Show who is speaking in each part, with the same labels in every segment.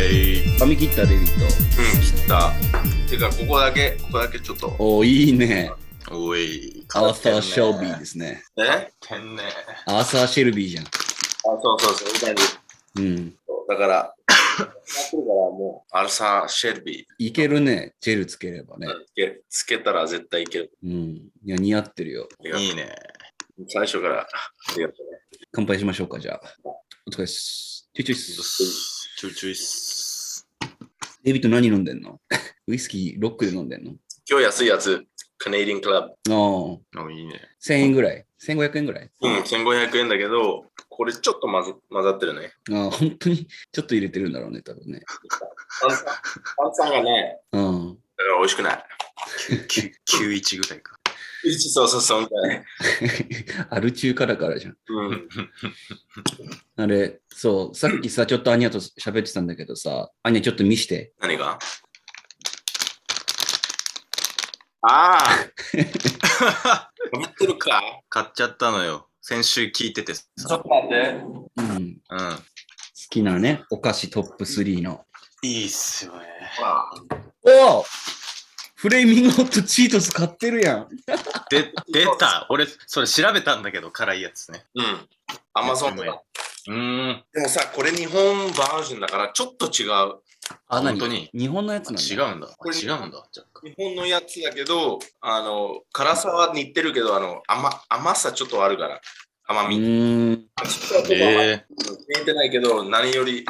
Speaker 1: えい、
Speaker 2: 髪切ったデビッ
Speaker 3: う
Speaker 2: ト
Speaker 3: ん、切った。てか、ここだけ、ここだけちょっと。
Speaker 2: おーいいね
Speaker 3: おい。
Speaker 2: アーサー・シェルビーですね
Speaker 3: え天然。あ、
Speaker 2: アーサー・シェルビーじゃん
Speaker 3: そうそうそう、みたいに。
Speaker 2: うん
Speaker 3: だから、やってるからもう、アルサー・シェルビー
Speaker 2: いけるねジェルつければね
Speaker 3: つけつけたら絶対いける。
Speaker 2: うんいや似合ってるよ
Speaker 1: いいね。
Speaker 3: 最初から、ありがとうね。
Speaker 2: 乾杯しましょうかじゃあお疲れっすチューチューっす
Speaker 1: チューチューっす。
Speaker 2: デビット何飲んでんの ウイスキーロックで飲んでんの
Speaker 3: 今日安いやつ、カネディンクラブ。
Speaker 2: ああ
Speaker 1: あ、いいね。
Speaker 2: 1000円ぐらい1500円ぐらい
Speaker 3: うん、1500円だけど、これちょっと混ざ混ざってるね。
Speaker 2: ああ本当にちょっと入れてるんだろうね多分ね
Speaker 3: 炭酸炭酸がね、
Speaker 2: うん
Speaker 3: だから美味しくない。
Speaker 1: 9、91ぐらいか。
Speaker 3: そうそうそう、みたいな。
Speaker 2: アル中からからじゃん
Speaker 3: うん。
Speaker 2: あれ、そう、さっきさ、ちょっとアニャと喋ってたんだけどさ、アニャちょっと見して。
Speaker 3: 何があ あ見てるか
Speaker 1: 買っちゃったのよ。先週聞いててさ。
Speaker 3: ちょっと待って。
Speaker 2: うん。好
Speaker 1: うん。
Speaker 2: きなね、お菓子トップ3の。
Speaker 1: いいっすよね。
Speaker 3: ほら
Speaker 2: おおフレーミングホットチートス買ってるやん。
Speaker 1: で、出た。俺、それ調べたんだけど、辛いやつね。
Speaker 3: うん。アマゾンとか。
Speaker 1: うーん。
Speaker 3: でもさ、これ日本バージョンだからちょっと違う。
Speaker 2: あ、な
Speaker 1: 本当に
Speaker 2: 日本のやつなんだ。
Speaker 1: 違
Speaker 2: う。
Speaker 1: うんだ。違うんだ。若干
Speaker 3: 日本のやつだけど、あの、辛さは似てるけど、あの、甘甘さちょっとあるから。甘み。
Speaker 2: ーん。
Speaker 3: あちょっと甘み
Speaker 1: え
Speaker 3: 見えてないけど、何より、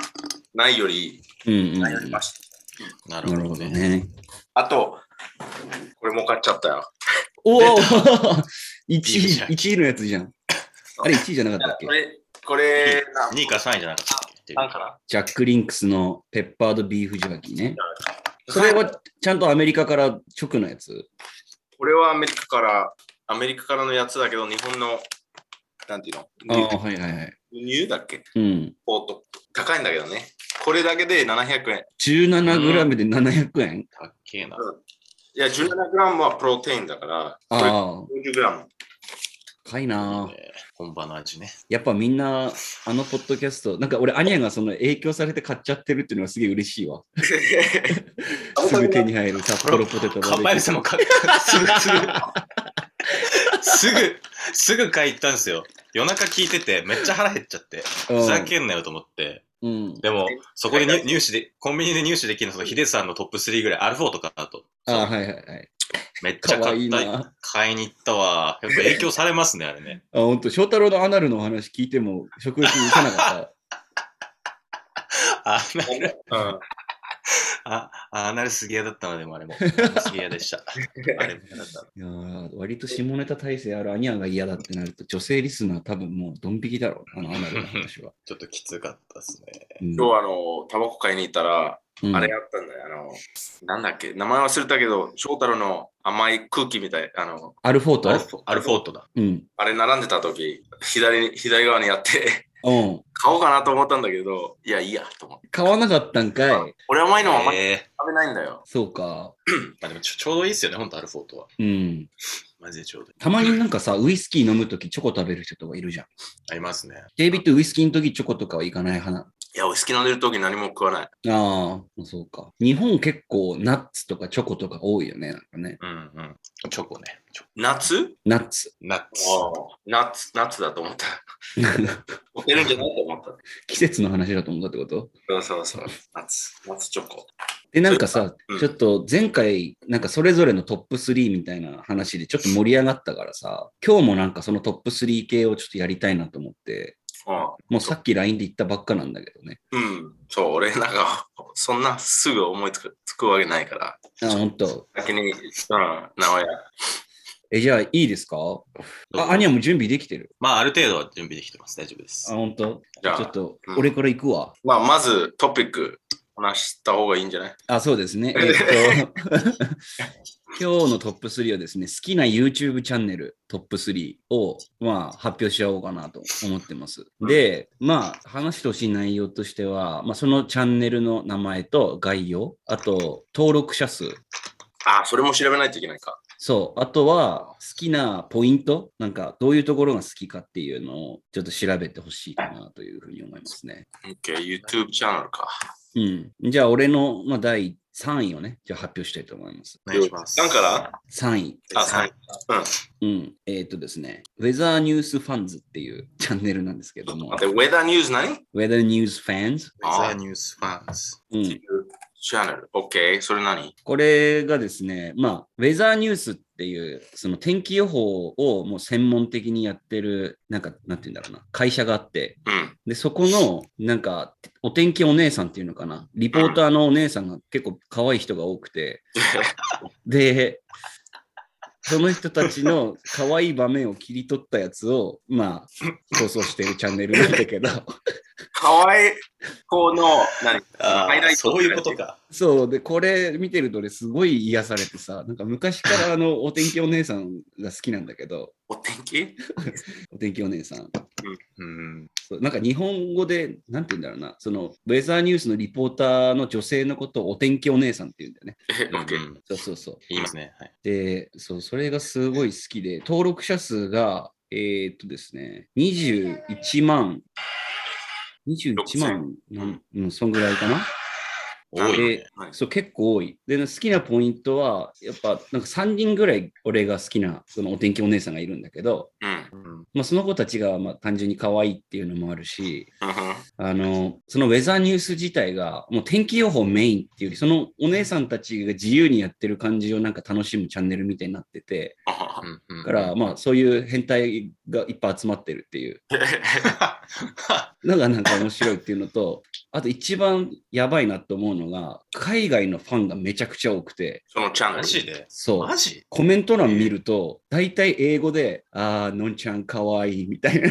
Speaker 3: ないより、
Speaker 2: うんうん。
Speaker 3: な
Speaker 2: ない
Speaker 3: より
Speaker 2: る
Speaker 3: ました。
Speaker 1: ー、なる
Speaker 2: ほ
Speaker 1: ほ
Speaker 2: ど
Speaker 1: どね。
Speaker 2: ね。
Speaker 3: あと、これも買っちゃったよ。
Speaker 2: おお !1
Speaker 1: い
Speaker 2: 位、
Speaker 1: いじゃん
Speaker 2: 1位のやつじゃん。あれ1位じゃなかったっけ
Speaker 3: これ、これ、な
Speaker 1: 2位か3位じゃなかったっけ
Speaker 3: なんかな
Speaker 2: ジャック・リンクスのペッパードビーフジャーキーね。それはちゃんとアメリカから直のやつ。
Speaker 3: これはアメリカから、アメリカからのやつだけど、日本の、なんていうの
Speaker 2: ああ、はいはいはい。
Speaker 3: 輸入だっけ
Speaker 2: うん。
Speaker 3: おっと、高いんだけどね。これだけで700円。
Speaker 2: 17g で700円、
Speaker 1: たっけえな。
Speaker 3: いや、17g はプロテインだから、
Speaker 2: ああ、
Speaker 3: 40g。
Speaker 2: 高いなあ。
Speaker 1: えー本場の味ね。
Speaker 2: やっぱみんな、あのポッドキャスト、なんか俺、アニャがその影響されて買っちゃってるっていうのがすげえ嬉しいわ。 すぐ手に入る札幌ポテトバーベ
Speaker 1: カバエル
Speaker 2: キュ
Speaker 1: さんも買った。すぐ、すぐ、すぐ、すぐ買い行ったんですよ。夜中聞いてて、めっちゃ腹減っちゃって、
Speaker 2: ー。
Speaker 1: ふざけんなよと思って。
Speaker 2: うん。
Speaker 1: でも、そこでに入手で、コンビニで入手できるの、そのヒデさんのトップ3ぐらい、アルフォーとかだと。
Speaker 2: ああ、はいはいはい。
Speaker 1: めっち
Speaker 2: か
Speaker 1: ゃ
Speaker 2: わい
Speaker 1: 買
Speaker 2: い
Speaker 1: っ
Speaker 2: な
Speaker 1: た。
Speaker 2: あ。
Speaker 1: 買いに行ったわ。やっぱ影響されますね、あれね。
Speaker 2: ほんと、翔太郎のアナルのお話聞いても、食欲に行かなかっ
Speaker 1: あ、な
Speaker 3: うん。
Speaker 1: あ、あなるすげえだったのでも、あれも。すげえで した。あれも嫌だった
Speaker 2: た。いやー割と下ネタ体制あるアニャが嫌だってなると、女性リスナー多分もうドン引きだろう、あのアナルの話は。
Speaker 1: ちょっときつかったですね。
Speaker 2: うん
Speaker 3: 今日あの、タバコ買いに行ったら、
Speaker 2: うん
Speaker 3: あれやったんだよ。あの、なんだっけ、名前忘れたけど、翔太郎の甘い空気みたい、あの、
Speaker 2: アルフォー
Speaker 1: アル
Speaker 2: ト
Speaker 1: フォアルフォートだ。
Speaker 2: うん。
Speaker 3: あれ並んでた時、左に、左側にやって、
Speaker 2: うん。
Speaker 3: 買おうかなと思ったんだけど、いや、いいや、と思って。
Speaker 2: 買わなかったんかい。
Speaker 3: 俺甘いのはあんまり
Speaker 1: ええ
Speaker 3: 食べないんだよ。
Speaker 2: そうか。
Speaker 1: まあでもちょちょうどいいですよね、ほんとアルフォートは。
Speaker 2: うん。
Speaker 1: マジでちょうどいい。
Speaker 2: たまになんかさ、ウイスキー飲むときチョコ食べる人とかいるじゃん。
Speaker 1: ありますね。
Speaker 2: デイビッド、ウイスキーのときチョコとかはいかない派な。
Speaker 3: いや、俺好き飲んでる時何も食わない。
Speaker 2: ああ、そうか。日本結構ナッツとかチョコとか多いよね、なんかね。
Speaker 1: うんうん。チョコね。チョコ
Speaker 3: 夏
Speaker 2: ナッツ。
Speaker 1: ナッツ。
Speaker 3: 夏、夏だと思った。持てるんじゃないと思った。
Speaker 2: 季節の話だと思ったってこと
Speaker 3: そうそうそう。夏、夏チョコ。
Speaker 2: で、なんかさ
Speaker 3: う、ん
Speaker 2: ちょっと前回、なんかそれぞれのトップ3みたいな話でちょっと盛り上がったからさ、今日もなんかそのトップ3系をちょっとやりたいなと思って、もうさっき LINE で言ったばっかなんだけどね。
Speaker 3: うん。うん。そう、俺なんか、そんなすぐ思いつくつくわけないから、
Speaker 2: あ、ほんと。
Speaker 3: 先に、うん、名古屋。
Speaker 2: え、じゃあいいですか
Speaker 1: どうぞ
Speaker 2: あ、アニアも準備できてる。
Speaker 1: まあある程度は準備できてます。大丈夫で
Speaker 2: あ、
Speaker 1: す。
Speaker 2: ほんと。
Speaker 3: じゃあ
Speaker 2: ちょっと
Speaker 3: う、ん
Speaker 2: 俺から行くわ。
Speaker 3: まあ、まずトピック話した方がいいんじゃない
Speaker 2: あ、そうですね。えっと、 今日のトップ3はですね、好きな YouTube チャンネルトップ3を、まあ、発表し合おうかなと思ってます。で、まあ、話してほしい内容としては、まあ、そのチャンネルの名前と概要、あと、登録者数。
Speaker 3: あ、それも調べないといけないか。
Speaker 2: そう。あとは、好きなポイント、なんか、どういうところが好きかっていうのを、ちょっと調べてほしいかなというふうに思いますね。
Speaker 3: OK、YouTube チャンネルか。
Speaker 2: うん。じゃあ、俺の、まあ、第3位をね、じゃあ発表したいと思います。
Speaker 1: お願いします。
Speaker 3: なんから
Speaker 2: 3位。
Speaker 3: あ、はい。うん。
Speaker 2: うん。えっ、とですね、ウェザーニュースファンズっていう チャンネルなんですけども
Speaker 3: 待、って、Weather News 何
Speaker 2: ウェザーニュースファンズ。
Speaker 1: ザーニュースファンズ。
Speaker 2: うん。
Speaker 3: チャンネル。OK、それ何
Speaker 2: これがですね、まあ、ウェザーニュースっていう、その天気予報をもう専門的にやってる、なんか、なんて言うんだろうな、会社があって、
Speaker 3: うん。
Speaker 2: で、そこの、なんか、お天気お姉さんっていうのかな、リポーターのお姉さんが結構可愛い人が多くて、で、その人たちの可愛い場面を切り取ったやつを、まあ、放送してるチャンネルなんだけど、
Speaker 3: 河合この、何
Speaker 1: あ
Speaker 3: ハイ
Speaker 1: あ、
Speaker 3: ライト
Speaker 1: そういうことか。
Speaker 2: そうでこれ見てると俺すごい癒されてさなんか昔からあのお天気お姉さんが好きなんだけど
Speaker 3: お天気
Speaker 2: お天気お姉さん
Speaker 1: うん。
Speaker 2: そうなんか日本語でなんて言うんだろうなそのウェザーニュースのリポーターの女性のことをお天気お姉さんって言うんだよね
Speaker 3: え、
Speaker 1: うん
Speaker 3: OK。
Speaker 1: うん
Speaker 2: そうそうそう
Speaker 1: いいですね。はい。
Speaker 2: でそうそれがすごい好きで登録者数がえーっとですね21万21万なん、うん、そんぐらいかな
Speaker 1: 多いね
Speaker 2: で。
Speaker 3: はい
Speaker 2: そう、結構多い。で、好きなポイントは、やっぱ、なんか3人ぐらい俺が好きな、そのお天気お姉さんがいるんだけど、
Speaker 3: うん。
Speaker 1: うん
Speaker 2: まあ、その子たちが、まあ、単純に可愛いっていうのもあるし、
Speaker 3: うんうん
Speaker 2: あの、そのウェザーニュース自体が、もう天気予報メインっていうより、そのお姉さんたちが自由にやってる感じをなんか楽しむチャンネルみたいになってて、
Speaker 3: あ
Speaker 1: うんうん
Speaker 2: だ から、まあ、そういう変態がいっぱい集まってるっていうのがなんか面白いっていうのと、 あと一番やばいなと思うのが、海外のファンがめちゃくちゃ多くて、
Speaker 3: そのチャンネ
Speaker 1: マ
Speaker 3: ル。
Speaker 1: ジで
Speaker 2: そう。
Speaker 1: マジ
Speaker 2: コメント欄見ると、大体英語で、あー、のんちゃんかわいいみた いな、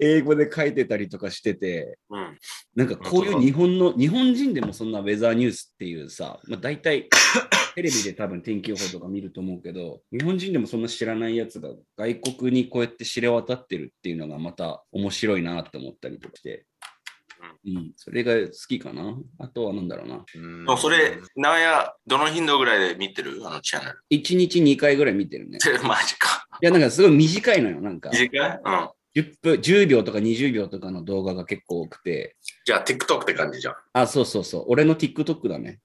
Speaker 2: 英語で書いてたりとかしてて、
Speaker 3: うん。
Speaker 2: なんかこういう日本の、日本人でもそんなウェザーニュースっていうさ、まあ、大 体テレビで多分天気予報とか見ると思うけど、日本人でもそんな知らないやつが外国にこうやって知れ渡ってるっていうのがまた面白いなって思ったりとかして、うん、それが好きかな。あとはなんだろうな。
Speaker 1: うん
Speaker 3: もうそれ、なんや、どの頻度ぐらいで見てるあのチャンネ
Speaker 2: 1日2回ぐらい見てるね。
Speaker 3: ル。 マジか。
Speaker 2: いや、なんかすごい短いのよ、なんか。
Speaker 3: 短いうん。
Speaker 2: 10分、10秒とか20秒とかの動画が結構多くて、
Speaker 3: じゃあ、TikTok って感じじゃん。
Speaker 2: あ、そうそうそう、俺の TikTok だね。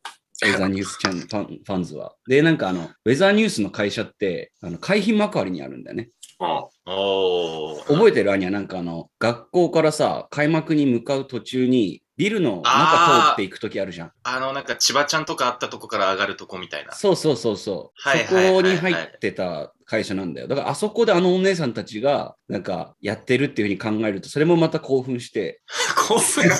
Speaker 2: ウェザーニュースチャンファンファンズは。で、なんかあの、ウェザーニュースの会社って、あの海浜幕張にあるんだよね。
Speaker 3: うん。
Speaker 1: おー
Speaker 2: 覚えてるアニャ、なんかあの、学校からさ、開幕に向かう途中に、ビルの中
Speaker 1: あー
Speaker 2: 通っていくときあるじゃん。
Speaker 1: あの、なんか、千葉ちゃんとかあったとこから上がるとこみたいな。
Speaker 2: そうそうそうそう。
Speaker 1: はいはいはい
Speaker 2: そこ
Speaker 1: はい
Speaker 2: に入ってた会社なんだよ。だからあそこであのお姉さんたちが、なんかやってるっていうふうに考えると、それもまた興奮して、
Speaker 1: 興奮するな。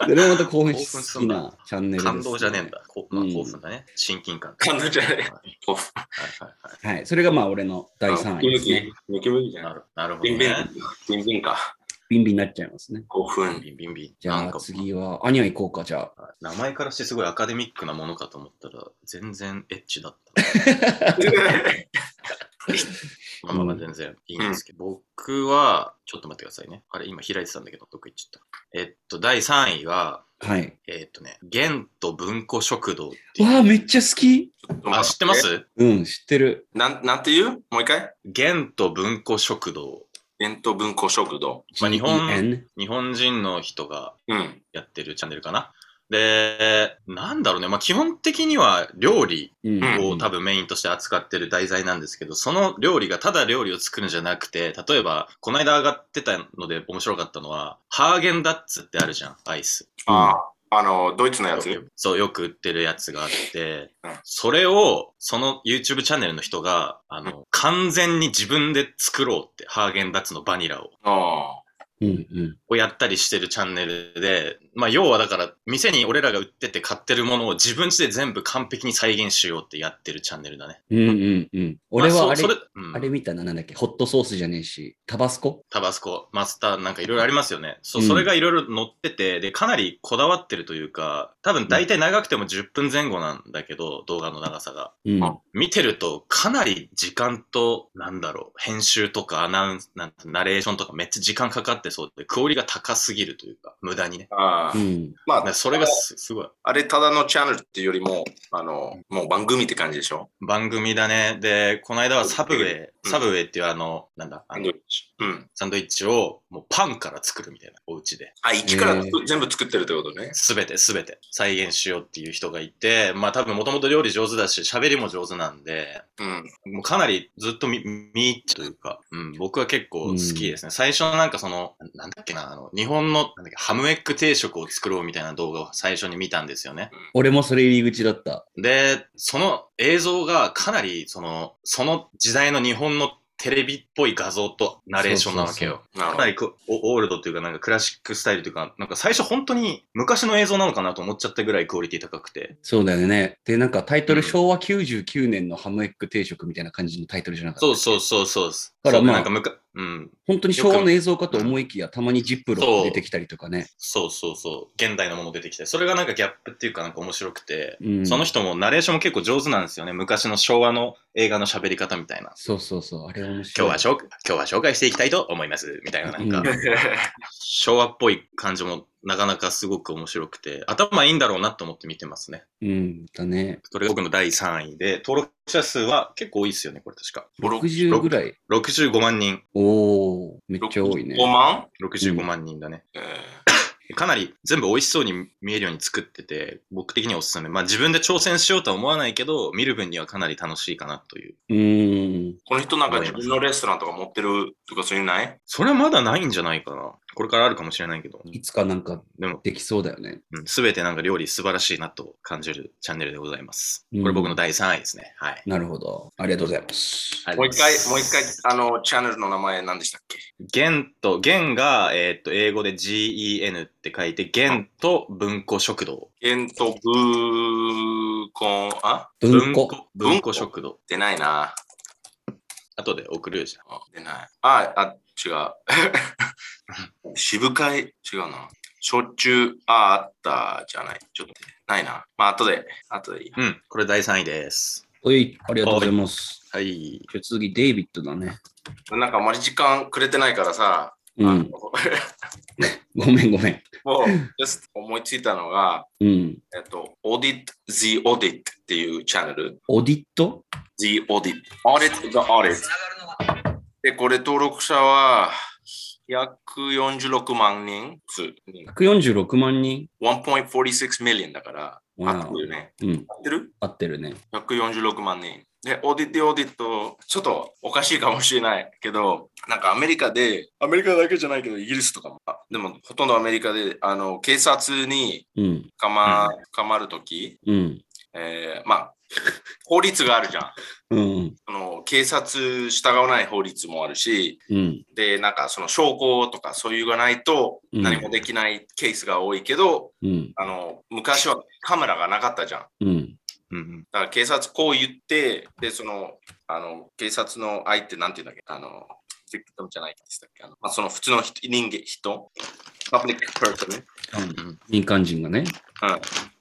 Speaker 2: それもまた興
Speaker 1: 興奮
Speaker 2: 奮して
Speaker 1: す
Speaker 2: 好き
Speaker 1: るな
Speaker 2: なチャンネルです、
Speaker 1: 感動じゃねえんだ。こうまあ
Speaker 2: うん
Speaker 1: 興奮だね。親近感。
Speaker 3: 感動じゃねえ
Speaker 1: はい
Speaker 3: 興
Speaker 1: はいは
Speaker 2: はい、それがまあ俺の第3位
Speaker 3: ム
Speaker 2: です
Speaker 3: キム
Speaker 2: ね。
Speaker 3: キ。ムキムキじ
Speaker 1: い。
Speaker 3: ゃ。
Speaker 1: なんるなるほど
Speaker 3: ビンビン
Speaker 1: ね。。
Speaker 3: ビンビンか。
Speaker 2: ビンビンになっちゃいますね。
Speaker 3: 興奮。
Speaker 1: ビンビンビン。
Speaker 2: じ
Speaker 1: な
Speaker 2: ゃ
Speaker 1: ん
Speaker 2: あ
Speaker 1: か
Speaker 2: 次は、アニャ行こうか、じゃあ。
Speaker 1: 名前からしてすごいアカデミックなものかと思ったら、全然エッチだった。まあまあまあ全然いいんですけど、僕は、ちょっと待ってくださいね。あれ、今開いてたんだけど、どっか行っちゃった。えっと、第3位が、
Speaker 2: はい。
Speaker 1: えっとね、玄と文庫食堂っていう。
Speaker 2: わあ、めっちゃ好き
Speaker 1: あ、知ってます
Speaker 2: うん、知ってる。
Speaker 3: なんなんて言うもう一回。
Speaker 1: 玄と文庫食堂。
Speaker 3: 伝統文庫食堂。
Speaker 1: まあ日本
Speaker 2: GEN
Speaker 1: 日本人の人が
Speaker 3: うん。
Speaker 1: やってるチャンネルかな。で、なんだろうね。まあ基本的には料理
Speaker 2: うん
Speaker 1: を多分メインとして扱ってる題材なんですけど、その料理がただ料理を作るんじゃなくて、例えば、この間上がってたので面白かったのは、ハーゲンダッツってあるじゃん、アイス。
Speaker 3: ああ、あの、ドイツのやつ。
Speaker 1: そう、よく売ってるやつがあって
Speaker 3: うん、
Speaker 1: それを、その YouTube チャンネルの人が、あの、完全に自分で作ろうって、ハーゲンダッツのバニラを。
Speaker 3: あ
Speaker 2: うんうん。
Speaker 1: をやったりしてるチャンネルで、まあ要はだから店に俺らが売ってて買ってるものを自分ちで全部完璧に再現しようってやってるチャンネルだね。
Speaker 2: うんうんうん。俺
Speaker 1: ま
Speaker 2: は
Speaker 1: あ
Speaker 2: あれ
Speaker 1: そ、それうん
Speaker 2: あれ見たな、なんだっけ、ホットソースじゃねえし、タバスコ
Speaker 1: タバスコ、マスターなんかいろいろありますよね。そう、
Speaker 2: うん
Speaker 1: それがいろいろ載ってて、で、かなりこだわってるというか、多分大体長くても10分前後なんだけど、動画の長さが。
Speaker 2: うん。
Speaker 3: あ
Speaker 1: 見てると、かなり時間と、なんだろう、編集とかアナウンス、なんてナレーションとかめっちゃ時間かかってそうで、クオリが高すぎるというか、無駄にね。
Speaker 3: あ。ああ
Speaker 2: う
Speaker 3: ー
Speaker 2: ん。
Speaker 3: ま
Speaker 1: ね
Speaker 3: あ、
Speaker 1: それがすすごい。
Speaker 3: あれただのチャンネルっていうよりも、あの、もう番組って感じでしょ
Speaker 1: 番組だね。で、この間はサブウェイ、
Speaker 3: うん
Speaker 1: サブウェイっていうあの、なんだ、あの
Speaker 3: うん。
Speaker 1: サンドイッチをもうパンから作るみたいな、お家で。
Speaker 3: あ、一から
Speaker 2: えー
Speaker 3: 全部作ってるってことね。
Speaker 1: すべてすべて再現しようっていう人がいて、まあ多分もともと料理上手だし、喋りも上手なんで、
Speaker 3: うん。
Speaker 1: もうかなりずっと見、見入っちというか、うん、僕は結構好きですね。最初なんかその、なんだっけな、あの、日本の、なんだっけ、ハムエッグ定食を作ろうみたいな動画を最初に見たんですよね。
Speaker 2: 俺もそれ入り口だった。
Speaker 1: で、その映像がかなり、その、その時代の日本のテレビっぽい画像とナレーションなわけよ。
Speaker 2: そう
Speaker 3: なる
Speaker 1: か
Speaker 3: ほ
Speaker 1: な
Speaker 3: ど。
Speaker 1: りこオオールドっていうか、なんかクラシックスタイルというか、なんか最初本当に昔の映像なのかなと思っちゃったぐらいクオリティ高くて。
Speaker 2: そうだよね。で、なんかタイトル、
Speaker 1: うん
Speaker 2: 昭和99年のハムエッグ定食みたいな感じのタイトルじゃなかった。
Speaker 1: そうそうそうそうです。
Speaker 2: だから
Speaker 1: そう
Speaker 2: まあ
Speaker 1: なんかむか、うん。
Speaker 2: 本当に昭和の映像かと思いきや、たまにジップロッ
Speaker 1: そう
Speaker 2: ク出てきたりとかね。
Speaker 1: そうそうそう。現代のもの出てきて。それがなんかギャップっていうかなんか面白くて。
Speaker 2: うん、
Speaker 1: その人もナレーションも結構上手なんですよね。昔の昭和の映画の喋り方みたいな。
Speaker 2: そうそうそう、あれ面白
Speaker 1: 今日は
Speaker 2: い。
Speaker 1: しょう、今日は紹介していきたいと思います。みたいななんか。
Speaker 2: うん
Speaker 1: 昭和っぽい感じもなかなかすごく面白くて、頭いいんだろうなと思って見てますね。
Speaker 2: うん、だね。
Speaker 1: それが僕の第3位で、登録者数は結構多いですよね、これ確か。
Speaker 2: 60ぐらい。
Speaker 1: 65万人。
Speaker 2: おお、めっちゃ多いね。
Speaker 3: 5万
Speaker 1: 65万人だね。
Speaker 3: え
Speaker 1: かなり全部美味しそうに見えるように作ってて、僕的にはおすすめ。まあ自分で挑戦しようとは思わないけど、見る分にはかなり楽しいかなという。
Speaker 2: うーん。
Speaker 3: この人なんか自分のレストランとか持ってるとかそういうのない
Speaker 1: それはまだないんじゃないかな。これからあるかもしれないけど。
Speaker 2: いつかなんか
Speaker 1: でも、
Speaker 2: できそうだよね。
Speaker 1: す、べ、てなんか料理素晴らしいなと感じるチャンネルでございます。これ僕の第3位ですね。はい。
Speaker 2: なるほど。ありがとうございます。
Speaker 1: はい
Speaker 3: もう一回、もう一回、あの、チャンネルの名前何でしたっけ
Speaker 1: ゲンと、ゲンが、えーっと、英語で GEN って書いて、ゲンと文庫食堂。
Speaker 3: ゲントブーコン、あ
Speaker 2: 文庫。
Speaker 1: 文庫食堂。
Speaker 3: 出ないな。
Speaker 1: 後で送るよじゃん。
Speaker 3: あ出ない。あ、あ、違う。 渋会、違うな。しょっちゅう、あ、あった、じゃない。ちょっと待って、ないな。まあ、後で、後でいいや。
Speaker 1: うん、これ第3位です。
Speaker 2: おい、ありがとうございます。
Speaker 1: はい。
Speaker 2: じゃあ次、デイビッドだね。
Speaker 3: なんかあまり時間くれてないからさ、
Speaker 2: う
Speaker 3: あの
Speaker 2: ん。ごめんごめん。
Speaker 3: もう、just 思いついたのが、
Speaker 2: うん。
Speaker 3: えっと、Audit the Audit っていうチャンネル。
Speaker 2: オディット
Speaker 3: The Audit。Audit the Audit。で、これ登録者は146万人数。
Speaker 2: ?146 万人。
Speaker 3: 1.46 million だから、
Speaker 2: わ
Speaker 3: 合
Speaker 2: あ
Speaker 3: ってるよね。
Speaker 2: うん。
Speaker 3: 合ってる
Speaker 2: 合ってるね。
Speaker 3: 146万人。で、オーディット、オーディット、ちょっとおかしいかもしれないけど、なんかアメリカで、アメリカだけじゃないけど、イギリスとかも、あでもほとんどアメリカで、あの、警察に
Speaker 2: うん。
Speaker 3: 捕ま,、捕まるとき、
Speaker 2: うん。
Speaker 3: えーまあ、法律があるじゃん。
Speaker 2: うん。
Speaker 3: あの警察従わない法律もあるし、
Speaker 2: うん。
Speaker 3: で、なんかその証拠とかそういうがないと
Speaker 2: うん
Speaker 3: 何もできないケースが多いけど、
Speaker 2: うん。
Speaker 3: あの、昔はカメラがなかったじゃん。
Speaker 2: うん。
Speaker 1: うんうん。
Speaker 3: だから警察こう言って、で、その、あの、警察の相手なんていうんだっけ、あの、ビクトムじゃないでしたっけ、あのまあ、その普通の人、人間、人、パブリックパーソンね、
Speaker 2: 民間人がね。
Speaker 3: うん、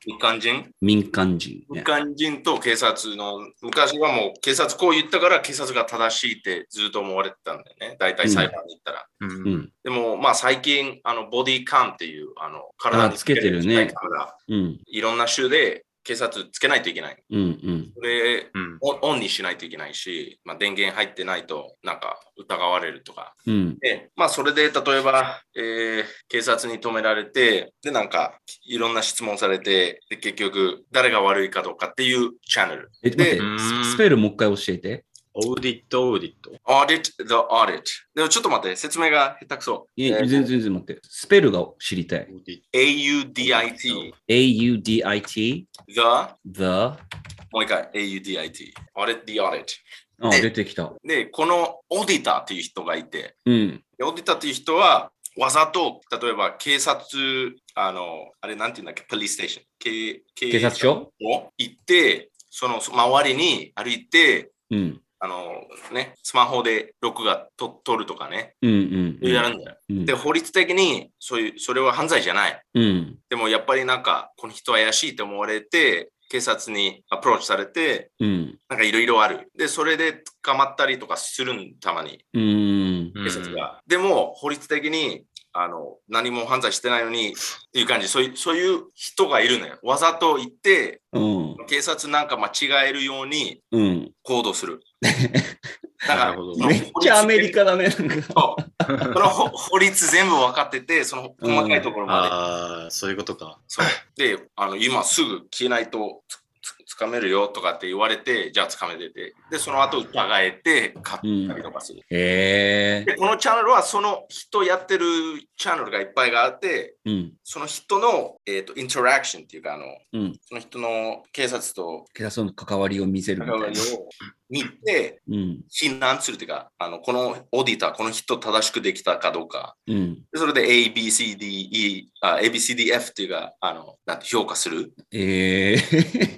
Speaker 3: 民間人、
Speaker 2: 民間人、
Speaker 3: 民
Speaker 2: ね。
Speaker 3: 間人と警察の、昔はもう警察こう言ったから警察が正しいってずっと思われてたんだよね、大体裁判に行ったら。
Speaker 1: うん
Speaker 2: う
Speaker 1: うん
Speaker 2: ん。
Speaker 3: でも、まあ最近、あの、ボディカンっていう、あの、体に
Speaker 2: あつけてるね
Speaker 3: カメラ
Speaker 2: うん。
Speaker 3: いろんな種で警察つけないといけない。
Speaker 2: うん。うん。
Speaker 3: それ
Speaker 1: うん。
Speaker 3: オンオンにしないといけないし、まあ、電源入ってないとなんか疑われるとか。
Speaker 2: うん。
Speaker 3: で、まあそれで例えば、えー警察に止められて、でなんかいろんな質問されて、で結局誰が悪いかどうかっていうチャンネル。
Speaker 2: え、待って、
Speaker 3: で、
Speaker 2: ススペルもう一回教えて。
Speaker 1: オーディット、オーディット。
Speaker 3: Audit the Audit。でもちょっと待って、説明が下手くそ。
Speaker 2: いや、
Speaker 3: えー
Speaker 2: 全然全然待って。スペルが知りたい
Speaker 1: オ。ーディッ
Speaker 3: AUDIT。
Speaker 2: AUDIT,
Speaker 3: The、
Speaker 2: the, あ、
Speaker 3: もう一回 AUDIT。Audit the Audit。
Speaker 2: 出てきた。
Speaker 3: で、このオーディターっていう人がいて、
Speaker 2: うん。
Speaker 3: でオディターっていう人は、わざと、例えば警察、あの、あれなんていうんだっけ、ポリステーション、警警
Speaker 2: 警察署
Speaker 3: を行って、そのそ周りに歩いて、
Speaker 2: うん。
Speaker 3: あのね、スマホで録画と撮るとかね、
Speaker 2: うんうんうん。
Speaker 3: やるんだよ。
Speaker 2: うん
Speaker 3: で、法律的にそういう、それは犯罪じゃない。
Speaker 2: うん。
Speaker 3: でもやっぱりなんか、この人怪しいと思われて、警察にアプローチされて、
Speaker 2: うん。
Speaker 3: なんかいろいろある。で、それで捕まったりとかするん、たまに。
Speaker 2: うん。
Speaker 1: ト。
Speaker 3: 警察が。でも、法律的にあの、何も犯罪してないのに、っていう感じ、そういう、そういう人がいるのよ。わざと行って、
Speaker 2: うん。
Speaker 3: 警察なんか間違えるように
Speaker 2: うん。
Speaker 3: 行動す る。だか
Speaker 1: な
Speaker 3: ら、
Speaker 1: るほど
Speaker 3: その
Speaker 2: めっちゃアメリカだね。なんか
Speaker 3: そうその法法律全部分かってて、その細かいところまで。
Speaker 1: ああ、そういうことか。
Speaker 3: そうであの、今すぐ消えないとつつつかめるよとかって言われて、じゃあつかめてて、で、その後疑えて、買ったりとかする。
Speaker 2: へえ。
Speaker 3: で、このチャンネルはその人やってるチャンネルがいっぱいがあって、
Speaker 2: うん。
Speaker 3: その人の、えー、とインタラクションっていうかあの、
Speaker 2: うん
Speaker 3: その人の警察と
Speaker 2: 警察の関わりを見せるみ
Speaker 3: 関わ
Speaker 2: たい
Speaker 3: り
Speaker 2: な。
Speaker 3: を見て、
Speaker 2: うん。
Speaker 3: 診断するっていうか、あのこのオーディター、この人正しくできたかどうか、
Speaker 2: うん。
Speaker 3: でそれで ABCDE、あ ABCDF っていうか、あのなんて評価する、
Speaker 2: え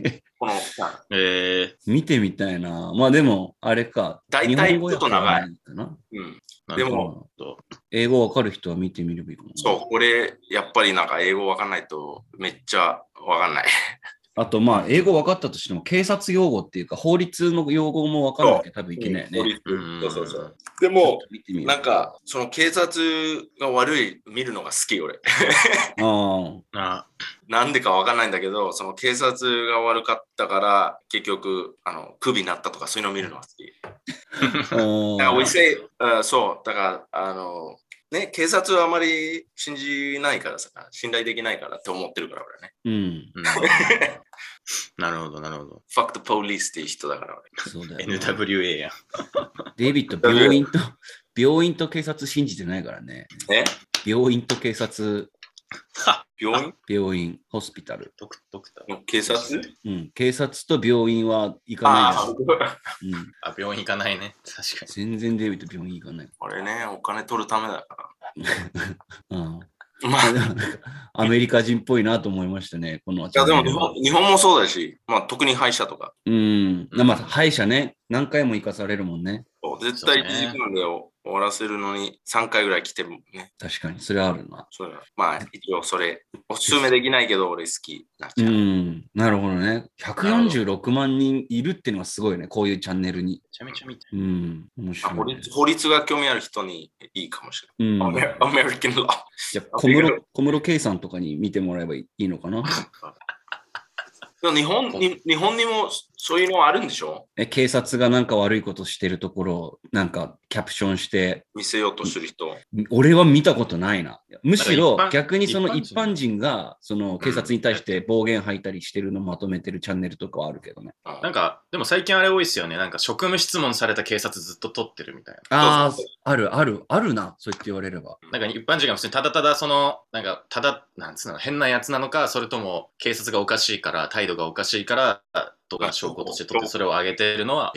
Speaker 2: え。
Speaker 3: このあ
Speaker 1: ええ
Speaker 2: 見てみたいな。まあでも、あれか。
Speaker 3: 大
Speaker 2: 日
Speaker 3: 体
Speaker 2: 本語訳
Speaker 3: ちょっと長い
Speaker 2: はないかな。
Speaker 3: うん、
Speaker 1: ー、
Speaker 3: で
Speaker 1: なる
Speaker 3: も
Speaker 2: うん
Speaker 1: ほど。
Speaker 2: 英語わかる人は見てみればいいかな。
Speaker 3: そう、これ、やっぱりなんか英語わかんないとめっちゃわかんない。
Speaker 2: あと、まあ、英語分かったとしても、警察用語っていうか、法律の用語も分からなきゃ多分いけないよ
Speaker 3: 法
Speaker 2: ね。
Speaker 3: 律
Speaker 1: うん
Speaker 3: そうそうそう。でも、
Speaker 2: 見てみる
Speaker 3: なんか、その警察が悪い見るのが好き、俺。
Speaker 2: ああ、
Speaker 1: あ
Speaker 3: なんでかわかんないんだけど、その警察が悪かったから、結局、あの、クビになったとか、そういうの見るのが好き。だから、おいせい、あそう、だから、あの、ね、警察はあまり信じないからさ、信頼できないからって思ってるから、俺ね。
Speaker 2: うん、
Speaker 1: うんなるほど、なるほど。
Speaker 3: Fuck the police っていう人だから、俺。
Speaker 2: そうだよな、
Speaker 1: NWA や。
Speaker 2: デイビッド、病院と、病院と警察信じてないからね。
Speaker 3: え
Speaker 2: 病院と警察、
Speaker 3: 病院
Speaker 2: 病院、ホスピタル。
Speaker 1: ドクドクター。
Speaker 3: の警察
Speaker 2: うん、警察と病院は行かない
Speaker 3: あ
Speaker 2: だ
Speaker 3: あ
Speaker 2: ろ、うん。
Speaker 1: あ、病院行かないね。確かに。
Speaker 2: 全然デイビッド、病院行かない。
Speaker 3: 俺ね、お金取るためだか
Speaker 2: うん、
Speaker 3: ら。まあ、い
Speaker 2: なんかアメリカ人っぽいなと思いましたね、このチャ
Speaker 3: や
Speaker 2: ン
Speaker 3: でも
Speaker 2: ネル
Speaker 3: 日
Speaker 2: は
Speaker 3: 本日本もそうだし、まあ、特に歯医者とか、
Speaker 2: うん、まあ、歯医者ね、何回も行かされるもんね。
Speaker 3: そう絶対
Speaker 1: そう
Speaker 3: 1
Speaker 1: ね
Speaker 3: 時間で終わらせるのに3回ぐらい来てもね、
Speaker 2: 確かに、それはあるな。
Speaker 3: そうだまあ、一応それ、おすすめできないけど、俺好きなっ
Speaker 2: う
Speaker 3: ちゃう。
Speaker 2: ん、なるほどね。146万人いるっていうのがすごいね、こういうチャンネルに
Speaker 1: め。ちゃめちゃ見て
Speaker 2: うん、面
Speaker 3: まあ
Speaker 2: 白
Speaker 3: 法
Speaker 2: いね、
Speaker 3: 律法律が興味ある人にいいかもし
Speaker 2: うん、
Speaker 3: れない。アメアメリカンロー。
Speaker 2: じゃあ小室小室圭さんとかに見てもらえばいいのかな
Speaker 3: でも日本に日本にもそういうのあるんでしょ
Speaker 2: え警察がなんか悪いことしてるところをなんかキャプションして、
Speaker 3: 見せようとする人。
Speaker 2: 俺は見たことないな。むしろ
Speaker 1: だから一般
Speaker 2: 逆にその一
Speaker 1: 一般人
Speaker 2: 般人がその警察に対して暴言吐いたりしてるのをまとめてるチャンネルとかはあるけどね。
Speaker 1: な
Speaker 3: なん
Speaker 1: か、でも最近あれ多いですよね。なんか職務質問された警察ずっと取ってるみたいな。
Speaker 2: あ
Speaker 3: そうそう
Speaker 2: あ、あるある、あるな、そう言って言われれば。
Speaker 1: なんか一般人が普通にただただその、なんかただ、なんつうの、変なやつなのか、それとも警察がおかしいから、態度がおかしいから、とか証拠として取ってそれを挙げてるのは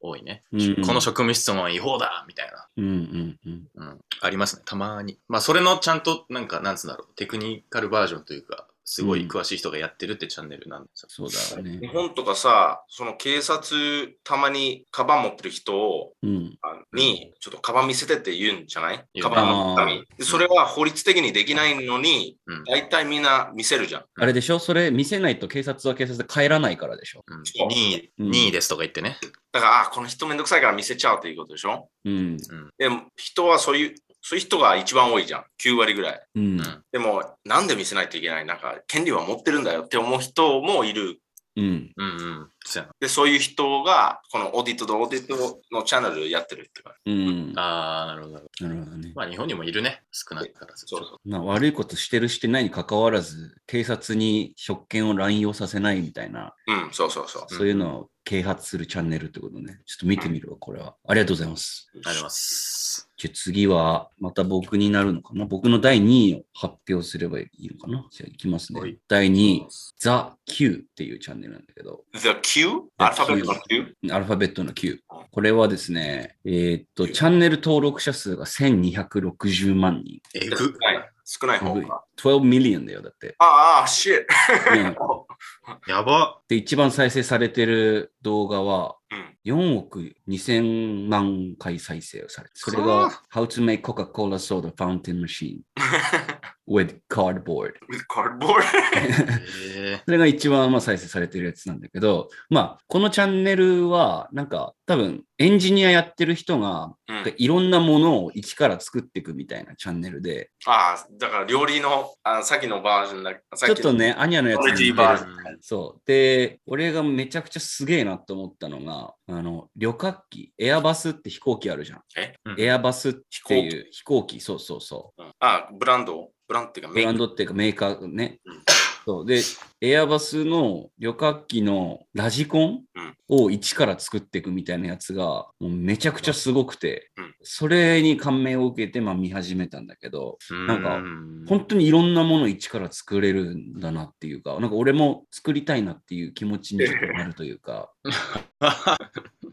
Speaker 1: 多いね。
Speaker 2: うん
Speaker 1: この職務質問は違法だみたいな。
Speaker 2: うんうんうん。
Speaker 1: うん、ありますね、たまに。まあ、それのちゃんと、なんか、なんつうんだろう、テクニカルバージョンというか、すごい詳しい人がやってるってチャンネルなんですよ。
Speaker 2: そうだよ
Speaker 3: 日
Speaker 2: ね。
Speaker 3: 本とかさ、その警察、たまにカバン持ってる人を
Speaker 2: うん。
Speaker 3: あのに、ちょっとカバン見せてって言うんじゃない
Speaker 1: 言う
Speaker 3: カバンの中身
Speaker 2: あ
Speaker 3: でそれは法律的にできないのに、
Speaker 1: うん
Speaker 3: 大体みんな見せるじゃん。
Speaker 2: あれでしょそれ見せないと警察は警察で帰らないからでしょ
Speaker 1: うん
Speaker 3: そう
Speaker 1: 2位、
Speaker 2: うん
Speaker 1: 2位ですとか言ってね。
Speaker 3: だから、あこの人めんどくさいから見せちゃうということでしょ
Speaker 2: うん。
Speaker 3: でも、人はそういう、そういう人が一番多いじゃん。9割ぐらい。
Speaker 2: うん。
Speaker 3: でも、なんで見せないといけないなんか、権利は持ってるんだよって思う人もいる。
Speaker 2: うん。
Speaker 1: うんうん。そうや
Speaker 3: で、そういう人が、このオーディットとオーディットのチャンネルやってるって感
Speaker 2: うん。な
Speaker 1: な。あー、なるほどなるほど。
Speaker 2: るほどね。
Speaker 1: まあ、日本にもいるね、少ないから。
Speaker 3: じ。そうそう。
Speaker 2: まあ、悪いことしてるしてないに関わらず、警察に職権を乱用させないみたいな、
Speaker 3: うん、そうそうそう。
Speaker 2: そういうのを啓発するチャンネルってことね。ちょっと見てみるわ、これは。ありがとうございます。
Speaker 1: ありがとうございます。
Speaker 2: じゃあ次は、また僕になるのかな僕の第2位を発表すればいいのかなじゃあいきます
Speaker 1: は
Speaker 2: ね
Speaker 1: い。
Speaker 2: 第2位、ザ・ Q っていうチャンネルなんだけど、
Speaker 3: The Q? アルファベットの Q?
Speaker 2: アルファベットの Q。これはですね、えーっと、チャンネル登録者数が1260万人。
Speaker 1: え
Speaker 3: 少
Speaker 1: ぐ。
Speaker 3: ない。少ない方
Speaker 2: 12
Speaker 3: か。
Speaker 2: million だよ、だって。
Speaker 3: ああ、シェ
Speaker 2: ね
Speaker 1: やば。
Speaker 2: で、一番再生されてる動画は、
Speaker 3: うん
Speaker 2: 4億2000万回再生をされて、それが、How to make Coca-Cola soda fountain machine。 with cardboard。
Speaker 3: with cardboard?
Speaker 1: え
Speaker 2: それが一番まあ再生されてるやつなんだけど、まあ、このチャンネルは、なんか多分エンジニアやってる人が、
Speaker 3: うん、
Speaker 2: いろんなものを一から作っていくみたいなチャンネルで、
Speaker 3: ああ、だから料理のあさっきのバージョンださ
Speaker 2: ちょ
Speaker 3: っ
Speaker 2: っ
Speaker 3: き
Speaker 2: と
Speaker 3: の
Speaker 2: ね、アニャのやつに似て
Speaker 3: クオリティバー
Speaker 2: る
Speaker 3: ジョン
Speaker 1: ー
Speaker 2: そう。で、俺がめちゃくちゃすげえなと思ったのが、あの、旅客機、エアバスって飛行機あるじゃん。
Speaker 3: え
Speaker 1: うん
Speaker 2: エアバスっていう飛行機、そうそうそう。
Speaker 3: うんあブランドブランドっていうか
Speaker 2: ブ
Speaker 3: メイ
Speaker 2: ラン
Speaker 3: ン。
Speaker 2: ドっていうかメーカーね
Speaker 3: うん。
Speaker 2: そうで、エアバスの旅客機のラジコン
Speaker 3: うん
Speaker 2: を一から作っていくみたいなやつが、もうめちゃくちゃすごくて
Speaker 3: うん、
Speaker 2: それに感銘を受けて、まあ見始めたんだけど、なんか
Speaker 1: うん
Speaker 2: 本当にいろんなもの一から作れるんだなっていうか、なんか俺も作りたいなっていう気持ちにちょっとなるというか、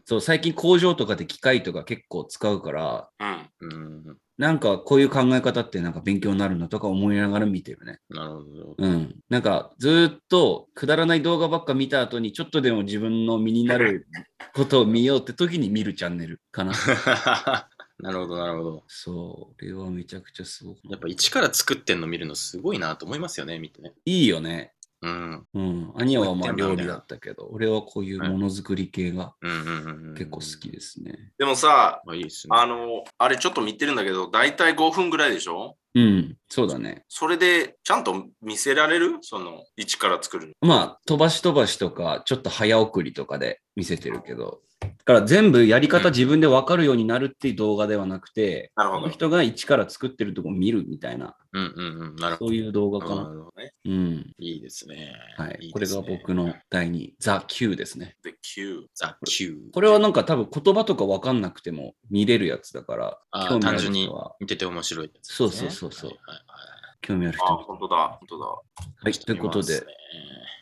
Speaker 2: そう、最近工場とかで機械とか結構使うから、
Speaker 3: うん。
Speaker 1: うん
Speaker 2: なんかこういう考え方ってなんか勉強になるなとか思いながら見てるね。
Speaker 1: なるほ ど。
Speaker 2: うん。なんかずーっとくだらない動画ばっか見た後にちょっとでも自分の身になることを見ようって時に見るチャンネル かな。
Speaker 1: なるほど、なるほど。
Speaker 2: そう。これはめちゃくちゃすごく。
Speaker 1: やっぱ一から作ってんの見るのすごいなと思いますよね、見てね。
Speaker 2: いいよね。
Speaker 1: うん。
Speaker 2: うん。アニアはまあ
Speaker 1: こうやってんだみ
Speaker 2: 料
Speaker 1: た
Speaker 2: 理
Speaker 1: いな
Speaker 2: だったけど、俺はこういうものづくり系が
Speaker 1: うんうんうんうん
Speaker 2: 結構好きですね。
Speaker 3: でもさ、
Speaker 1: あいいですね。
Speaker 3: あの、あれちょっと見てるんだけど、だいたい5分ぐらいでしょ
Speaker 2: うん。そうだね。
Speaker 3: それでちゃんと見せられるその、一から作るの。
Speaker 2: まあ、飛ばし飛ばしとか、ちょっと早送りとかで見せてるけど、だから全部やり方
Speaker 1: うん
Speaker 2: 自分で分かるようになるっていう動画ではなくて、
Speaker 3: なる
Speaker 2: こ
Speaker 3: ほ
Speaker 2: の
Speaker 3: ど。
Speaker 2: 人が一から作ってるとこ見るみたいな、
Speaker 1: うんうんうん。なるほ
Speaker 2: そういう動画
Speaker 1: ど。
Speaker 2: か
Speaker 1: なる
Speaker 2: な。
Speaker 1: ほどね
Speaker 2: うん。
Speaker 1: いいですね。
Speaker 2: はい。
Speaker 1: いいですね
Speaker 2: これが僕の第2、ザ・ Q ですね。
Speaker 3: で、9。
Speaker 1: ザ・キュー。
Speaker 2: これはなんか多分言葉とか分かんなくても見れるやつだから、
Speaker 1: あー
Speaker 2: 興味あ
Speaker 1: 単
Speaker 2: る
Speaker 1: 純に
Speaker 2: 人は。
Speaker 1: 見てて面白いやつです
Speaker 2: そ
Speaker 1: ね、
Speaker 2: うそうそうそう
Speaker 1: はいはいはい
Speaker 2: 興味ある人
Speaker 3: あ、
Speaker 2: は。
Speaker 3: 本当だ。本当
Speaker 2: はい。ということで、
Speaker 1: 2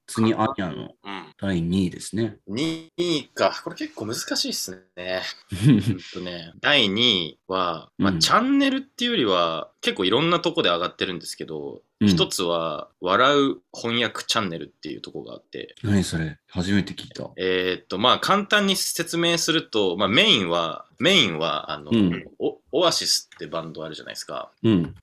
Speaker 2: 次、アニャの
Speaker 3: だ。うん。
Speaker 2: 第2位で すね。
Speaker 1: 位か。これ結構難しいっすね。ほんとね。第2位は、まあ
Speaker 2: うん
Speaker 1: チャンネルっていうよりは、結構いろんなとこで上がってるんですけど、
Speaker 2: うん
Speaker 1: 一つは、笑う翻訳チャンネルっていうとこがあって、
Speaker 2: 何それ初めて聞いた。
Speaker 1: えーっと、まあ、簡単に説明すると、まあ、メインは、メインは、あの、
Speaker 2: うん
Speaker 1: おオアシスってバンドあるじゃないですか。
Speaker 2: うん。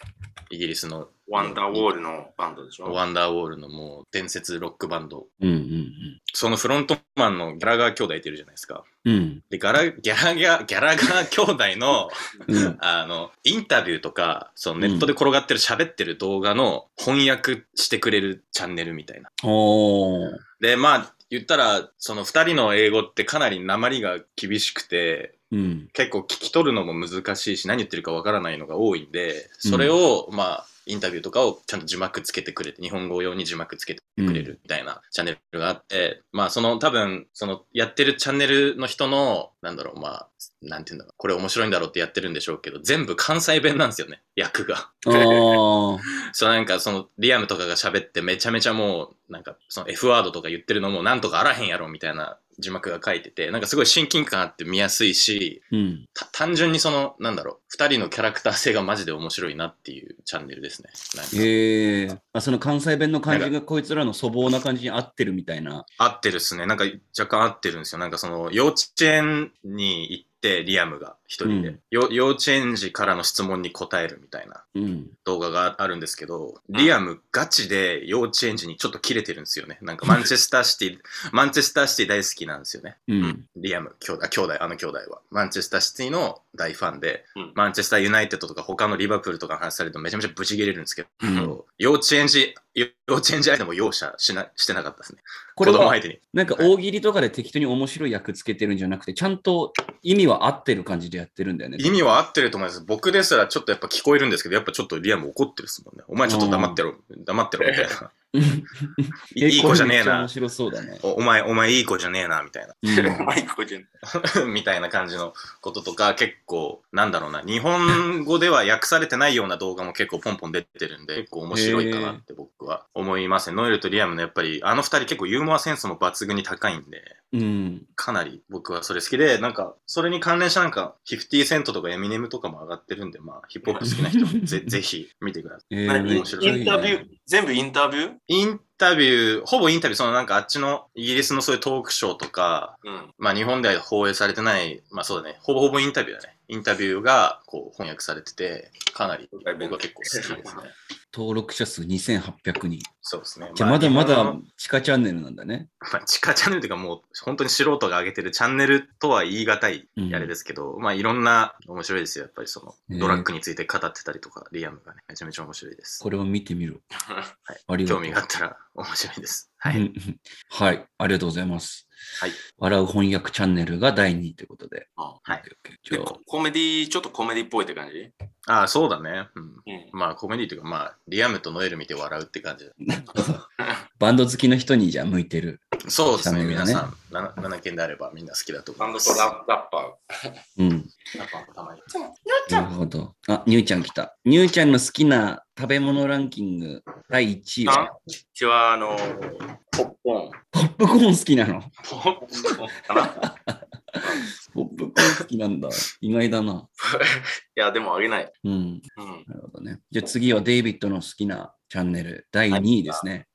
Speaker 1: イギリスの
Speaker 3: ワンダーウォールのバンドでしょ
Speaker 1: ワンダーウォールのもう伝説ロックバンド。
Speaker 2: うんうん
Speaker 1: そのフロントマンのギャラガー兄弟っているじゃないですか。
Speaker 2: うん。うん。
Speaker 1: で、ガラ、ギャラガー、ギャラガー兄弟の、
Speaker 2: うん。
Speaker 1: あの、インタビューとか、そのネットで転がってる喋ってる動画の翻訳してくれるチャンネルみたいな。
Speaker 2: おー。
Speaker 1: で、まあ、言ったら、その二人の英語ってかなり鉛が厳しくて、
Speaker 2: うん。
Speaker 1: 結構聞き取るのも難しいし何言ってるかわからないのが多いんでそれを、まあインタビューとかをちゃんと字幕つけてくれて日本語用に字幕つけてくれるみたいなチャンネルがあって、まあその多分そのやってるチャンネルの人のなんだろうまあなんていうんだろうこれ面白いんだろうってやってるんでしょうけど全部関西弁なんですよね役が。
Speaker 2: あー。
Speaker 1: そうなんかそのリアムとかが喋ってめちゃめちゃもうなんかその F ワードとか言ってるのもなんとかあらへんやろみたいな字幕が書いててなんかすごい親近感あって見やすいし
Speaker 2: うん。
Speaker 1: た単純にその、なんだろう、二人のキャラクター性がマジで面白いなっていうチャンネルですね。なんか
Speaker 2: ええあ、その関西弁の感じがこいつらの粗暴な感じに合ってるみたいな。
Speaker 1: 合ってるっすね。なんか若干合ってるんですよ。なんかその、幼稚園に行って、リアムが一人で、
Speaker 2: うん
Speaker 1: よ幼稚園児からの質問に答えるみたいな
Speaker 2: うん。
Speaker 1: 動画があるんですけど、リアムガチで幼稚園児にちょっとキレてるんですよね。 なんかマンチェスターシティ、マンチェスターシティ大好きなんですよね。
Speaker 2: うん。
Speaker 1: リアム兄弟、あ兄弟、あの兄弟は、マンチェスターシティの大ファンで、
Speaker 3: うん
Speaker 1: マンチェスターユナイテッドとか他のリバプールとかの話されるとめちゃめちゃブチ切れるんですけど、
Speaker 2: うん
Speaker 1: 幼稚園児、幼稚園児相手も容赦しなしてなかったですね。
Speaker 2: これ
Speaker 1: 子供
Speaker 2: は
Speaker 1: 相手に。
Speaker 2: なんか大喜利とかで適当に面白い役つけてるんじゃなくて、ちゃんと意味は合ってる感じでやってるんだよね。
Speaker 1: 意味は合ってると思います。僕ですらちょっとやっぱ聞こえるんですけど、やっぱちょっとリアム怒ってるですもんね。お前ちょっと黙ってろ、黙ってろみたいな。い
Speaker 2: え
Speaker 1: いい子じゃねえ
Speaker 2: これめっちゃ
Speaker 1: な
Speaker 2: 面。白そうだね。
Speaker 1: おお前、お前いい子じゃねえな、みたいな。
Speaker 2: う ん
Speaker 3: マイクじゃん。
Speaker 1: みたいな感じのこととか、結構、なんだろうな、日本語では訳されてないような動画も結構ポンポン出てるんで、結構面白いかなって僕は思いますね。ノエルとリアムのやっぱり、あの二人結構ユーモアセンスも抜群に高いんで、
Speaker 2: うん。
Speaker 1: かなり僕はそれ好きで、なんか、それに関連したなんか、50セントとかエミネムとかも上がってるんで、まあ、ヒップホップ好きな人ぜ、ぜひ見てください。
Speaker 2: ええ
Speaker 3: 何イ
Speaker 2: め
Speaker 3: ン
Speaker 2: っちゃ
Speaker 1: 白
Speaker 2: いいね
Speaker 3: インタビュー、全部インタビュー
Speaker 1: インタビュー、ほぼインタビュー、そのなんかあっちのイギリスのそういうトークショーとか、
Speaker 3: うん。
Speaker 1: まあ日本では放映されてない、まあそうだね、ほぼほぼインタビューだね。インタビューがこう翻訳されてて、かなり僕は結構好きですね。
Speaker 2: 登録者数2800人。
Speaker 1: そうですね。
Speaker 2: じゃあまだま
Speaker 1: 日本
Speaker 2: だ
Speaker 1: の
Speaker 2: 地下チャンネルなんだね。
Speaker 1: まあ、地下チャンネルというかもう本当に素人が上げてるチャンネルとは言い難い
Speaker 2: うん
Speaker 1: あれですけど、まあいろんな面白いですよ。やっぱりそ
Speaker 2: ね
Speaker 1: のドラッグについて語ってたりとか、リアムがね、めちゃめちゃ面白いです。
Speaker 2: これを見 てみろ。ありがと
Speaker 1: 興
Speaker 2: う。
Speaker 1: 味があったら面白いです。は
Speaker 2: う
Speaker 1: い。
Speaker 2: んはい、ありがとうございます。
Speaker 1: はい
Speaker 2: 笑う翻訳チャンネルが第2位ということで。
Speaker 3: あ
Speaker 1: はい
Speaker 2: オッケーオッケー
Speaker 3: で
Speaker 2: じゃあ
Speaker 3: ココメディ、ちょっとコメディっぽいって感じ
Speaker 1: ああ、そうだね。うん。
Speaker 3: うん。
Speaker 1: まあコメディというか、まあリアムとノエル見て笑うって感じ。
Speaker 2: バンド好きの人にじゃあ向いてる。
Speaker 1: そうですね、
Speaker 2: チャンネル
Speaker 1: 皆
Speaker 2: がね
Speaker 1: さん。な7件であればみんな好きだと
Speaker 3: バ
Speaker 1: 思い
Speaker 3: ンド
Speaker 1: ます。
Speaker 3: とララッパ
Speaker 2: うん。
Speaker 1: ラッパーもたまに。
Speaker 2: なるほど。あ、ニューちゃん来た。ニューちゃんの好きな食べ物ランキング第1位
Speaker 3: ー。あ
Speaker 2: は、
Speaker 3: うちは、あの、ポップコ ーン。
Speaker 2: ポップコーン好きなの。
Speaker 3: ポップコーンかな
Speaker 2: ポップコーン好きなんだ。意外だな。
Speaker 3: いや、でもあげない。
Speaker 2: うん。
Speaker 3: うん。
Speaker 2: なるほどね。じゃあ次はデイビッドの好きなチャンネル第2位ですね。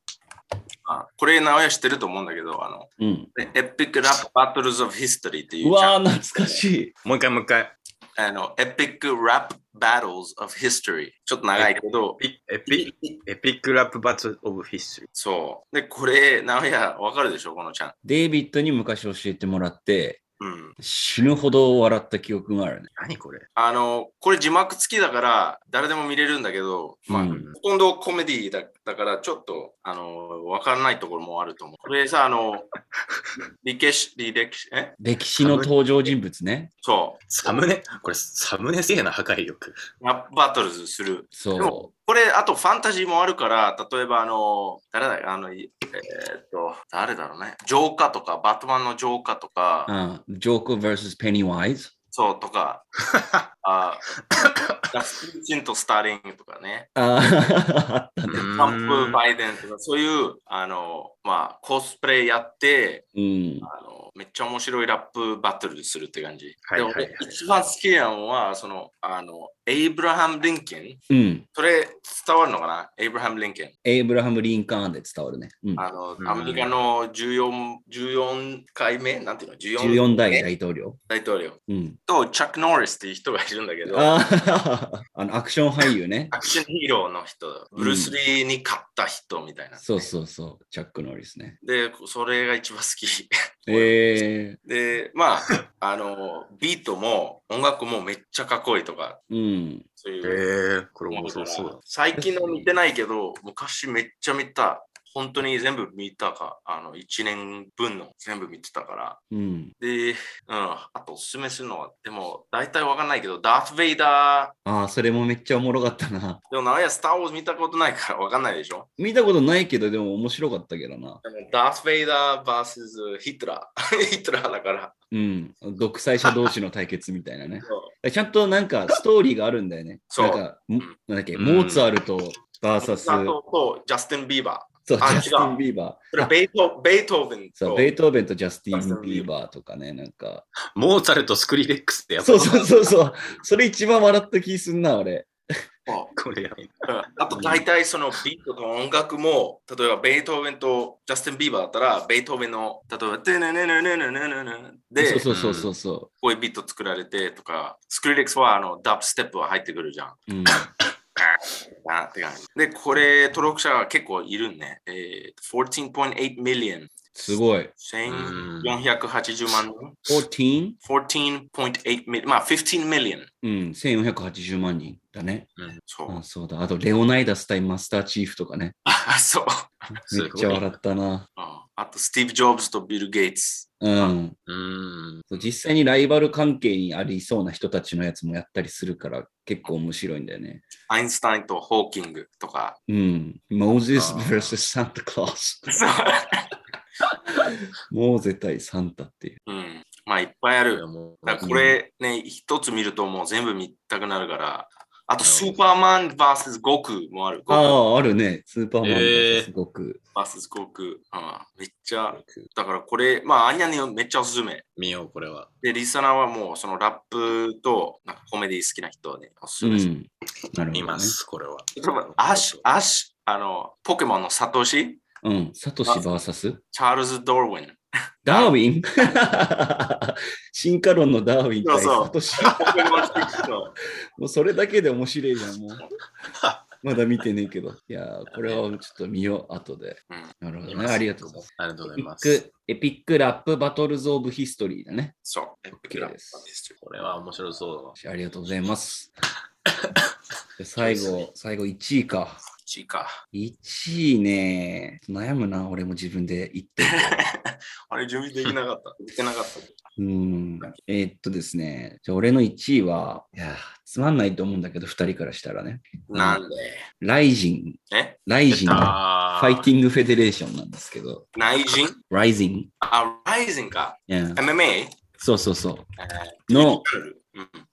Speaker 3: あこれ、名古屋知ってると思うんだけど、あの、
Speaker 2: うん。
Speaker 3: エピックラップバトルズ・オブ・ヒストリーっていううチャ
Speaker 2: わ
Speaker 3: ン
Speaker 2: ー、懐かしい。
Speaker 1: もう一回もう一回。
Speaker 3: あの、エピックラップバトルズ・オブ・ヒストリー。ちょっと長いけど、
Speaker 1: ピエピエピックラップバトルオブフィッシュ。
Speaker 3: そう。で、これ、名古屋わかるでしょ、このちゃん。
Speaker 2: デイビッドに昔教えてもらって、
Speaker 3: うん。
Speaker 2: 死ぬほど笑った記憶があるね。
Speaker 1: 何これ
Speaker 3: あの、これ字幕付きだから、誰でも見れるんだけど、まあ、
Speaker 2: うん
Speaker 3: ほとんどコメディだだから、ちょっと、あの、わからないところもあると思う。これさ、あの、歴史、歴史、え
Speaker 2: 歴史の登場人物ね。
Speaker 3: そ
Speaker 1: サムネこれサムネすげえな破壊力。
Speaker 3: う、ラップバトルズする。で
Speaker 2: そ
Speaker 3: もこれ、あとファンタジーもあるから、例えば、あの、誰だあの、いえーっと、誰だろうね。ジョーカーとか、バットマンのジョーカーとか、
Speaker 2: う。うん。ジョーク vs ペニーワイズ。
Speaker 3: そうと か、あダスティン・チンとスターリングとかね、
Speaker 2: あーあ った
Speaker 1: う
Speaker 2: ね。
Speaker 3: ト
Speaker 1: ーん
Speaker 3: ランプ・バイデンとか、そういう、あの、まあ、コスプレやって、
Speaker 2: うん。
Speaker 3: あのめっちゃ面白いラップバトルするって感じ。
Speaker 1: はいはいはい
Speaker 3: で俺一番好きなのは、その、あの、エイブラハム・リンケン。
Speaker 2: うん。
Speaker 3: それ伝わるのかなエイブラハム・リンケン。
Speaker 2: エイブラハム・リンカーンで伝わるね。うん、
Speaker 3: あの
Speaker 1: う、ん
Speaker 3: アメリカの14、14回目なんていうの ?14
Speaker 2: 14代大統領。
Speaker 3: 大統領。
Speaker 2: うん、
Speaker 3: と、チャック・ノーリスっていう人がいるんだけど、
Speaker 2: あー あのアクション俳優ね
Speaker 3: ア。クションヒーローの人、ブルース・リーに勝った人みたいな。
Speaker 2: そうそうそう、チャック・ノリスね。
Speaker 3: で、それが一番好き。
Speaker 2: え
Speaker 3: で、まあ、あの、ビートも音楽もめっちゃかっこいいとか、
Speaker 2: ー、うん。
Speaker 3: そう
Speaker 1: え
Speaker 3: いう。
Speaker 1: ー、これ面白そうだ。
Speaker 3: 最近の見てないけど、昔めっちゃ見た。本当に全部見たか、あの、1年分の全部見てたから。
Speaker 2: うん、
Speaker 3: で、うん、あとおすすめするのは、でも大体わかんないけど、ダース・ベイダ
Speaker 2: ああ、それもめっちゃおもろかったな。
Speaker 3: ー、でも長いやスター・ウォーズ見たことないからわかんないでしょ。
Speaker 2: 見たことないけど、でも面白かったけどな。
Speaker 3: でもダース・ベイダー vs ヒト ラー。ヒトラーだから。
Speaker 2: うん。独裁者同士の対決みたいなね。
Speaker 3: そう
Speaker 2: ちゃんとなんかストーリーがあるんだよね。
Speaker 3: そう
Speaker 2: なんか、も
Speaker 3: ん
Speaker 2: なんだっけ、
Speaker 1: うん
Speaker 2: モーツァルト、バーサス、
Speaker 3: あととジャスティン・ビーバー。
Speaker 2: そう、ジ
Speaker 3: あ
Speaker 2: ャスティン・ビーバ
Speaker 3: そ
Speaker 2: ー。
Speaker 3: れ
Speaker 2: あ
Speaker 3: ベイ トベートーベン
Speaker 2: そう、
Speaker 3: と
Speaker 2: ベートーベンとジャスティン・ビーバーとかね、なんか、
Speaker 1: モーツァルトスクリレックスってやっぱ
Speaker 2: そうそうそうそう。それ一番笑った気すんな、俺。
Speaker 3: そう
Speaker 1: これやばい
Speaker 3: うんあと大体そのビートの音楽も、例えばベートーベンとジャスティン・ビーバーだったら、ベートーベンの、例えば、でねねねねねねねねで、
Speaker 2: そうそうそうそう。
Speaker 3: こういうビート作られてとか、スクリレックスはあのダブステップは入ってくるじゃん。
Speaker 2: うん、
Speaker 3: なって感じ。で、これ、登録者が結構いるね。えー、14.8 million。
Speaker 2: すごい。
Speaker 3: 1480万人。
Speaker 2: 14?
Speaker 3: 14.8 million。まあ、15 million。
Speaker 2: うん、1480万人だね。
Speaker 3: そう。
Speaker 2: あそうだ。あと、レオナイダス対マスターチーフとかね。
Speaker 3: あ、 そう。
Speaker 2: めっちゃ笑ったな。
Speaker 3: うんあと、スティーブ・ジョブズとビル・ゲイツ。
Speaker 2: うん。
Speaker 1: うーん。
Speaker 2: そう実際にライバル関係にありそうな人たちのやつもやったりするから、結構面白いんだよね。
Speaker 3: アインシュタインとホーキングとか。
Speaker 2: うん。モーゼス
Speaker 1: あー
Speaker 2: vs サンタクロー ス。
Speaker 3: そう
Speaker 2: モーゼ対サンタっていう。
Speaker 3: うん。まあ、いっぱいあ
Speaker 1: こ
Speaker 3: る
Speaker 1: れ。もう
Speaker 3: だからこれね、一つ見るともう全部見たくなるから。あと、スーパーマン VS 悟空もある。
Speaker 2: あ
Speaker 3: 悟
Speaker 2: あ、あるね。スーパーマン
Speaker 1: えー
Speaker 2: すごく。
Speaker 3: 空 VS 悟空。うんめっちゃ、だからこれ、まあ、アニャにめっちゃおすすめ。
Speaker 1: 見よう、これは。
Speaker 3: で、リサナーはもう、そのラップと、なんかコメディ好きな人で、おすす
Speaker 2: う
Speaker 3: めです。
Speaker 2: ん。なるほど、ね。
Speaker 1: 見ます、これは。
Speaker 3: アッシュ、アッシュ、あの、ポケモンのサトシ、
Speaker 2: うん。サトシ VS?
Speaker 3: チャールズ・ドーウィン。
Speaker 2: ダーウィン 進化論のダーウィン対
Speaker 3: そうそう
Speaker 2: サトシ。
Speaker 3: ポケモン好きな人
Speaker 2: もうそれだけで面白いじゃん、もう。まだ見てねえけど。いやー、これはちょっと見よう、後で。なるほどね。ありがとうございます。
Speaker 1: ありがとうござ
Speaker 2: エ
Speaker 1: い
Speaker 2: ピ
Speaker 1: ま
Speaker 2: ッ
Speaker 1: す。
Speaker 2: ク、エピックラップバトルズ・オブ・ヒストリーだね。
Speaker 3: そう。エピックラッパーです。
Speaker 1: これは面白そ
Speaker 2: ありがとうござい ます。じゃあ最後、最後1位か。
Speaker 3: 1位か。
Speaker 2: 1位ね。悩むな、俺も自分で言って。
Speaker 3: あれ、準備できなかった。できなかった。
Speaker 2: うん。えーっとですね。じゃあ俺の1位は、いやー、つまんないと思うんだけど、2人からしたらね。
Speaker 3: なんで
Speaker 2: ライジン。
Speaker 3: え
Speaker 2: ライジン。
Speaker 1: う。
Speaker 2: フ
Speaker 1: あ
Speaker 2: ァイティングフェデレーションなんですけど。
Speaker 3: 内人
Speaker 2: ライジン。
Speaker 3: あ、ライジンか。
Speaker 2: うん
Speaker 3: MMA?
Speaker 2: そうそうそ
Speaker 3: え
Speaker 2: う。の
Speaker 3: ー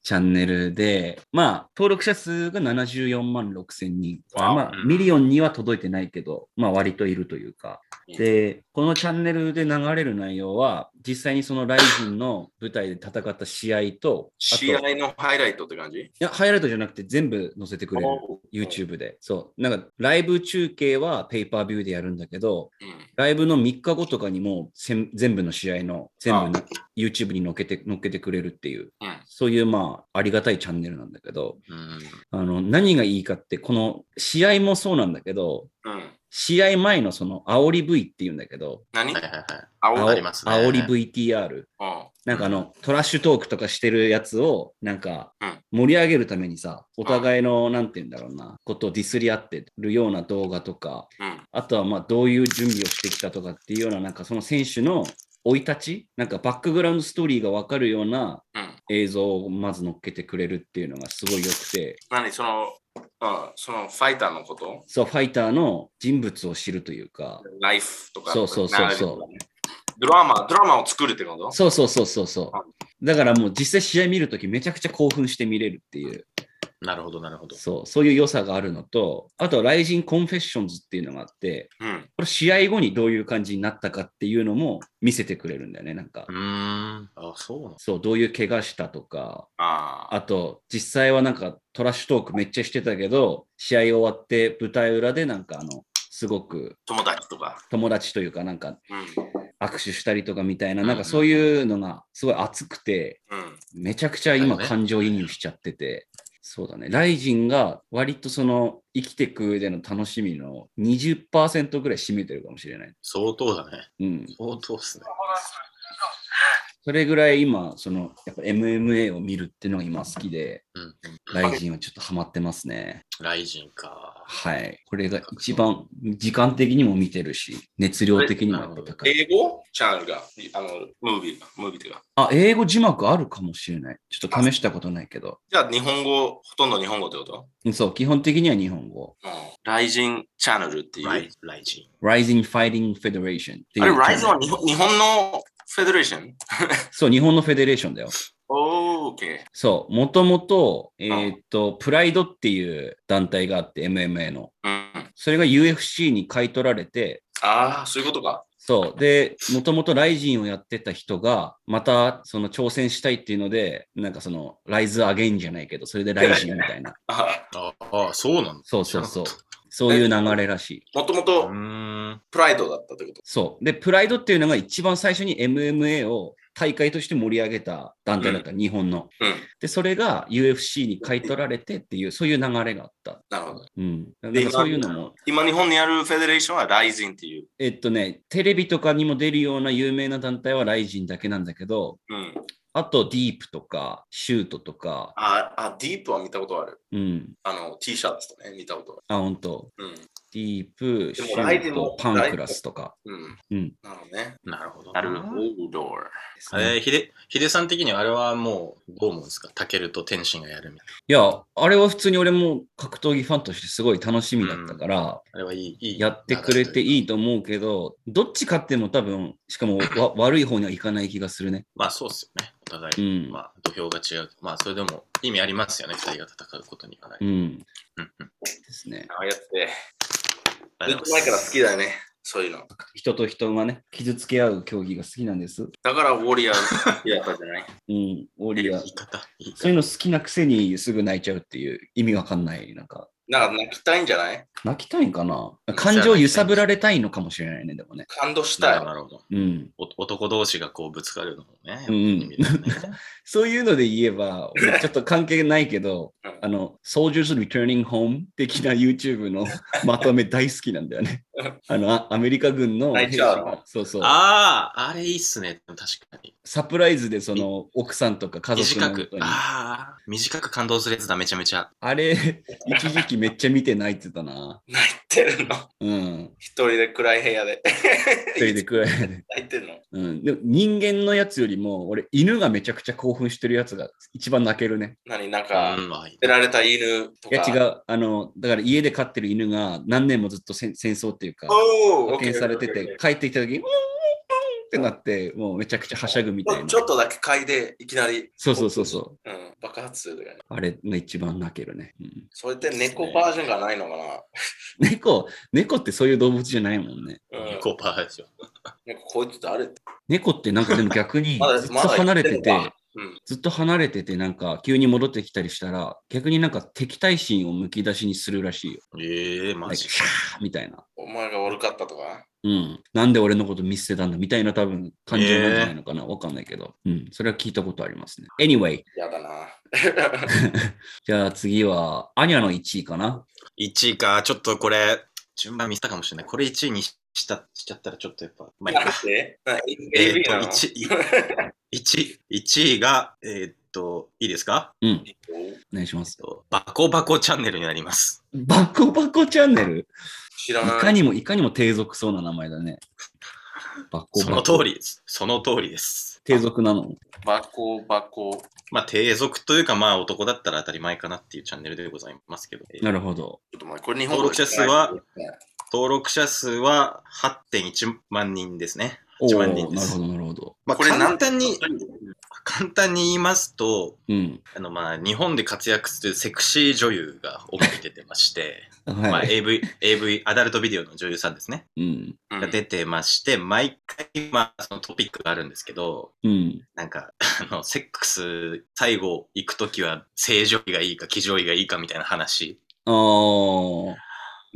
Speaker 2: チャンネルで、まあ、登録者数が74万6千人。
Speaker 3: わあ
Speaker 2: まあ
Speaker 1: う、ん
Speaker 2: ミリオンには届いてないけど、まあ、割といるというか。
Speaker 3: うん
Speaker 2: で、このチャンネルで流れる内容は、実際にそのライジンの舞台で戦った試合と、あと
Speaker 3: 試合のハイライトって感じ
Speaker 2: いや、ハイライトじゃなくて全部載せてくれる。YouTube で。そう。なんか、ライブ中継はペーパービューでやるんだけど、
Speaker 3: うん
Speaker 2: ライブの3日後とかにもせん全部の試合の全部の YouTube に載っけて、載っけてくれるっていう、
Speaker 3: うん
Speaker 2: そういうまあ、ありがたいチャンネルなんだけど、
Speaker 1: うん
Speaker 2: あの、何がいいかって、この試合もそうなんだけど、
Speaker 3: うん。
Speaker 2: 試合前のその煽り V っていうんだけど、
Speaker 3: 何
Speaker 1: はいはいはい。
Speaker 3: 青
Speaker 1: あ
Speaker 3: だ
Speaker 1: り
Speaker 3: り。
Speaker 1: ますね
Speaker 2: 煽り VTR。
Speaker 3: うん
Speaker 2: なんかあの、トラッシュトークとかしてるやつを、なんか
Speaker 3: うん、
Speaker 2: 盛り上げるためにさ、お互いの、なんて言うんだろうな、ことをディスり合ってるような動画とか、
Speaker 3: うん。
Speaker 2: あとはまあ、どういう準備をしてきたとかっていうような、なんかその選手の生い立ち、なんかバックグラウンドストーリーがわかるような
Speaker 3: うん。
Speaker 2: 映像をまず乗っけてくれるっていうのがすごい良くて、
Speaker 3: 何その、うん、そのファイターのこと
Speaker 2: そう、ファイターの人物を知るというか、
Speaker 3: ライフとか。
Speaker 2: そうそうそうそう
Speaker 3: 並べてね。ドラマ、ドラマを作るってこと
Speaker 2: そうそうそうそうそう。だからもう実際試合見るときめちゃくちゃ興奮して見れるっていう。
Speaker 1: なるほど、なるほど。
Speaker 2: そう、そういう良さがあるのと、あと、ライジンコンフェッションズっていうのがあって、
Speaker 3: うん。
Speaker 2: これ試合後にどういう感じになったかっていうのも見せてくれるんだよね、なんか
Speaker 1: う。ーん。あ、そうなの
Speaker 2: そう、どういう怪我したとか、
Speaker 3: ああ。
Speaker 2: あと、実際はなんかトラッシュトークめっちゃしてたけど、試合終わって舞台裏でなんかあの、すごく
Speaker 3: 友達とか。
Speaker 2: 友達というかなんか
Speaker 3: うん。
Speaker 2: 握手したりとかみたいな、
Speaker 1: ん
Speaker 2: なんかそういうのがすごい熱くて、
Speaker 3: うん。
Speaker 2: めちゃくちゃ今
Speaker 1: だよね
Speaker 2: 感情移入しちゃってて、そうだね、ライジンが割とその生きてく上での楽しみの20%ぐらい占めてるかもしれない。
Speaker 1: 相当だね。
Speaker 2: うん。
Speaker 1: 相当っすね。
Speaker 2: それぐらい今、その、やっぱ MMA を見るっていうのが今好きで、
Speaker 1: うんうん。
Speaker 2: ライジンはちょっとハマってますね。
Speaker 1: ライジンか。
Speaker 2: はい。これが一番時間的にも見てるし、熱量的にもやっぱ高い。
Speaker 3: 英語チャンネルが、あの、ムービーが、ムービーっていうか。
Speaker 2: あ、英語字幕あるかもしれない。ちょっと試したことないけど。
Speaker 3: じゃあ、日本語、ほとんど日本語ってこと
Speaker 2: うんそう、基本的には日本語。
Speaker 3: うん。ライジンチャンネルっていう。
Speaker 1: ライライジン。
Speaker 2: Rising Fighting Federation っていう。
Speaker 3: あれ、ライジンは日本日本のフェデレーション
Speaker 2: そう、日本のフェデレーションだよ。
Speaker 3: おー、オーケ
Speaker 2: そう、もともと、えーっと、プライドっていう団体があって、MMA の。
Speaker 3: ー。うん。
Speaker 2: それが UFC に買い取られて、
Speaker 3: ああ、そういうことか。
Speaker 2: そう。で、もともとライジンをやってた人が、また、その挑戦したいっていうので、なんかその、ライズアゲインじゃないけど、それでライジンみた いな。
Speaker 3: あ
Speaker 1: ああ、そうなんだ。
Speaker 2: そうそうそう。そういう流れらしい。
Speaker 3: もとも
Speaker 1: う
Speaker 3: と
Speaker 1: ーん。
Speaker 3: プライドだったってこと。
Speaker 2: そう。で、プライドっていうのが一番最初に MMA を大会として盛り上げた団体だった、日本の。
Speaker 3: うん。
Speaker 2: で、それが UFC に買い取られてっていう、そういう流れがあった。
Speaker 3: なるほど。
Speaker 2: うん。なん
Speaker 3: で
Speaker 2: かそういうのも、
Speaker 3: 今、日本にあるフェデレーションはライジンっていう。
Speaker 2: えっとね、テレビとかにも出るような有名な団体はライジンだけなんだけど、
Speaker 3: うん。
Speaker 2: あとディープとか、シュートとか、
Speaker 3: あ、あディープは見たことある。
Speaker 2: うん。
Speaker 3: あの、T シャツとね、見たこと
Speaker 2: あ、ほんと。
Speaker 3: ある。
Speaker 2: ディープ、
Speaker 3: で
Speaker 2: シ
Speaker 3: も
Speaker 2: ュ
Speaker 3: ライジ
Speaker 2: ー
Speaker 3: ン
Speaker 2: ト
Speaker 3: も、
Speaker 2: パンクラスとか。
Speaker 3: うん。うん。
Speaker 2: うん。
Speaker 3: なるほどね。
Speaker 1: なるほど。
Speaker 3: なるほど。
Speaker 2: ですね
Speaker 1: えー、ヒデ、ヒデさん的にはあれはもう、どう思うんですかタケルと天心がやるみたい
Speaker 2: いや、あれは普通に俺も格闘技ファンとしてすごい楽しみだったから、
Speaker 1: な。あれはいい、いい。
Speaker 2: やってくれてい
Speaker 1: い。
Speaker 2: いと思うけど、どっち勝っても多分、しかもわ悪い方にはいかない気がするね。
Speaker 1: まあそうっすよね。お互
Speaker 2: う
Speaker 1: い。
Speaker 2: ん。
Speaker 1: まあ土俵が違う。まあそれでも意味ありますよね。二人が戦うことにはない。
Speaker 2: う
Speaker 1: うん
Speaker 2: ん。で
Speaker 1: うん
Speaker 2: すね。
Speaker 3: ああやって。
Speaker 1: ありがとうございま
Speaker 3: ずっと前から好
Speaker 1: す
Speaker 3: きだよね。そういうの。
Speaker 2: 人と人がね、傷つけ合う競技が好きなんです。
Speaker 3: だから、ウォリアー好きだったじゃない
Speaker 2: うん、オーリア
Speaker 1: 言い。方。言い
Speaker 2: そうい
Speaker 1: 方
Speaker 2: うの好きなくせにすぐ泣いちゃうっていう意味わかんない、なんか
Speaker 3: なんか泣きたいんじゃない
Speaker 2: 泣きたいんかな感情揺さぶられたいのかもしれないね、でもね。
Speaker 3: 感動したい。
Speaker 1: なるほど。
Speaker 2: うん。
Speaker 1: お男同士がこうぶつかるのもね。
Speaker 2: うん
Speaker 1: やっぱり見る よね
Speaker 2: そういうので言えば、俺ちょっと関係ないけど
Speaker 3: うん、
Speaker 2: あの、Soldiers Returning Home 的な YouTube のまとめ大好きなんだよね
Speaker 3: うん。
Speaker 2: あの、あアメリカ軍の
Speaker 3: 泣い
Speaker 2: 兵士
Speaker 3: ちゃうの
Speaker 2: が、そうそう、
Speaker 1: ああ、あれいいっすね。確かに。
Speaker 2: サプライズでその奥さんとか家族
Speaker 1: 短
Speaker 2: の
Speaker 1: く
Speaker 2: 人。に、
Speaker 1: ああ、短く感動するやつだ、めちゃめちゃ。
Speaker 2: あれ、一時期めっちゃ見て泣いてたな。
Speaker 3: 泣いてるの。
Speaker 2: うん。
Speaker 3: 一人で暗い部屋で
Speaker 2: 一人でくらいで。
Speaker 3: 泣いてるの。
Speaker 2: うん。でも人間のやつよりも、俺、犬がめちゃくちゃ興奮してるやつが一番泣けるね。
Speaker 3: 何なんか、
Speaker 1: うん、はい
Speaker 3: 捨てられた犬とか。
Speaker 2: いや違う、あの、だから家で飼ってる犬が何年もずっと戦戦争っていうか、
Speaker 3: おー。
Speaker 2: 派遣されて
Speaker 3: OK, OK,
Speaker 2: て、帰ってきた時に、うんうんうんってなって、もうめちゃくちゃはしゃぐみ
Speaker 3: OK
Speaker 2: たいな
Speaker 3: ち。ょっとだけ嗅いで、いきなり、
Speaker 2: そうそうそうそう。
Speaker 3: うん、爆発するとかね。
Speaker 2: あれが一番泣けるね。うん
Speaker 3: それって猫バージョンがないのかな
Speaker 2: 猫、猫ってそういう動物じゃないもんね。
Speaker 3: うん。
Speaker 1: コパーですよ。
Speaker 3: 猫こいつ誰って。
Speaker 2: 猫ってなんかでも逆に
Speaker 3: まだ
Speaker 2: ずっと
Speaker 3: まだ
Speaker 2: 離れて
Speaker 3: 言って
Speaker 2: て
Speaker 3: んのか、うん。
Speaker 2: ずっと離れててなんか急に戻ってきたりしたら、逆になんか敵対心をむき出しにするらしいよ。
Speaker 1: ええマ
Speaker 2: なんか
Speaker 1: ジ。
Speaker 2: シャーみたいな。
Speaker 3: お前が悪かったとか。
Speaker 2: うん、なんで俺のこと見捨てたんだみたいな多分感情なんじゃないのかな、わかんないけど、うん、それは聞いたことありますね。Anyway、
Speaker 3: やだな。
Speaker 2: じゃあ次は、アニャの1位かな。
Speaker 1: 1位か、ちょっとこれ、順番見せたかもしれない。これ1位にししたしちゃったらちょっとやっぱ、まあいい
Speaker 3: な
Speaker 1: か
Speaker 3: ん。でな
Speaker 1: え
Speaker 3: ?AV
Speaker 1: ー、と
Speaker 3: なの
Speaker 1: 1, 1, 1位が、えーっと、いいですか、
Speaker 2: うん、お願いします。
Speaker 1: とバコバコチャンネルになります。
Speaker 2: バコバコチャンネル
Speaker 3: 知
Speaker 2: い
Speaker 3: らない。
Speaker 2: かにも、いかにも低俗そうな名前だね。バコ
Speaker 1: その
Speaker 2: バ
Speaker 1: 通
Speaker 2: コ。
Speaker 1: りです。その通りです。
Speaker 2: 低俗なの。
Speaker 3: バコバコ。
Speaker 1: まあ、低俗というか、まあ、男だったら当たり前かなっていうチャンネルでございますけど、えー
Speaker 2: なるほど。
Speaker 3: ちょっと待って、これ日本
Speaker 1: 登録者数は、登録者数は8.1万人ですね。
Speaker 2: お
Speaker 1: 8
Speaker 2: お
Speaker 1: 万
Speaker 2: ー
Speaker 1: 人で
Speaker 2: なるほ
Speaker 1: す。
Speaker 2: ど、なるほど。
Speaker 1: まあ、
Speaker 3: これ
Speaker 1: 簡
Speaker 3: 何
Speaker 1: 単に、簡単に言いますと、
Speaker 2: うん。
Speaker 1: あのまあ日本で活躍するセクシー女優が多く出てまして、まあ、
Speaker 2: はい。
Speaker 1: AV、AV、アダルトビデオの女優さんですね。
Speaker 2: うん。
Speaker 3: うん
Speaker 1: が出てまして、毎回、まあ、そのトピックがあるんですけど、
Speaker 2: うん。
Speaker 1: なんか、あの、セックス、最後行くときは、正常位がいいか、騎乗位がいいかみたいな話
Speaker 2: あー。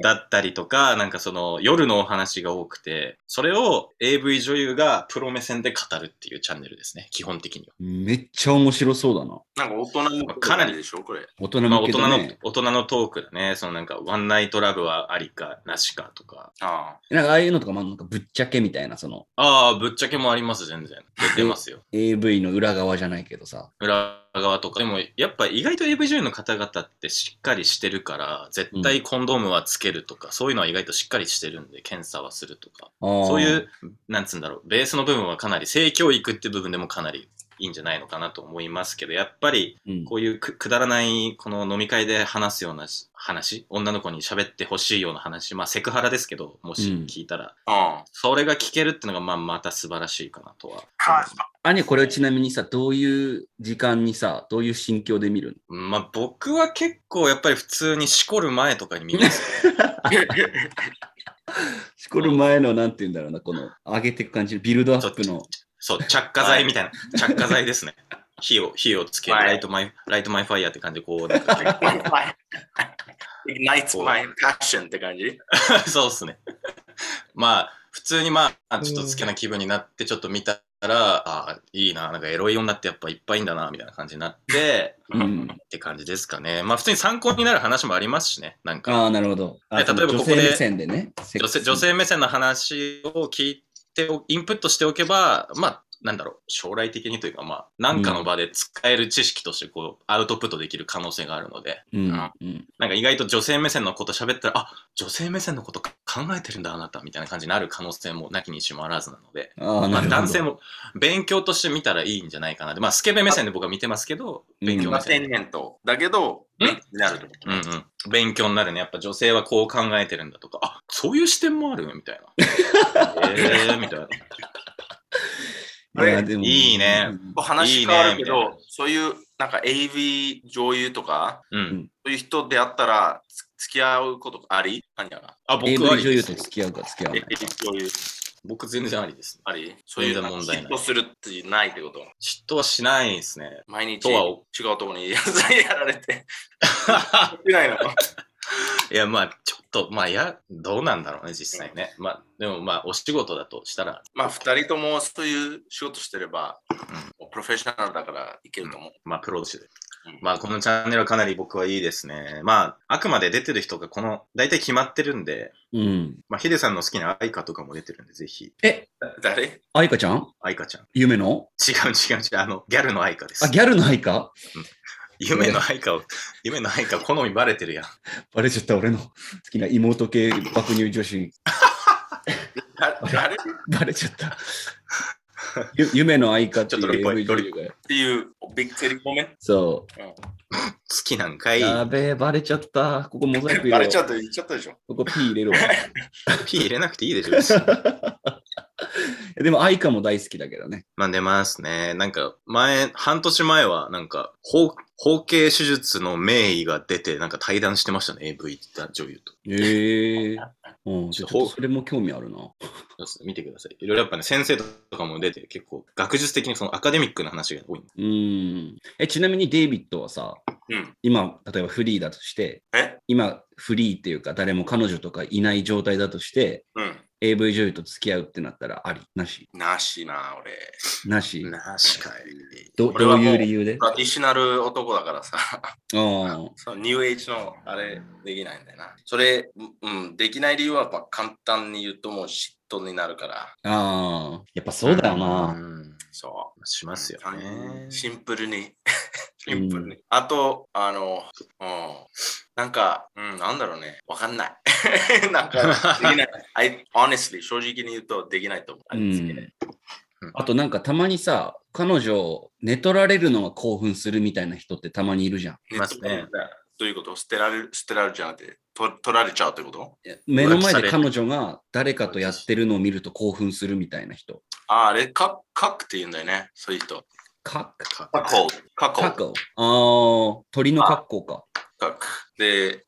Speaker 1: だったりとか、なんかその、夜のお話が多くて、それを AV 女優がプロ目線で語るっていうチャンネルですね、基本的には。
Speaker 2: めっちゃ面白そうだな。
Speaker 3: なんか大人の
Speaker 1: かなり
Speaker 3: でしょ、これ。
Speaker 2: 大人
Speaker 1: まあ、
Speaker 2: 向
Speaker 1: 大
Speaker 2: け
Speaker 1: 人
Speaker 2: だ
Speaker 1: の、
Speaker 2: ね。
Speaker 1: 大人のトークだね。そのなんか、ワンナイトラブはありか、なしかとか。
Speaker 3: ああ。
Speaker 2: なんかああいうのとか、まあ、なんかぶっちゃけみたいな、その
Speaker 1: ああ、ぶっちゃけもあります、全然。出てます よ。
Speaker 2: AV の裏側じゃないけどさ。
Speaker 1: 裏側とか。でも、やっぱ意外と AV 女優の方々ってしっかりしてるから、絶対コンドームはつけるとか、そういうのは意外としっかりしてるんで、検査はするとか。
Speaker 2: そ
Speaker 1: そういう、なんつうんだろう、ベースの部分はかなり、性教育って部分でもかなりいいんじゃないのかなと思いますけど、やっぱり、
Speaker 2: うん、
Speaker 1: こういうくくだらない、この飲み会で話すようなし話、女の子に喋ってほしいような話、まあセクハラですけど、もし聞いたら、
Speaker 3: あ
Speaker 1: それが聞けるってのが、まあまた素晴らしいかなとは。
Speaker 3: あ。
Speaker 2: アニこれをちなみにさ、どういう時間にさ、どういう心境で見る
Speaker 1: まあ僕は結構やっぱり普通にしこる前とかに見 ます。
Speaker 2: のしこる前の、なんて言うんだろうな、この、上げていく感じ、ビルドアップの。
Speaker 1: そう、着火剤みたいな、 着火剤ですね。火を、火をつける、
Speaker 3: はい
Speaker 1: ライトマイ、ライトマイファイヤーって感じで、こう、なんか
Speaker 3: マイフ ァイ Ignites my passion って感じ
Speaker 1: 結構 そうっすね。まあ、普通にまあ、ちょっとつけな気分になって、ちょっと見たら、ああ、いいな、なんかエロい女ってやっぱいっぱいいんだな、みたいな感じになって、
Speaker 2: う
Speaker 3: うん
Speaker 2: ん。
Speaker 1: って感じですかね。まあ、普通に参考になる話もありますしね、なんか。
Speaker 2: ああ、なるほど。あ
Speaker 1: え例えば
Speaker 2: 女
Speaker 1: ここ
Speaker 2: 性
Speaker 1: で
Speaker 2: 目線でね。
Speaker 1: 女性女性目線の話を聞いておインプットしておけば、まあ、なんだろう、将来的にというか、まあ、なんかの場で使える知識として、こう、アウトプットできる可能性があるので、
Speaker 2: うん。
Speaker 3: あ
Speaker 2: うん。
Speaker 1: なんか意外と女性目線のこと喋ったら、あ、女性目線のこと考えてるんだ、あなた、みたいな感じになる可能性もなきにしもあらずなので、
Speaker 2: ああ、
Speaker 1: ま
Speaker 2: な
Speaker 1: あ、
Speaker 2: るほど。
Speaker 1: 男性も勉強として見たらいいんじゃないかなで、まあ、スケベ目線で僕は見てますけど、勉強目
Speaker 3: 今
Speaker 1: 線。
Speaker 3: 天然と。だけど、
Speaker 1: ん
Speaker 3: 勉強になるってこと
Speaker 1: うんうん、勉強になるね。やっぱ女性はこう考えてるんだとか、あそういう視点もあるみたい な。えー、みたいな。
Speaker 3: あれ
Speaker 2: やでも
Speaker 1: いいね
Speaker 2: うん
Speaker 3: こう話変わるけ
Speaker 1: いいねみた
Speaker 3: ど、そういうなんか AV 女優とか、
Speaker 1: うん。
Speaker 3: そういう人であったら、つ付き合うことありアニャが。
Speaker 1: あ、僕
Speaker 2: AV
Speaker 1: は
Speaker 2: 女優と付き合うか付き合わない
Speaker 3: AV
Speaker 2: か。
Speaker 3: 女優
Speaker 1: 僕全然ありです、ね。
Speaker 3: ありそういう
Speaker 1: 全
Speaker 3: な
Speaker 1: 然
Speaker 3: ん
Speaker 1: 問
Speaker 3: か
Speaker 1: 題
Speaker 3: 嫉
Speaker 1: ない
Speaker 3: 妬するってないってこと。
Speaker 1: 嫉妬はしないですね。
Speaker 3: 毎日
Speaker 1: と
Speaker 3: 違
Speaker 1: は
Speaker 3: うとこに野菜やられて。しないの
Speaker 1: いや、まあ、ちょっと、まあ、いや、どうなんだろうね、実際ね。まあ、でも、まあ、お仕事だとしたら、
Speaker 3: まあ、二人ともそういう仕事してれば、プロフェッショナルだからいけると思う。
Speaker 1: まあ、プロとして。
Speaker 3: うん
Speaker 1: まあ、このチャンネルはかなり僕はいいですね。まあ、あくまで出てる人がこの、大体決まってるんで、
Speaker 2: うん。
Speaker 1: まあ、ヒデさんの好きな愛花とかも出てるんで、ぜひ、
Speaker 2: え、
Speaker 3: 誰
Speaker 2: 愛花ちゃん
Speaker 1: 愛花ちゃん。
Speaker 2: 夢の
Speaker 1: 違う違う違う、あの、ギャルの愛花です
Speaker 2: あ、。ギャルの愛花
Speaker 1: 夢の愛花を、夢の愛花、好みバレてるやん。
Speaker 2: バレちゃった、俺の好きな妹系爆乳女子。
Speaker 3: だ誰っ
Speaker 2: バレちゃった。ゆ夢の愛花って
Speaker 1: ちょっとロ
Speaker 2: い
Speaker 1: リ
Speaker 2: う
Speaker 1: ポ
Speaker 2: AV
Speaker 1: イ
Speaker 2: 女優が。
Speaker 3: ていうビッグセリごめん。
Speaker 2: そ
Speaker 1: 好きなんか
Speaker 2: う。
Speaker 1: い、
Speaker 2: やべえ、バレちゃった。ここモザイク
Speaker 3: バ
Speaker 2: 入れ
Speaker 3: レ
Speaker 2: よ
Speaker 3: ちゃ
Speaker 2: う。
Speaker 3: った、言っちゃったでしょ。
Speaker 2: ここ P 入れ るわ。
Speaker 1: ピー入れなくていいでしょ別に。
Speaker 2: でも愛花も大好きだけどね。
Speaker 1: まあ出ますね。なんか前、半年前はなんか包、包茎手術の名医が出て、なんか対談してましたね、AV 女優と。
Speaker 2: ええうん、ちょっとそれも興味あるな。
Speaker 1: そうですね見てください。いろいろやっぱね、先生とかも出て、結構学術的にそのアカデミックな話が多いんで
Speaker 2: うん。え、ちなみにデイビッドはさ、
Speaker 3: うん。
Speaker 2: 今、例えばフリーだとして、
Speaker 3: え
Speaker 2: 今、フリーっていうか、誰も彼女とかいない状態だとして、
Speaker 3: うん。
Speaker 2: AV 女優と付き合うってなったら、ありなし
Speaker 3: なしな、俺。
Speaker 2: な
Speaker 1: す
Speaker 2: し
Speaker 1: よ。確かに。
Speaker 2: ど
Speaker 3: 俺
Speaker 2: ど
Speaker 3: は
Speaker 2: う
Speaker 3: もう
Speaker 2: いう理由で
Speaker 3: トラディショナル男だからさ、
Speaker 2: ああ。
Speaker 3: そのニューエイジのあれできないんだよな。それ、うん、できない理由はやっぱ簡単に言うともう嫉妬になるから、
Speaker 2: ああ。やっぱそうだよ
Speaker 1: う
Speaker 2: な。
Speaker 1: ん
Speaker 3: そう。
Speaker 1: しますよね。
Speaker 3: シンプルに。シンプルに。あと、あの、うん、なんか、うん、なんだろうね。わかんない。 なんか、できない。I, honestly, 正直に言うとできないと思う。
Speaker 2: うんあとなんかたまにさ、彼女、寝取られるのが興奮するみたいな人ってたまにいるじゃん。
Speaker 1: いますね。
Speaker 3: どういうこと捨てられる、捨てられるじゃなくて、と取られちゃうってこと
Speaker 2: 目の前で彼女が誰かとやってるのを見ると興奮するみたいな人。
Speaker 3: あ、あれ、か、かくって言うんだよね。そういう人。
Speaker 2: か
Speaker 1: か
Speaker 3: かこう。かこ
Speaker 2: かこああ、鳥の格好か。
Speaker 3: かく。で、うん、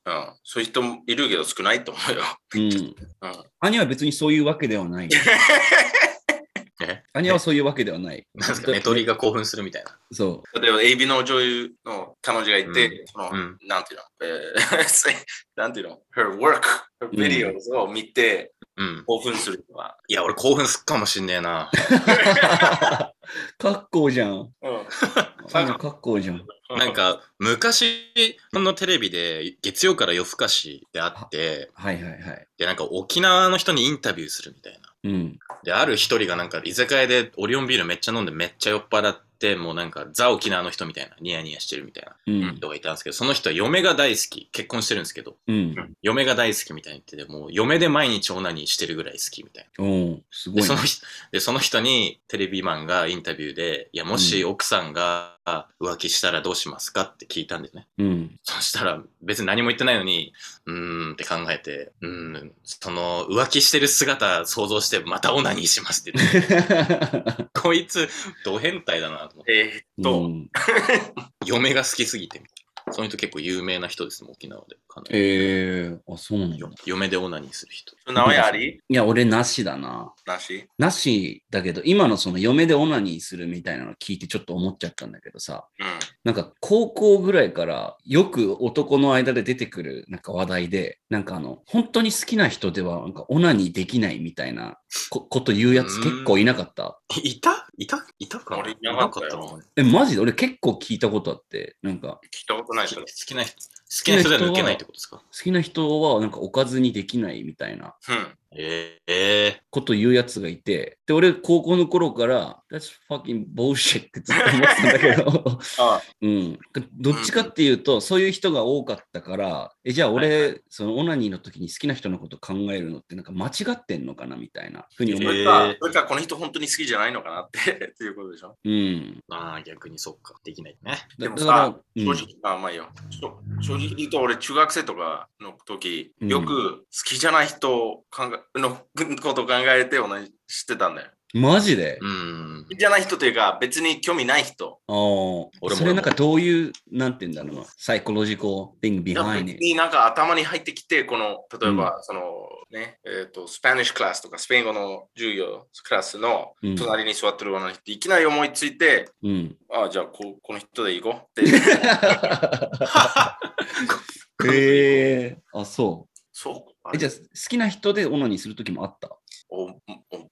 Speaker 3: そういう人もいるけど少ないと思うよ。
Speaker 2: うん。
Speaker 3: うん。
Speaker 2: 兄は別にそういうわけでは ない。
Speaker 1: え
Speaker 2: 兄はそういうわけではない。
Speaker 1: なんですか、寝取りが興奮するみたいな。
Speaker 2: そう。
Speaker 3: 例えば、エビの女優の彼女がいて、
Speaker 1: う
Speaker 3: その、
Speaker 1: うん。
Speaker 3: なんていうの、えー せなんていうの ?her work, her
Speaker 2: ん
Speaker 3: videos を見て
Speaker 1: うん。
Speaker 3: 興奮するのは。
Speaker 1: いや、俺興奮すっかもしんねえ な。
Speaker 2: 格好じゃん。
Speaker 3: うん。
Speaker 2: 兄の格好じゃん。
Speaker 1: なんか、昔、日本のテレビで、月曜から夜更かしであって、
Speaker 2: はいはいはい。
Speaker 1: で、なんか沖縄の人にインタビューするみたいな。
Speaker 2: うん。。
Speaker 1: で、ある一人がなんか居酒屋でオリオンビールめっちゃ飲んでめっちゃ酔っ払って、もうなんかザ沖縄の人みたいな、ニヤニヤしてるみたいうなん人がいたんですけど、その人は嫁が大好き、結婚してるんですけど、
Speaker 2: うん。
Speaker 1: 嫁が大好きみたいに言ってて、もう嫁で毎日オナニーしてるぐらい好きみたいな。
Speaker 2: おーすご
Speaker 1: で、
Speaker 2: いね。
Speaker 1: その人、で、その人にテレビマンがインタビューで、いや、もし奥さんが浮気したらどうしますかって聞いたんですね。
Speaker 2: うん。
Speaker 1: そしたら別に何も言ってないのに、うーんって考えて、うーん、その浮気してる姿想像してまたオナニーしますって言って、こいつ、ド変態だなと思って。
Speaker 3: えーっ
Speaker 2: う
Speaker 3: と、
Speaker 2: ん
Speaker 1: 嫁が好きすぎてみたいな。その人結構有名な人ですもん、沖縄で。かなり
Speaker 2: ええあ、そうなんだ
Speaker 1: よ。嫁でオナニーする人。
Speaker 3: 名前あり
Speaker 2: いや、俺なしだな。
Speaker 3: なし
Speaker 2: なしだけど、今のその嫁でオナニーするみたいなの聞いてちょっと思っちゃったんだけどさ、
Speaker 3: うん。
Speaker 2: なんか高校ぐらいからよく男の間で出てくるなんか話題で、なんかあの、本当に好きな人ではなんかオナニーできないみたいなここと言うやつ結構いなかった。
Speaker 1: いいたいたいたかな
Speaker 3: 俺いなかったよ
Speaker 1: なかっ
Speaker 2: え、マジで俺結構聞いたことあって、なんか
Speaker 3: 聞いたことない
Speaker 1: た
Speaker 3: 人
Speaker 1: な好
Speaker 3: です。
Speaker 1: きな人、好きな人では抜けないってことですか
Speaker 2: 好きな人はなんかおかずにできないみたいな
Speaker 3: うん。
Speaker 1: えー、え
Speaker 2: こと言うやつがいて、で、俺、高校の頃から、That's fucking bullshit ってずっと思ってたんだけど、
Speaker 3: あ
Speaker 2: うん。どっちかっていうと、そういう人が多かったから、え、じゃあ俺、そのオナニーの時に好きな人のこと考えるのって、なんか間違ってんのかなみたいなふうに
Speaker 3: そ
Speaker 2: 思う。
Speaker 3: れ
Speaker 1: え
Speaker 3: か
Speaker 1: ー、
Speaker 3: それかこの人本当に好きじゃないのかなって っていうことでしょ。
Speaker 2: うん。
Speaker 1: ああ、逆にそっか。できないね。
Speaker 2: だ
Speaker 3: でも
Speaker 2: だ
Speaker 3: さ
Speaker 2: から、うん
Speaker 3: 正直、あまあいいよ。ちょ正直言うと、俺、中学生とかの時、
Speaker 2: うん
Speaker 3: よく好きじゃない人を考えの ことを考えて同じしてたんだよ。
Speaker 2: マジで、
Speaker 1: うーん
Speaker 3: 好。きじゃない人というか、別に興味ない人。
Speaker 2: ああ、
Speaker 1: 俺も
Speaker 2: それなんかどういう、なんて言うんだろうな、サイコロジコ thing
Speaker 3: いや
Speaker 2: behind
Speaker 3: 別
Speaker 2: it。
Speaker 3: になんか頭に入ってきて、この、例えば、そのね、えっ、と、スペニッシュクラスとか、スペイン語の授業クラスの
Speaker 2: うん
Speaker 3: 隣に座ってるような人、いきなり思いついて、
Speaker 2: うん。
Speaker 3: ああ、じゃあこ、この人で行こうって。
Speaker 2: えー、あ、そ
Speaker 3: そう
Speaker 2: う。え、じゃあ、好きな人でオナニーする時もあった
Speaker 3: お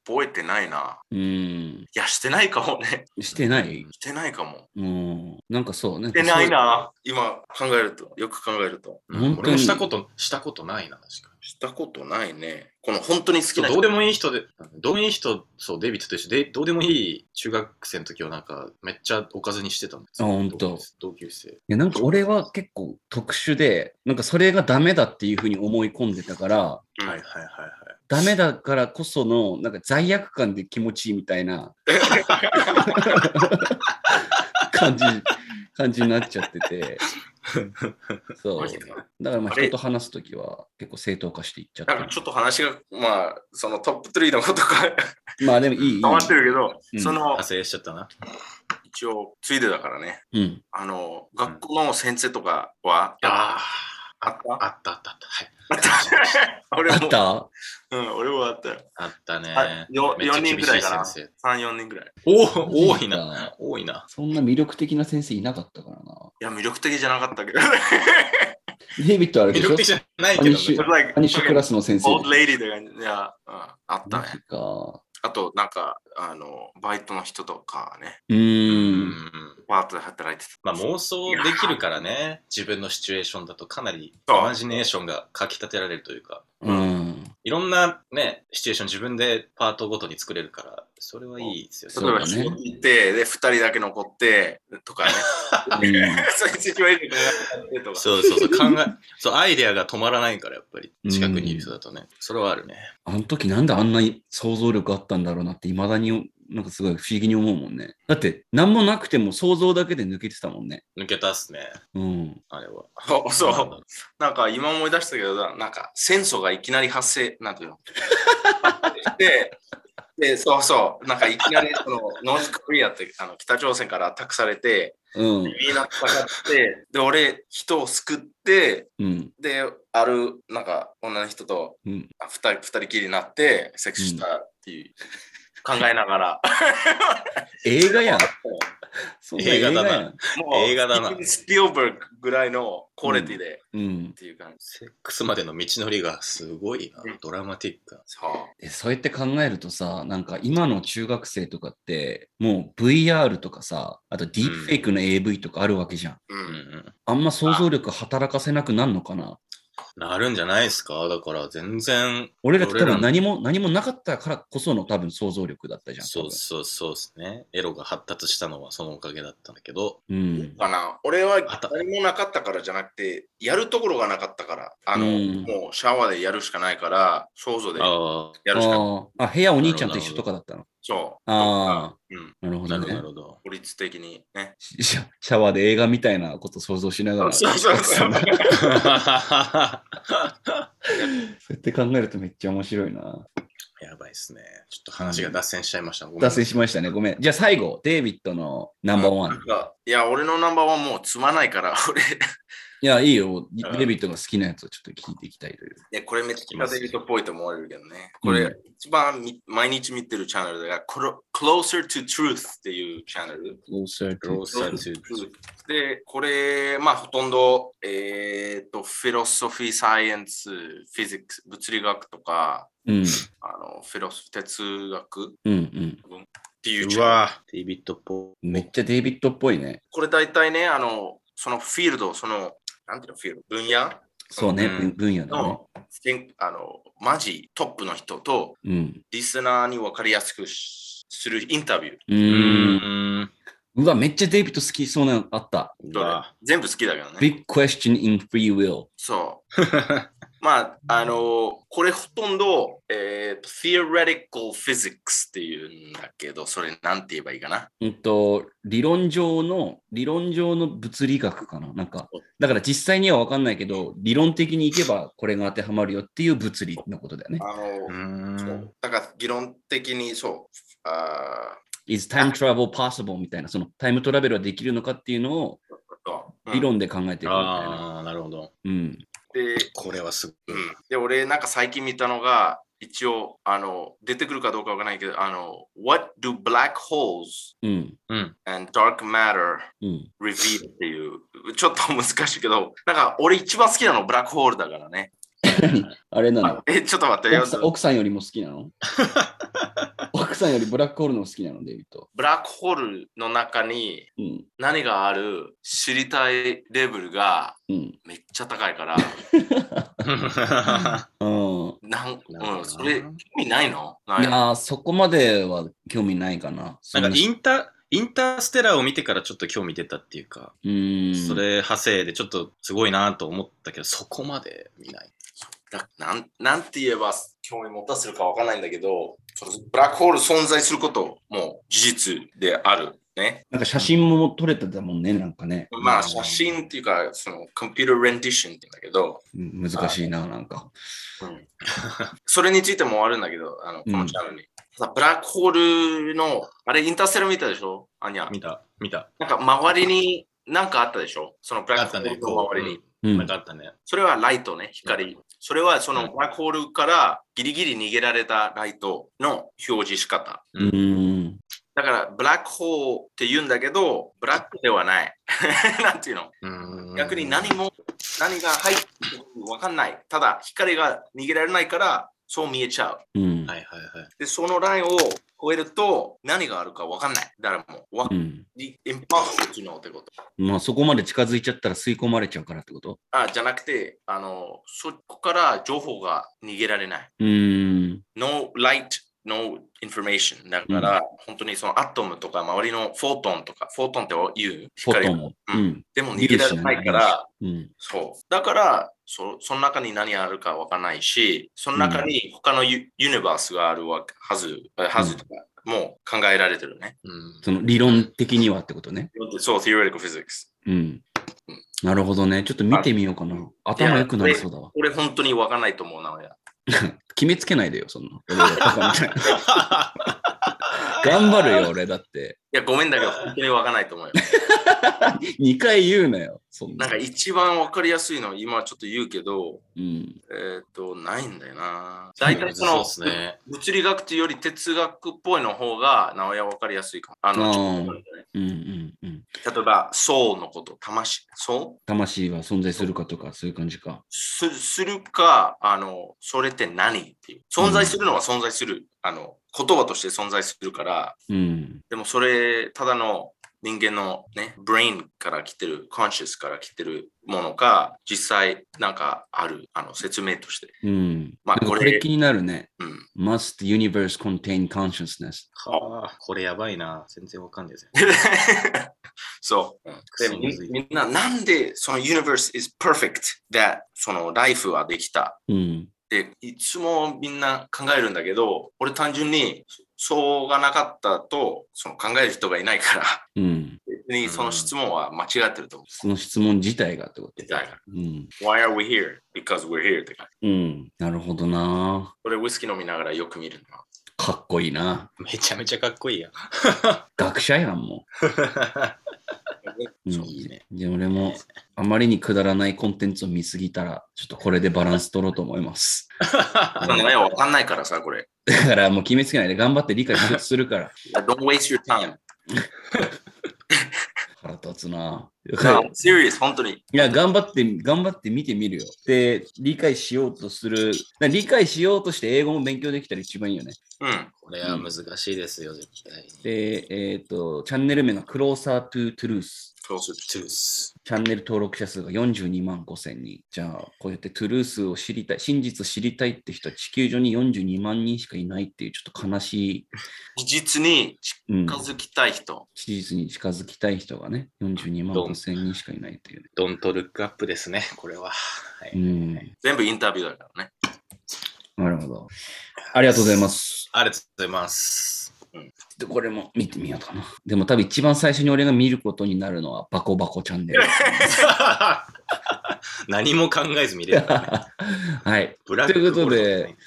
Speaker 3: 覚えてないな。
Speaker 2: うーん。
Speaker 3: いや、してないかもね。
Speaker 2: してない
Speaker 3: してないかも。
Speaker 2: うん。なんかそうね。
Speaker 3: してないな。今考えると、よく考えると。
Speaker 1: うん
Speaker 2: 本当に
Speaker 1: 俺もしたこと、したことないな、確かに。
Speaker 3: したことないね。この本当に好き
Speaker 1: そう
Speaker 3: な
Speaker 1: どうでも
Speaker 3: いい。
Speaker 1: いい人で、どうでもいい人、そう、デイビッドと一緒で、どうでもいい中学生の時はなんか、めっちゃおかずにしてたんですよ
Speaker 2: あ本当
Speaker 1: 同級同級生。
Speaker 2: いやなんか俺は結構特殊で、なんかそれがダメだっていうふうに思い込んでたから、
Speaker 3: うん
Speaker 1: はいはいはいはい。
Speaker 2: ダメだからこその、なんか罪悪感で気持ちいいみたいな 感じ、感じになっちゃってて。そう
Speaker 3: マジ。か
Speaker 2: だからまあ
Speaker 3: あれ
Speaker 2: 人と話すときは結構正当化していっちゃっ
Speaker 3: なんかちょ
Speaker 2: た。
Speaker 3: っと話が、まあ、そのトップ3のことか、
Speaker 2: まあでもいいい い。
Speaker 3: 変わってるけど、
Speaker 2: うん
Speaker 3: その
Speaker 1: 派、生しちゃったな。
Speaker 3: 一応、ついでだからね。
Speaker 2: うん。
Speaker 3: あの、学校の先生とかは、
Speaker 1: あ
Speaker 3: あった
Speaker 1: あ、あったあったあった。はい。
Speaker 3: あった。 俺
Speaker 2: あ
Speaker 3: も
Speaker 2: った
Speaker 3: うん、俺もあったよ。
Speaker 1: あった
Speaker 3: あ
Speaker 1: ね。
Speaker 3: よ
Speaker 1: めっちゃ
Speaker 3: 4人
Speaker 1: 厳
Speaker 3: ぐ
Speaker 1: し
Speaker 3: らい
Speaker 1: い
Speaker 3: かな。
Speaker 1: 先生
Speaker 3: 3、4人ぐらい。い
Speaker 1: お多
Speaker 2: マジ
Speaker 1: い
Speaker 2: か
Speaker 1: な。多いな。
Speaker 2: そんな魅力的な先生いなかったからな。
Speaker 3: や、魅力的じゃなかったけど。
Speaker 2: デイビットあ
Speaker 1: 魅
Speaker 2: れでしょ
Speaker 1: 力的じゃないけどね
Speaker 2: アニシ
Speaker 1: それ
Speaker 3: なんか
Speaker 2: アニシュクラスの先生
Speaker 3: オールレイリーで感じ。いや、うん、あった
Speaker 2: マ
Speaker 3: ね。
Speaker 2: ジか。
Speaker 3: あと、なんか、あの、バイトの人とかね、
Speaker 2: う
Speaker 1: う
Speaker 2: ーん。
Speaker 1: ん。
Speaker 3: パートで働いて
Speaker 1: まあ妄想できるからね、自分のシチュエーションだとかなりイ
Speaker 3: そう
Speaker 1: マジネーションがかきたてられるというか、
Speaker 2: うん。
Speaker 1: いろんなね、シチュエーション自分でパートごとに作れるから、それはいいですよ
Speaker 3: た。
Speaker 2: そ
Speaker 1: ね。
Speaker 3: 例えば、
Speaker 2: うだね
Speaker 3: 仕事行って、で、2人だけ残って、とかね。 そういうシチュエーションがあってとか。
Speaker 1: そうそうそう、考え、 そう、アイデアが止まらないから、やっぱり、近くにいる人だとね、それはあるね。
Speaker 2: あの時なんであんなに想像力あったんだろうなって、いまだになんかすごい不思議に思うもんね。だって、何もなくても想像だけで抜けてたもんね。
Speaker 1: 抜けたっすね、
Speaker 2: うん。
Speaker 1: あれは。
Speaker 3: そうそう。なんか今思い出したけど、ななんか戦争がいきなり発生、なん ていうので、で、そうそう、なんかいきなりそのノースコリアってあの北朝鮮からアタックされて、
Speaker 2: う
Speaker 3: みん
Speaker 2: ん。
Speaker 3: な戦って、で、俺、人を救って、
Speaker 2: うん。
Speaker 3: で、ある、なんか女の人と
Speaker 2: うん。
Speaker 3: あ二人二人きりになって、セックスしたって いう、考えながら、
Speaker 2: 映画やん。そんな
Speaker 1: 映画だな
Speaker 2: やん。
Speaker 3: もう、
Speaker 1: 映画だな
Speaker 3: スピルバーグぐらいのクオリティで、
Speaker 2: うん
Speaker 3: っ。ていう感じ。
Speaker 1: セックスまでの道のりがすごいな
Speaker 3: うん、
Speaker 1: ドラマティックな。
Speaker 3: そう。
Speaker 2: えそうやって考えるとさ、なんか今の中学生とかって、もう VR とかさ、あとディープフェイクの AV とかあるわけじゃん。
Speaker 1: う
Speaker 3: う
Speaker 1: んんうん。
Speaker 2: あんま想像力働かせなくなんのかな
Speaker 1: なるんじゃないですかだから全然、
Speaker 2: 俺らって多
Speaker 1: 俺ら
Speaker 2: 分
Speaker 1: の
Speaker 2: 何も、何もなかったからこその多分想像力だったじゃん。
Speaker 1: そうそうそうですね。エロが発達したのはそのおかげだったんだけど、
Speaker 2: う。うん。
Speaker 3: かな俺は
Speaker 1: あった
Speaker 3: 何もなかったからじゃなくて、やるところがなかったから、あの、
Speaker 2: うん
Speaker 3: もうシャワーでやるしかないから、想像でや
Speaker 1: ああ、
Speaker 3: るしかない。
Speaker 2: あーあ、部屋お兄ちゃんと一緒とかだったの。
Speaker 3: そう。
Speaker 2: ああ、
Speaker 3: うん、
Speaker 2: なるほ
Speaker 1: な
Speaker 2: ど
Speaker 1: るほど、な
Speaker 2: ね
Speaker 1: る。ほど。
Speaker 3: 法律的にね。
Speaker 2: シャシャワーで映画みたいなこと想像しながら。
Speaker 3: そうそうそう。
Speaker 2: そう
Speaker 3: い
Speaker 2: やって考えるとめっちゃ面白いな。
Speaker 1: やばいっすね。ちょっと話が脱線しちゃいました。ごめん
Speaker 2: 達成しましたね。ごめん。じゃあ最後、デイビッドのナンバーワン。
Speaker 3: やいや、俺のナンバーはもう積まないから、俺、
Speaker 2: いや、いいよ。デ
Speaker 3: うん
Speaker 2: イビッドが好きなやつをちょっと聞いていきたいという。
Speaker 3: いやこれめっちゃデビットっぽいと思われるけどね。
Speaker 2: う
Speaker 3: こ
Speaker 2: ん
Speaker 3: れ、一番み毎日見てるチャンネルが、この Closer to Truth っていうチャンネル。
Speaker 2: Closer
Speaker 1: ロー
Speaker 2: to-
Speaker 1: サルツー
Speaker 3: で、これ、まあ、ほとんど、えっ、と、フィロソフィー、サイエンス、フィジックス、物理学とか、
Speaker 2: うん。
Speaker 3: あの、フィロソフィー、哲学っ
Speaker 2: うん
Speaker 3: ていう
Speaker 1: うわデイビッド・ポ
Speaker 2: うん。めっちゃデイビッドっぽいね。
Speaker 3: これ大体ね、あの、そのフィールド、その、なんていうの、フィールド、分野
Speaker 2: そうね。
Speaker 1: うん
Speaker 2: 分野だね。
Speaker 3: の、けんあの、マジトップの人と、
Speaker 2: うん。
Speaker 3: リスナーに分かりやすくしするインタビュー。
Speaker 2: う
Speaker 1: ー。う
Speaker 2: ーん。
Speaker 1: ーん。
Speaker 2: うわ、めっちゃデイビッド好きそうなのあった。
Speaker 1: うわ
Speaker 3: 全部好きだけどね。
Speaker 2: Big question in free will.
Speaker 3: そう。まあ、あのこれほとんど、えー、theoretical physics っていうんだけど、それなんて言えばいいかな。
Speaker 2: うんと、理論上の、理論上の物理学かな。なんか、だから実際には分かんないけど、理論的にいけばこれが当てはまるよっていう物理のことだよね
Speaker 3: あ。の
Speaker 1: うー
Speaker 3: そ
Speaker 1: ん
Speaker 3: うだから、議論的にそう。あ
Speaker 2: Is time travel possible? みたいな、そのタイムトラベルはできるのかっていうのを
Speaker 3: ー
Speaker 2: 理論で考えていくみたいな。
Speaker 1: ああ、なるほど。
Speaker 2: うん。
Speaker 3: で、
Speaker 1: これはすごい。
Speaker 3: うんで、俺なんか最近見たのが、一応、あの、出てくるかどうかわからないけど、あの、What do black holes
Speaker 2: うん。
Speaker 1: うん。
Speaker 3: and dark matter
Speaker 2: うん。
Speaker 3: reveal っていう、ちょっと難しいけど、なんか俺一番好きなのブラックホールだからね。
Speaker 2: あれなの
Speaker 3: え、ちょっと待ってよ
Speaker 2: 奥。さん奥さんよりも好きな の奥さんよりブラックホールの方が好きなの、デイビッド。
Speaker 3: ブラックホールの中に
Speaker 2: うん。
Speaker 3: 何がある知りたいレベルが
Speaker 2: うん。
Speaker 3: めっちゃ高いから、
Speaker 2: うん。
Speaker 3: なん
Speaker 1: なるほど
Speaker 3: う、
Speaker 1: なん
Speaker 3: それ興味ないのないい
Speaker 2: やー、そこまでは興味ないかな。そ
Speaker 1: なんかイ
Speaker 2: い
Speaker 1: ンタ、インターステラーを見てからちょっと興味出たっていうか、
Speaker 2: うん。
Speaker 1: それ派生でちょっとすごいなと思ったけど、そこまで見ない。
Speaker 3: だなんなんて言えば興味持たせるかわかんないんだけど、そのブラックホール存在することも事実である。ね、
Speaker 2: なんか写真も撮れてたもんね、なんかね。
Speaker 3: まあ写真っていうか、そのコンピューターレンディションって言うんだけど、
Speaker 2: うん難しいな、なんか。
Speaker 3: それについてもあるんだけど、あのこ
Speaker 2: うん
Speaker 3: のチャンネルに。ただブラックホールの、あれインターセル見たでしょアニャ。
Speaker 1: 見た、見た。
Speaker 3: なんか周りに何かあったでしょそのブラックホールの周りに。
Speaker 2: うん
Speaker 1: なんかあったね。
Speaker 3: それはライトね、光。それはそのブラックホールからギリギリ逃げられたライトの表示仕方。
Speaker 2: うーん。
Speaker 3: だからブラックホールって言うんだけど、ブラックではない。 なんていうの
Speaker 1: うん
Speaker 3: 逆に何も、何が入ってくるかわかんない。ただ光が逃げられないから、そう見えちゃう。
Speaker 2: うん。
Speaker 1: はいはいはい。
Speaker 3: で、そのラインを超えると何があるかわかんない。誰も。わ
Speaker 2: う
Speaker 3: イ
Speaker 2: ん。
Speaker 3: ンパート機能ってこと。
Speaker 2: まあそこまで近づいちゃったら吸い込まれちゃうからってこと
Speaker 3: あ、じゃなくて、あの、そこから情報が逃げられない。
Speaker 2: うーん。
Speaker 3: No light, no information。だから、本当にそのアトムとか周りのフォトンとか、フォトンって言う
Speaker 2: フォ
Speaker 3: 光
Speaker 2: トンも。うん。
Speaker 3: でも逃げられないか
Speaker 2: 粒子
Speaker 3: ら、
Speaker 2: うん。
Speaker 3: そう。だから、そその中に何あるかわからないし、その中に他のユ,、ニバースがあるわけはず、はずとか、もう考えられてるね。
Speaker 1: うん
Speaker 2: その理論的にはってことね。
Speaker 3: そう、theoretical physics。
Speaker 2: うん。なるほどね。ちょっと見てみようかな。頭良くなりそうだわ。
Speaker 3: 俺本当に分かんないと思うなのや。
Speaker 2: 決めつけないでよ、そんな。俺がバカみたいな頑張るよ、俺だって。
Speaker 3: いや、ごめんだけど、本当に分かんないと思うよ。
Speaker 2: 2回言うなよ、そんな。
Speaker 3: なんか一番分かりやすいの、今ちょっと言うけど、
Speaker 2: うん。
Speaker 3: えーっ、と、ないんだよな。
Speaker 1: 大体
Speaker 3: 大体
Speaker 1: そ
Speaker 3: そ
Speaker 1: の
Speaker 3: の、物理学というより哲学っぽいの方が、なおや分かりやすいかも。あの、
Speaker 2: あー
Speaker 3: ちょっと待ってね
Speaker 2: うんうんうん。
Speaker 3: 例えば、ソウのこと、魂、ソウ
Speaker 2: 魂は存在するかとか、そういう感じか。
Speaker 3: すするか、あの、それって何っていう。存在するのは存在する。あの、言葉として存在するから、
Speaker 2: うん。
Speaker 3: でもそれ、ただの人間のね、ブレインから来てる、コンシャスから来てるものか、実際なんかある、あの、説明として。
Speaker 2: うん。
Speaker 3: まあ
Speaker 2: なんかこ
Speaker 3: これ
Speaker 2: れ気になるね。
Speaker 3: うん。
Speaker 2: Must universe contain consciousness?
Speaker 1: はあこれやばいな。全然わかんないですね。
Speaker 3: そう。で
Speaker 1: そう
Speaker 3: みみんな、なんでその universe is perfect that その life はできた
Speaker 2: うん。
Speaker 3: っていつもみんな考えるんだけど、俺単純にそそうがなかったと、その考える人がいないから、
Speaker 2: うん。
Speaker 3: 別にその質問は間違ってると思う。
Speaker 2: その質問自体がってこと。
Speaker 3: みたいな
Speaker 2: うん。
Speaker 3: Why are we here? Because we're here って感じ。
Speaker 2: うん。なるほどな。
Speaker 3: 俺、ウイスキー飲みながらよく見る んだ。
Speaker 2: かっこいいな。
Speaker 1: めちゃめちゃかっこいいや。
Speaker 2: 学者やんもう。うん
Speaker 1: そういいね。
Speaker 2: じゃあ俺もあまりにくだらないコンテンツを見すぎたら、ちょっとこれでバランス取ろうと思います。
Speaker 3: そのね、わかんないからさ、これ。
Speaker 2: だからもう決めつけないで頑張って理解するから。
Speaker 3: Don't waste your time.
Speaker 2: 腹立つな。
Speaker 3: No, I'm serious, 本当に。
Speaker 2: いや、頑張って、頑張って見てみるよ。で、理解しようとする。な理解しようとして英語も勉強できたら一番いいよね。
Speaker 3: うん。
Speaker 1: これは難しいですよ、絶対に。
Speaker 2: で、えっ、と、チャンネル名が Closer to Truth。
Speaker 3: Closer to
Speaker 1: トゥース。
Speaker 2: チャンネル登録者数が42万5千人。じゃあ、こうやってトゥルースを知りたい、真実を知りたいって人は地球上に42万人しかいないっていう、ちょっと悲し
Speaker 3: 事実に
Speaker 2: い、うん
Speaker 3: 近、づきたい人。
Speaker 2: 事実に近づきたい人がね、42万5千人しかいないっていう、ね。
Speaker 1: ドントルックアップですね、これは。は
Speaker 2: う
Speaker 1: い、
Speaker 2: ん、
Speaker 3: 全部インタビューだからね。
Speaker 2: なるほど。ありがとうございます。
Speaker 1: ありがとうございます。
Speaker 2: でこれも見てみようかな。でも多分一番最初に俺が見ることになるのはバコバコチャン ネル。
Speaker 1: 何も考えず見れるからね。
Speaker 2: はい。
Speaker 1: ブラッ
Speaker 2: と
Speaker 1: ク
Speaker 2: いうこと
Speaker 1: ホール
Speaker 2: で
Speaker 1: ね、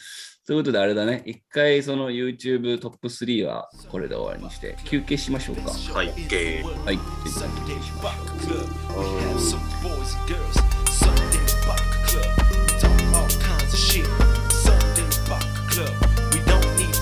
Speaker 2: ということであれだね、一回その YouTube トップ3はこれで終わりにして休憩しましょうか。
Speaker 1: はい、OK
Speaker 2: はい。ということで
Speaker 4: Sunday Buck Club. We have some boys and girls. Sunday Buck Club. We talk all kinds of shit. Sunday Buck Club.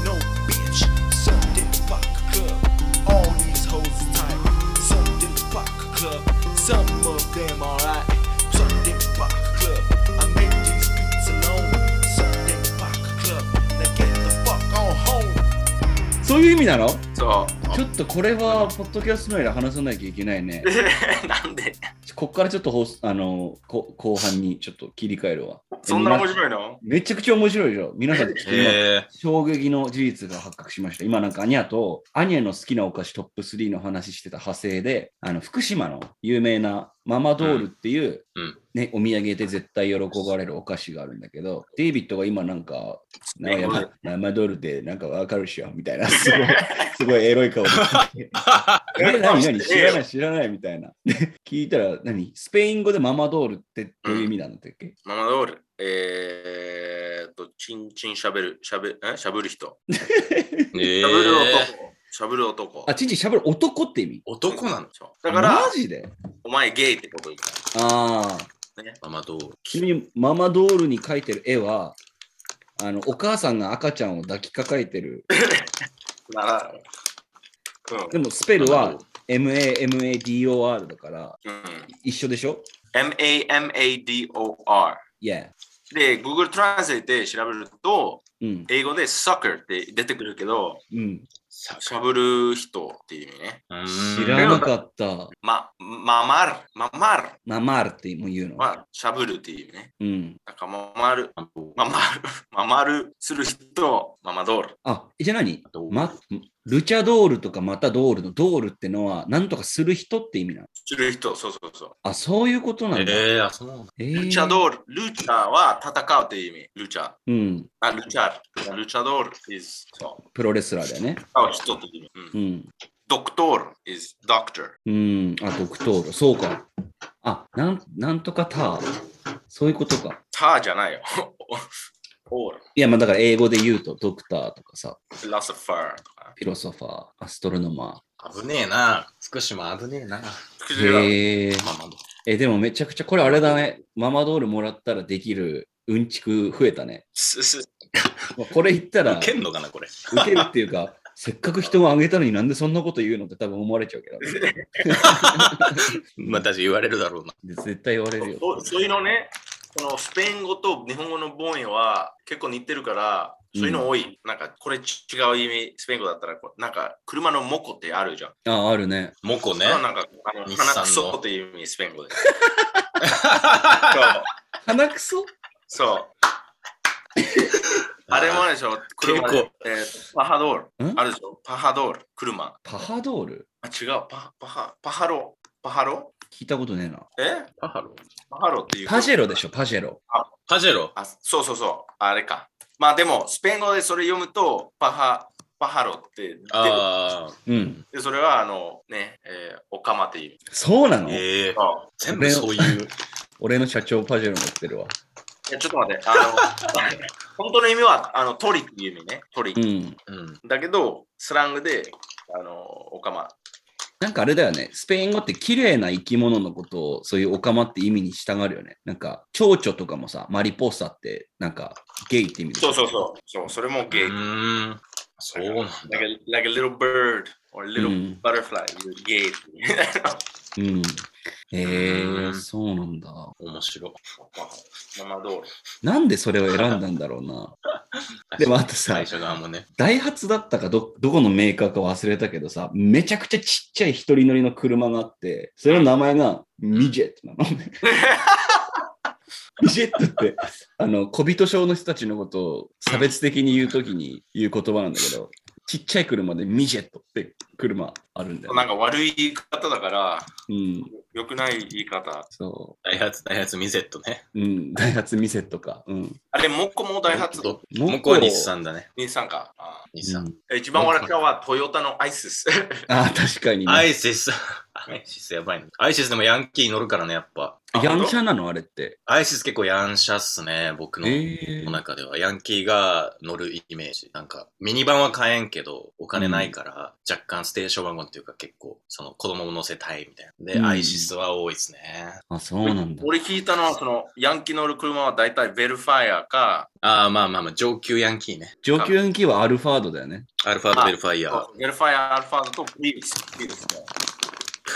Speaker 2: そういう意味なの
Speaker 3: そ
Speaker 2: ちょっとこれは、ポッドキャスト内で話さなきゃいけないね。
Speaker 3: う。なんで
Speaker 2: こっからちょっと放送、あの、こ後半にちょっと切り替えるわ。
Speaker 3: そんな面白いの
Speaker 2: めちゃくちゃ面白いでしょ。皆さん、ちょっと今
Speaker 1: え
Speaker 2: 衝撃の事実が発覚しました。今なんかアニャと、アニャの好きなお菓子トップ3の話してた派生で、あの福島の有名なママドールっていう、
Speaker 1: うんうん
Speaker 2: ね、お土産で絶対喜ばれるお菓子があるんだけど、デイビッドが今なんか、なんかやばマドールってなんかわかるっしょみたいな、すごい、すごいエロい顔で聞いて。え、何、何、知らない、知らないみたいな。で聞いたら、何、スペイン語でママドールってどういう意味なんだったっけ
Speaker 3: ママドール。えーっと、チンチンしゃべる、しゃべえしゃぶる人。
Speaker 1: ー
Speaker 3: しゃぶる
Speaker 1: えー、
Speaker 3: 男。しゃぶる男。
Speaker 2: あ、ちんちんしゃべる男って意味
Speaker 1: 男なの
Speaker 3: そうだから
Speaker 2: マ、ジで
Speaker 3: お前ゲイってこと言う
Speaker 2: ああ。
Speaker 1: ママドール。
Speaker 2: ちなみにママドールに描いてる絵はあのお母さんが赤ちゃんを抱きかかえてる
Speaker 3: なら、うん
Speaker 2: でもスペル
Speaker 1: ママ
Speaker 2: は
Speaker 1: ド
Speaker 2: MAMADOR だから
Speaker 3: うん。
Speaker 2: 一緒でしょ
Speaker 3: M-A-M-A-D-O-R。
Speaker 2: ?Yeah、
Speaker 3: で、Google Translate で調べると、
Speaker 2: うん
Speaker 3: 英語で sucker って出てくるけど、
Speaker 2: うん、
Speaker 3: しゃぶる人っていう意味ね。
Speaker 1: うーん
Speaker 2: 知らなかった
Speaker 3: ま、ままる、ままる
Speaker 2: ママールっても言うの、
Speaker 3: はしゃぶるっていう意味ね。
Speaker 2: うん、
Speaker 3: なんかままる、
Speaker 1: ママドール
Speaker 3: ままる、 ままるする人、ママドール。
Speaker 2: あじゃあ何、ま、ルチャドールとかまたドールのドールってのは何とかする人って意味なの
Speaker 3: する人、そうそうそう。
Speaker 2: あそういうことなんだ、
Speaker 1: えー、あ、そうなんだ。
Speaker 2: え
Speaker 3: ルチャドール、ルチャは戦うっていう意味、ルチャ。
Speaker 2: うん、
Speaker 3: あ、ルチャ、ルチャドール is、そう、
Speaker 2: プロレスラーだよね
Speaker 3: 戦う人っていう意味。うん
Speaker 2: うん
Speaker 3: ドクトール is doctor。
Speaker 2: うん、あ、ドクトール、そうか。あ、なん、なんとかター、そういうことか。
Speaker 3: ターじゃないよ。オール、
Speaker 2: いや、まあだから英語で言うと、ドクターとかさ、
Speaker 3: フィロソファーとか。
Speaker 2: フィロソファー、アストロノマ
Speaker 1: 危ねえな。福島危ねえな。
Speaker 2: ー。へえ。
Speaker 1: ママドール。
Speaker 2: え、でもめちゃくちゃ、これあれだね。ママドールもらったらできるうんちく増えたね。
Speaker 3: すす
Speaker 2: まあこれ言ったら、
Speaker 1: ウ
Speaker 2: 受
Speaker 1: ケんのかな、これ。
Speaker 2: けるっていうか、せっかく人をあげたのになんでそんなこと言うのって多分思われちゃうけど、
Speaker 1: まあ、確かに言われるだろうな。
Speaker 2: で絶対言われるよ。
Speaker 3: そうそういうのね、このスペイン語と日本語の母音は結構似てるから、そういうの多い。なんかこれ違う意味、スペイン語だったらこう、なんか車のモコってあるじゃん。
Speaker 2: あ、あるね。
Speaker 1: モコね
Speaker 3: それ。はなんかあの
Speaker 1: 日産の
Speaker 3: 鼻くそっていう意味、スペイン語で。
Speaker 2: 鼻くそ
Speaker 3: そう。そうあれもあるでしょ車で、えーパハドール。
Speaker 2: ん
Speaker 3: あるでしょパハドール、車。
Speaker 2: パハドール
Speaker 3: あ、違う。パパハパハロ。パハロ
Speaker 2: 聞いたことねえな。
Speaker 3: え
Speaker 1: パハロ
Speaker 3: パハロっていう。
Speaker 2: パジェロでしょ、パジェロ。
Speaker 1: パジェロ。
Speaker 3: あそうそうそう。あれか。まあでも、スペイン語でそれ読むと、パハ、パハロって。
Speaker 1: ああ。
Speaker 2: うん。
Speaker 3: で、それはあの、ね、えー、オカマっていう。
Speaker 2: そうなの
Speaker 1: ええー。
Speaker 3: あ
Speaker 1: 全部そういう。
Speaker 2: 俺の社長パジェロ持ってるわ。
Speaker 3: いやちょっと待って。あの、 本当の意味は、あの、鳥っていう意味ね。鳥。
Speaker 2: ん。
Speaker 1: うん。
Speaker 3: だけど、スラングで、あの、オカマ。
Speaker 2: なんかあれだよね。スペイン語って綺麗な生き物のことを、そういうオカマって意味に従うよね。なんか、蝶々とかもさ、マリポッサって、なんか、ゲイって意味でし
Speaker 3: そ
Speaker 2: ょ
Speaker 3: うそうそう。そう、それも
Speaker 1: う
Speaker 3: ゲイ。
Speaker 1: ーん。そうなんだ。
Speaker 3: Like a, like a little bird or a
Speaker 2: う
Speaker 3: little
Speaker 2: ん。
Speaker 3: butterfly, you're gay.
Speaker 2: うん。へえ
Speaker 1: う
Speaker 2: ー、
Speaker 1: ん
Speaker 2: そうなんだ。
Speaker 1: 面白い。
Speaker 3: ママドール。
Speaker 2: なんでそれを選んだんだろうな。でもあとさ
Speaker 1: 最、初側もね。
Speaker 2: ダイハツだったかど、どこのメーカーか忘れたけどさ、めちゃくちゃちっちゃい一人乗りの車があって、それの名前がミジェットなのね。ミジェットって、あの、小人症の人たちのことを差別的に言うときに言う言葉なんだけど、ちっちゃい車でミジェットって車あるんだよ、
Speaker 3: なん
Speaker 2: ね。
Speaker 3: か悪い言い方だから、
Speaker 2: うん。
Speaker 3: 良くない言い方。
Speaker 2: そ
Speaker 1: ダイハツ、ダイハツミゼットね。
Speaker 2: う。うん。ダイハツミセットか。うん。
Speaker 3: あれ、モッコもダイハツ
Speaker 1: ど
Speaker 2: モコ
Speaker 1: モコは日産だね。
Speaker 3: 日産か。あ
Speaker 1: 日産。
Speaker 2: うん
Speaker 3: ー一番笑ったのはトヨタのアイシス。
Speaker 2: ああ、確かに、
Speaker 1: ア
Speaker 2: ね。
Speaker 1: イシス。 アイシスやばいね。アイシスでもヤンキー乗るからね、やっぱ。
Speaker 2: ヤンシャなのあれって。
Speaker 1: アイシス結構ヤンシャっすね、僕の。
Speaker 2: え
Speaker 1: の中ではヤンキーが乗るイメージ。なんか、ミニバンは買えんけど、お金ないから、若干ステーションワゴンっていうか結構、その子供も乗せたいみたいな。で、
Speaker 2: うん
Speaker 1: アイシスは多いですね。
Speaker 2: あ、そうなんだ。
Speaker 3: 俺聞いたのは、その、ヤンキー乗る車は大体ベルファイアか、
Speaker 1: ああ、まあまあまあ、上級ヤンキーね。
Speaker 2: 上級ヤンキーはアルファードだよね。
Speaker 1: アルファードベルファイヤー。
Speaker 3: ベルファイアアルファードとビース。ビース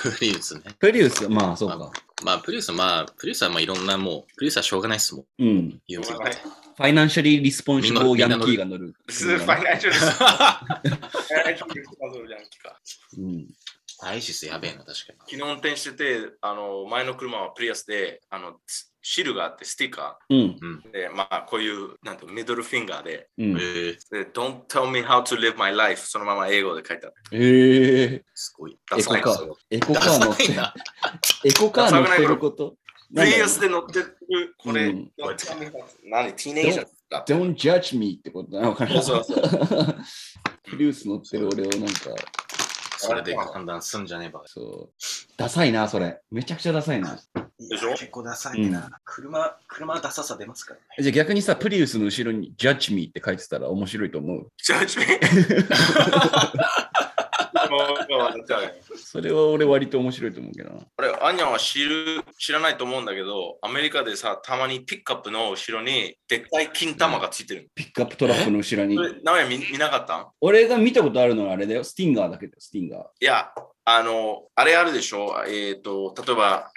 Speaker 1: プリウスね。
Speaker 2: プリウス、まあ、そうか。
Speaker 1: まあ、プリウス、まあ、プリウスはまあいろんなもう、プリウスはしょうがないっすもん。
Speaker 2: うん。
Speaker 1: 有名
Speaker 3: しょう
Speaker 1: な
Speaker 3: がない
Speaker 2: ファイナンシャリーリスポンシブルヤンキーが乗る。
Speaker 3: ファイナンシャルです。ファイナンシャルですまず俺ヤンキーか
Speaker 2: うん。
Speaker 1: アイシスやべえな、確かに。
Speaker 3: 昨日運転してて、あの前の車はプリアスで、あのつシールがあって、スティッカ
Speaker 2: うん。
Speaker 3: ーで、まあ、こういう、なんていうのミドルフィンガーで、
Speaker 2: うん。
Speaker 1: ええ
Speaker 3: で Don't tell me how to live my life、そのまま英語で書いてある。
Speaker 2: ええ
Speaker 1: すごい。
Speaker 3: ダ
Speaker 2: エ
Speaker 3: サ
Speaker 2: コ
Speaker 3: い
Speaker 2: カ
Speaker 3: です
Speaker 2: ー
Speaker 3: よ。、
Speaker 2: エコカ
Speaker 1: ダ
Speaker 2: ー乗っ
Speaker 1: サ
Speaker 2: て
Speaker 1: い、な。
Speaker 2: エコカー乗ってること。
Speaker 3: プリアスで乗ってる、これ、
Speaker 2: うん
Speaker 3: Don't tell me how to- 何、ティーネイジャーだった。
Speaker 2: Don't judge me ってことなのかな。
Speaker 3: そうそう
Speaker 2: プリウス乗ってる俺をなんか、
Speaker 1: それで判断すんじゃねえば。
Speaker 2: そう。ダサいな、それ。めちゃくちゃダサいな。
Speaker 3: でしょ
Speaker 1: 構ダサ
Speaker 2: うん
Speaker 1: 車、車はダサさ出ますからね。
Speaker 2: じゃあ逆にさ、プリウスの後ろに judge me って書いてたら面白いと思う。
Speaker 3: ジャッジメント。もうもう笑っちゃうよ
Speaker 2: それは俺割と面白いと思うけどな。
Speaker 3: これ、アンニャンは知る知らないと思うんだけど、アメリカでさ、たまにピックアップの後ろに、でっかい金玉がついてる
Speaker 2: ピックアップトラップの後ろに
Speaker 3: の。。それ名前見見なかったん
Speaker 2: 俺が見たことあるのはあれだよ。スティンガーだけだよ、スティンガー。
Speaker 3: いや、あの、あれあるでしょえっ、と、例えば、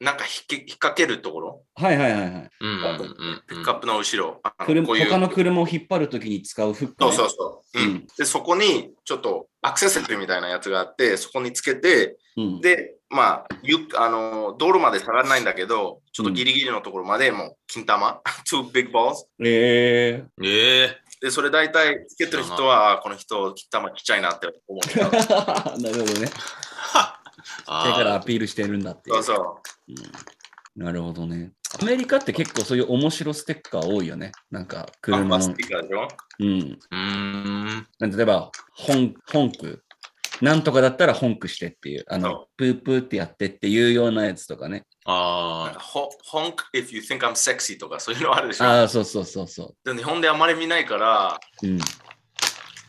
Speaker 3: なんか引っけ引っ掛けるところ、
Speaker 2: はいはいはいはい。
Speaker 1: うんうんうん
Speaker 3: ピ
Speaker 1: う
Speaker 3: ッ
Speaker 1: ん
Speaker 3: ク。アップの後ろ。あの
Speaker 2: 車
Speaker 3: こういう
Speaker 2: 他の車を引っ張るときに使うフック、
Speaker 3: そ
Speaker 2: ね。
Speaker 3: うそうそう、う。
Speaker 2: うん
Speaker 3: で、そこに、ちょっと、アクセサリーみたいなやつがあって、そこにつけて、
Speaker 2: うん。
Speaker 3: で、まあ、ゆあの道路まで下がらないんだけど、ちょっとギリギリのところまでもう、金玉、two big balls。
Speaker 2: えー、
Speaker 1: ええ
Speaker 3: で、それ大体つけてる人は、あーこの人、きったまちっちゃいなって思うけど。
Speaker 2: なるほどね。だ
Speaker 1: あ
Speaker 2: からア
Speaker 1: あ
Speaker 2: ピールしてるんだっていう
Speaker 3: そうそ
Speaker 2: うんなるほどね。アメリカって結構そういう面白ステッカー多いよね。なんか
Speaker 3: う。ア
Speaker 2: 車
Speaker 3: ンバス
Speaker 2: の
Speaker 3: テ。ィカーでしょ
Speaker 2: うん。
Speaker 1: うーん。
Speaker 2: 例えば、本本区。なんとかだったら本区してっていう、あ
Speaker 3: そ
Speaker 2: の、プープーってやってっていうようなやつとかね。
Speaker 1: ああ。
Speaker 3: ほ Honk if you think I'm sexy とかそういうのあるでしょ
Speaker 2: ああ、そうそうそうそ
Speaker 3: でも日本であまり見ないから、
Speaker 2: う。うん。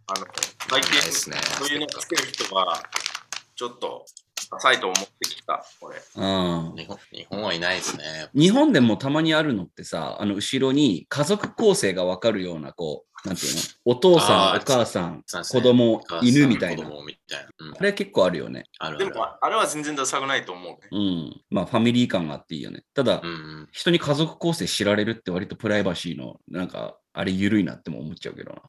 Speaker 3: あの、
Speaker 1: な
Speaker 3: 最
Speaker 1: い
Speaker 3: 近
Speaker 1: っ、すね。
Speaker 3: そういうのつける人は、ちょっと、ダサいと思ってきた、これ。
Speaker 2: あー
Speaker 1: 日本日本はいないですね。
Speaker 2: 日本でもたまにあるのってさ、あの、後ろに家族構成がわかるような、こう、なんていうのお父さん、
Speaker 1: あー
Speaker 2: お母さん、
Speaker 1: そうですね
Speaker 2: 子供
Speaker 1: お母、さん
Speaker 2: 犬みたいな
Speaker 1: 子。供みたいな。うん
Speaker 2: あれ結構あるよね。
Speaker 1: あるあ
Speaker 3: で
Speaker 1: る
Speaker 3: も、ああれは全然ダサくないと思うね。
Speaker 2: うん。まあ、ファミリー感があっていいよね。ただ、
Speaker 1: うんうん。
Speaker 2: 人に家族構成知られるって割とプライバシーの、なんか、あれ緩いなっても思っちゃう けどな。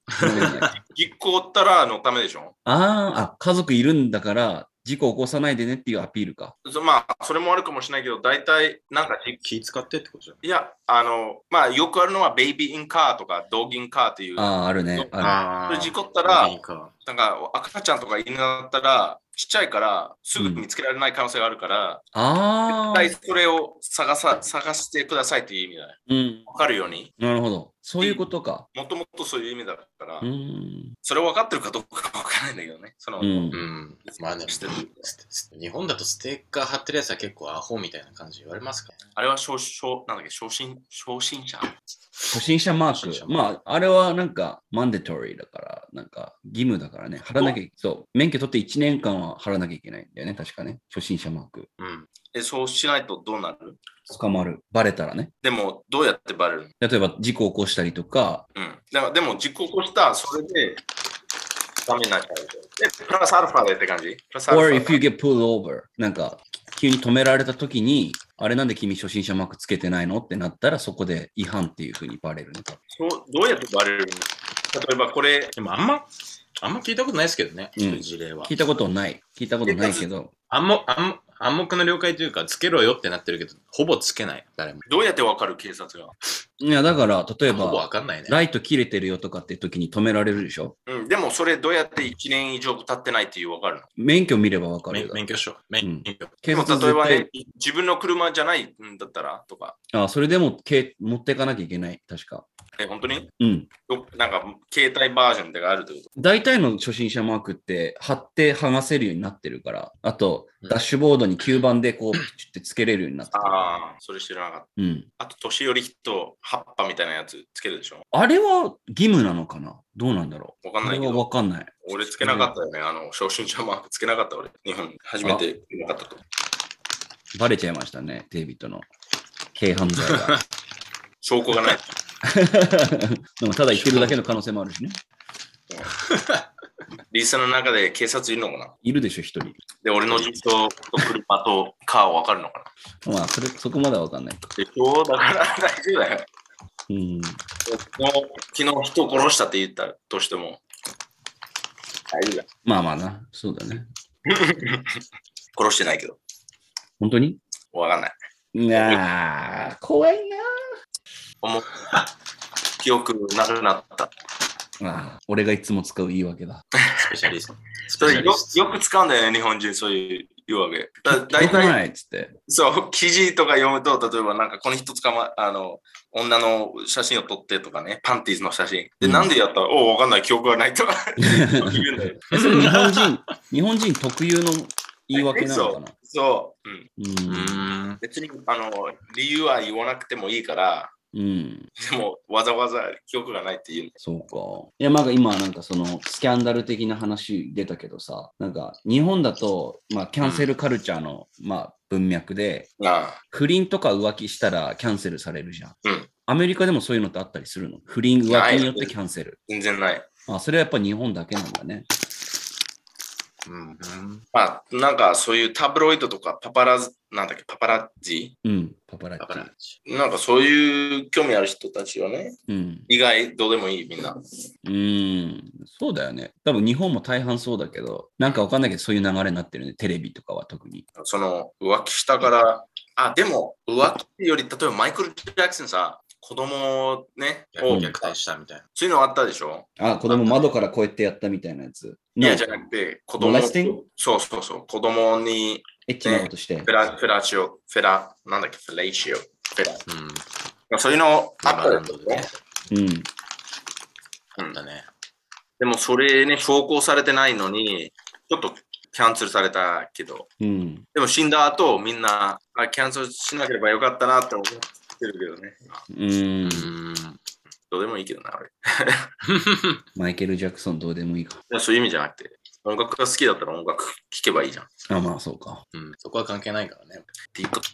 Speaker 2: あ
Speaker 3: 実行ったらのためでしょ
Speaker 2: あー、あ、家族いるんだから、事故起こさないでねっていうアピールか。
Speaker 3: そまあ、それもあるかもしれないけど、大体、なんか実
Speaker 1: 気使ってってことじゃん。
Speaker 3: いや、あの、まあ、よくあるのは、ベイビーインカーとか、ドーギンカーっていう、
Speaker 2: ああ、あるね。あ
Speaker 1: あ
Speaker 3: それ
Speaker 1: ー
Speaker 3: 事故ったら
Speaker 1: いいか
Speaker 3: なんか赤ちゃんとか犬だったら、ちっちゃいから、すぐ見つけられない可能性があるから、
Speaker 2: る。ああ
Speaker 3: 絶。対それを探さ探してくださいっていう意味だね。
Speaker 2: うん。
Speaker 3: 分かるように、
Speaker 2: なるほど。そういうことか。
Speaker 3: もともとそういう意味だから、
Speaker 2: うん。
Speaker 3: それを分かってるかどうか分からないんだけどね。その、
Speaker 2: うん
Speaker 1: う。ん。まあでも
Speaker 3: してる
Speaker 1: スス日本だとステッカー貼ってるやつは結構アホみたいな感じ言われますかね。
Speaker 3: あれは昇昇なんだっけ昇進昇進者
Speaker 2: 初心者マ
Speaker 1: 初心
Speaker 2: ー
Speaker 1: 者
Speaker 2: ク。まあ、あれはなんか、マンデトリーだから、なんか、義務だからね。貼らなきゃいけそう。免許取って1年間は貼らなきゃいけないんだよね。確かね。初心者マーク。
Speaker 1: うん。
Speaker 3: えそうしないとどうなる
Speaker 2: 捕まる。バレたらね。
Speaker 3: でも、どうやってバレるの
Speaker 2: 例えば事故を起こしたりとか、
Speaker 3: うん。だからでも、実行起こした、それで、ダメになっちゃうでしょ。で、プラスアルファでって感じプラスアル
Speaker 2: or
Speaker 3: フ
Speaker 2: if you
Speaker 3: ァ。
Speaker 2: get pulled over、なんか急に止められた時に、あれなんで君初心者マークつけてないのってなったら、そこで違反っていうふうにバレるね。
Speaker 3: そうどうやってバレるの例えば、これ、
Speaker 1: でもあんま、あんま聞いたことないですけどね、
Speaker 2: うん
Speaker 1: そういう事例は
Speaker 2: 聞。いたことない。聞いたことないけど、
Speaker 1: 暗黙暗暗黙の了解というか、つけろよってなってるけど、ほぼつけない、誰も。
Speaker 3: どうやってわかる警察が。
Speaker 2: いやだから、例え
Speaker 1: ほぼわ
Speaker 2: ば、
Speaker 1: かんないね。
Speaker 2: ライト切れてるよとかって時に止められるでしょ
Speaker 3: うん、でもそれどうやって1年以上経ってないっていうわかるの
Speaker 2: 免許見ればわかる
Speaker 1: 免
Speaker 2: よ。
Speaker 1: 免許証。免免許。
Speaker 2: 警
Speaker 3: でも
Speaker 2: 察
Speaker 3: 例えば
Speaker 2: 絶
Speaker 3: ね
Speaker 2: 対、、
Speaker 3: 自分の車じゃないんだったらとか、
Speaker 2: あそれでもけ持っていかなきゃいけない、確か。
Speaker 3: え、本当に
Speaker 2: うん。
Speaker 3: よなんか携帯バージョンとかあるってこ
Speaker 2: 大体の初心者マークって貼って剥がせるようになってるから、あと、
Speaker 1: うん
Speaker 2: ダッシュボードに吸盤でこう、ピチってつけれるようになって
Speaker 3: と
Speaker 2: る。
Speaker 3: ああ、それ知らなかった。
Speaker 2: うん。
Speaker 3: あと、年寄り人、葉っぱみたいなやつつけるでしょ
Speaker 2: あれは義務なのかなどうなんだろう
Speaker 3: わかん
Speaker 2: あ
Speaker 3: ない
Speaker 2: れ
Speaker 3: け
Speaker 2: は
Speaker 3: ど、
Speaker 2: わかんない。
Speaker 3: 俺つけなかったよね。あの、昇進者マークつけなかった俺。日本初めてつけなかったと。
Speaker 2: バレちゃいましたね、デイビッドの軽犯罪 が。
Speaker 3: 証拠がない。
Speaker 2: でもただ言ってるだけの可能性もあるしね。
Speaker 3: リスナーの中で警察いるのかない
Speaker 2: るでしょ、一人。
Speaker 3: で、俺の人と車とカー分かるのかな
Speaker 2: まあ、それ、そこまではわかんないか。
Speaker 3: でしょだから大丈夫だよ。
Speaker 2: うん。
Speaker 3: 昨日、昨日人を殺したって言ったとしても。大丈夫だ。
Speaker 2: まあまあな、そうだね。
Speaker 3: 殺してないけど。
Speaker 2: 本当に
Speaker 3: わかんない。
Speaker 2: なあ、怖い
Speaker 3: 思った。記憶なくなった。
Speaker 2: なああ。俺がいつも使う言い訳だ。
Speaker 1: スペシャリスト。ス
Speaker 3: そ
Speaker 1: ペ
Speaker 3: れ
Speaker 1: シャ
Speaker 3: よ
Speaker 1: リスト。
Speaker 3: よく使うんだよね、日本人、そういう言うわけ。だ大
Speaker 2: よく
Speaker 3: 体、
Speaker 2: ないっつって。
Speaker 3: そう、記事とか読むと、例えば、なんかこの人捕ま、あの、女の写真を撮ってとかね、パンティーズの写真。で、
Speaker 2: うん
Speaker 3: なんでやったら、おうわかんない、記憶がないとか言うんだよ。
Speaker 2: えそれ日本 人、日本人特有の言い訳なのかな
Speaker 3: そう、うん。
Speaker 1: う
Speaker 2: う
Speaker 1: ーん。
Speaker 3: 別に、あの、理由は言わなくてもいいから、
Speaker 2: ん。うん。
Speaker 3: でも、わざわざ記憶がないって言うんだよ。
Speaker 2: そうか。いや、なんか今、なんかその、スキャンダル的な話出たけどさ、なんか、日本だと、まあ、キャンセルカルチャーの、まあ、文脈で、
Speaker 3: ああ
Speaker 2: 不倫とか浮気したらキャンセルされるじゃん。
Speaker 3: うん
Speaker 2: アメリカでもそういうのってあったりするの不倫、浮気によってキャンセル。
Speaker 3: 全然ない。
Speaker 2: あ、それはやっぱ日本だけなんだね。
Speaker 1: うん
Speaker 3: まあ、なんかそういうタブロイドとかパパラズ、なんだっけ、パパラッジ
Speaker 2: うん、パパラッ
Speaker 1: だ
Speaker 2: チ。
Speaker 1: から、
Speaker 3: なんかそういう興味ある人たちはね、
Speaker 2: うん。
Speaker 3: 意外どうでもいいみんな。
Speaker 2: うーん、そうだよね。多分日本も大半そうだけど、なんかわかんないけど、そういう流れになってるね。テレビとかは特に。
Speaker 3: その浮気したから、あ、でも浮気より、例えばマイクル・ジャクソンさ、子供ね、を
Speaker 1: 虐待したみたいな。
Speaker 3: そういうのあったでしょ
Speaker 2: あ、子供窓からこうやってやったみたいなやつ。
Speaker 3: い
Speaker 2: の
Speaker 3: や、じゃなくて、子
Speaker 2: モ
Speaker 3: 供
Speaker 2: レスティング
Speaker 3: そうそうそう、子供に
Speaker 2: エッチなことして
Speaker 3: フェ。ラ、フェラチオ、フェラ、なんだっけ、フェレイシオ、フェラ。
Speaker 1: うん。
Speaker 3: そういうのあ
Speaker 1: ネ
Speaker 3: っ
Speaker 1: バーラン
Speaker 3: たでし
Speaker 1: ド
Speaker 3: ょ
Speaker 1: でね。
Speaker 2: うん。
Speaker 3: うん
Speaker 1: だね。
Speaker 3: でもそれね、証拠されてないのに、ちょっとキャンセルされたけど、
Speaker 2: うん。
Speaker 3: でも死んだ後、みんな、あキャンセルしなければよかったなって思ってるけどね。まあ
Speaker 2: うー。
Speaker 1: うんん。
Speaker 3: どうでもいいけどな、俺。い
Speaker 2: マイケル・ジャクソンどうでもいいか。
Speaker 3: やそういう意味じゃなくて、音楽が好きだったら音楽聴けばいいじゃん。っ
Speaker 2: あ、まあそうか。
Speaker 1: うんそこは関係ないからね。
Speaker 3: ていうこと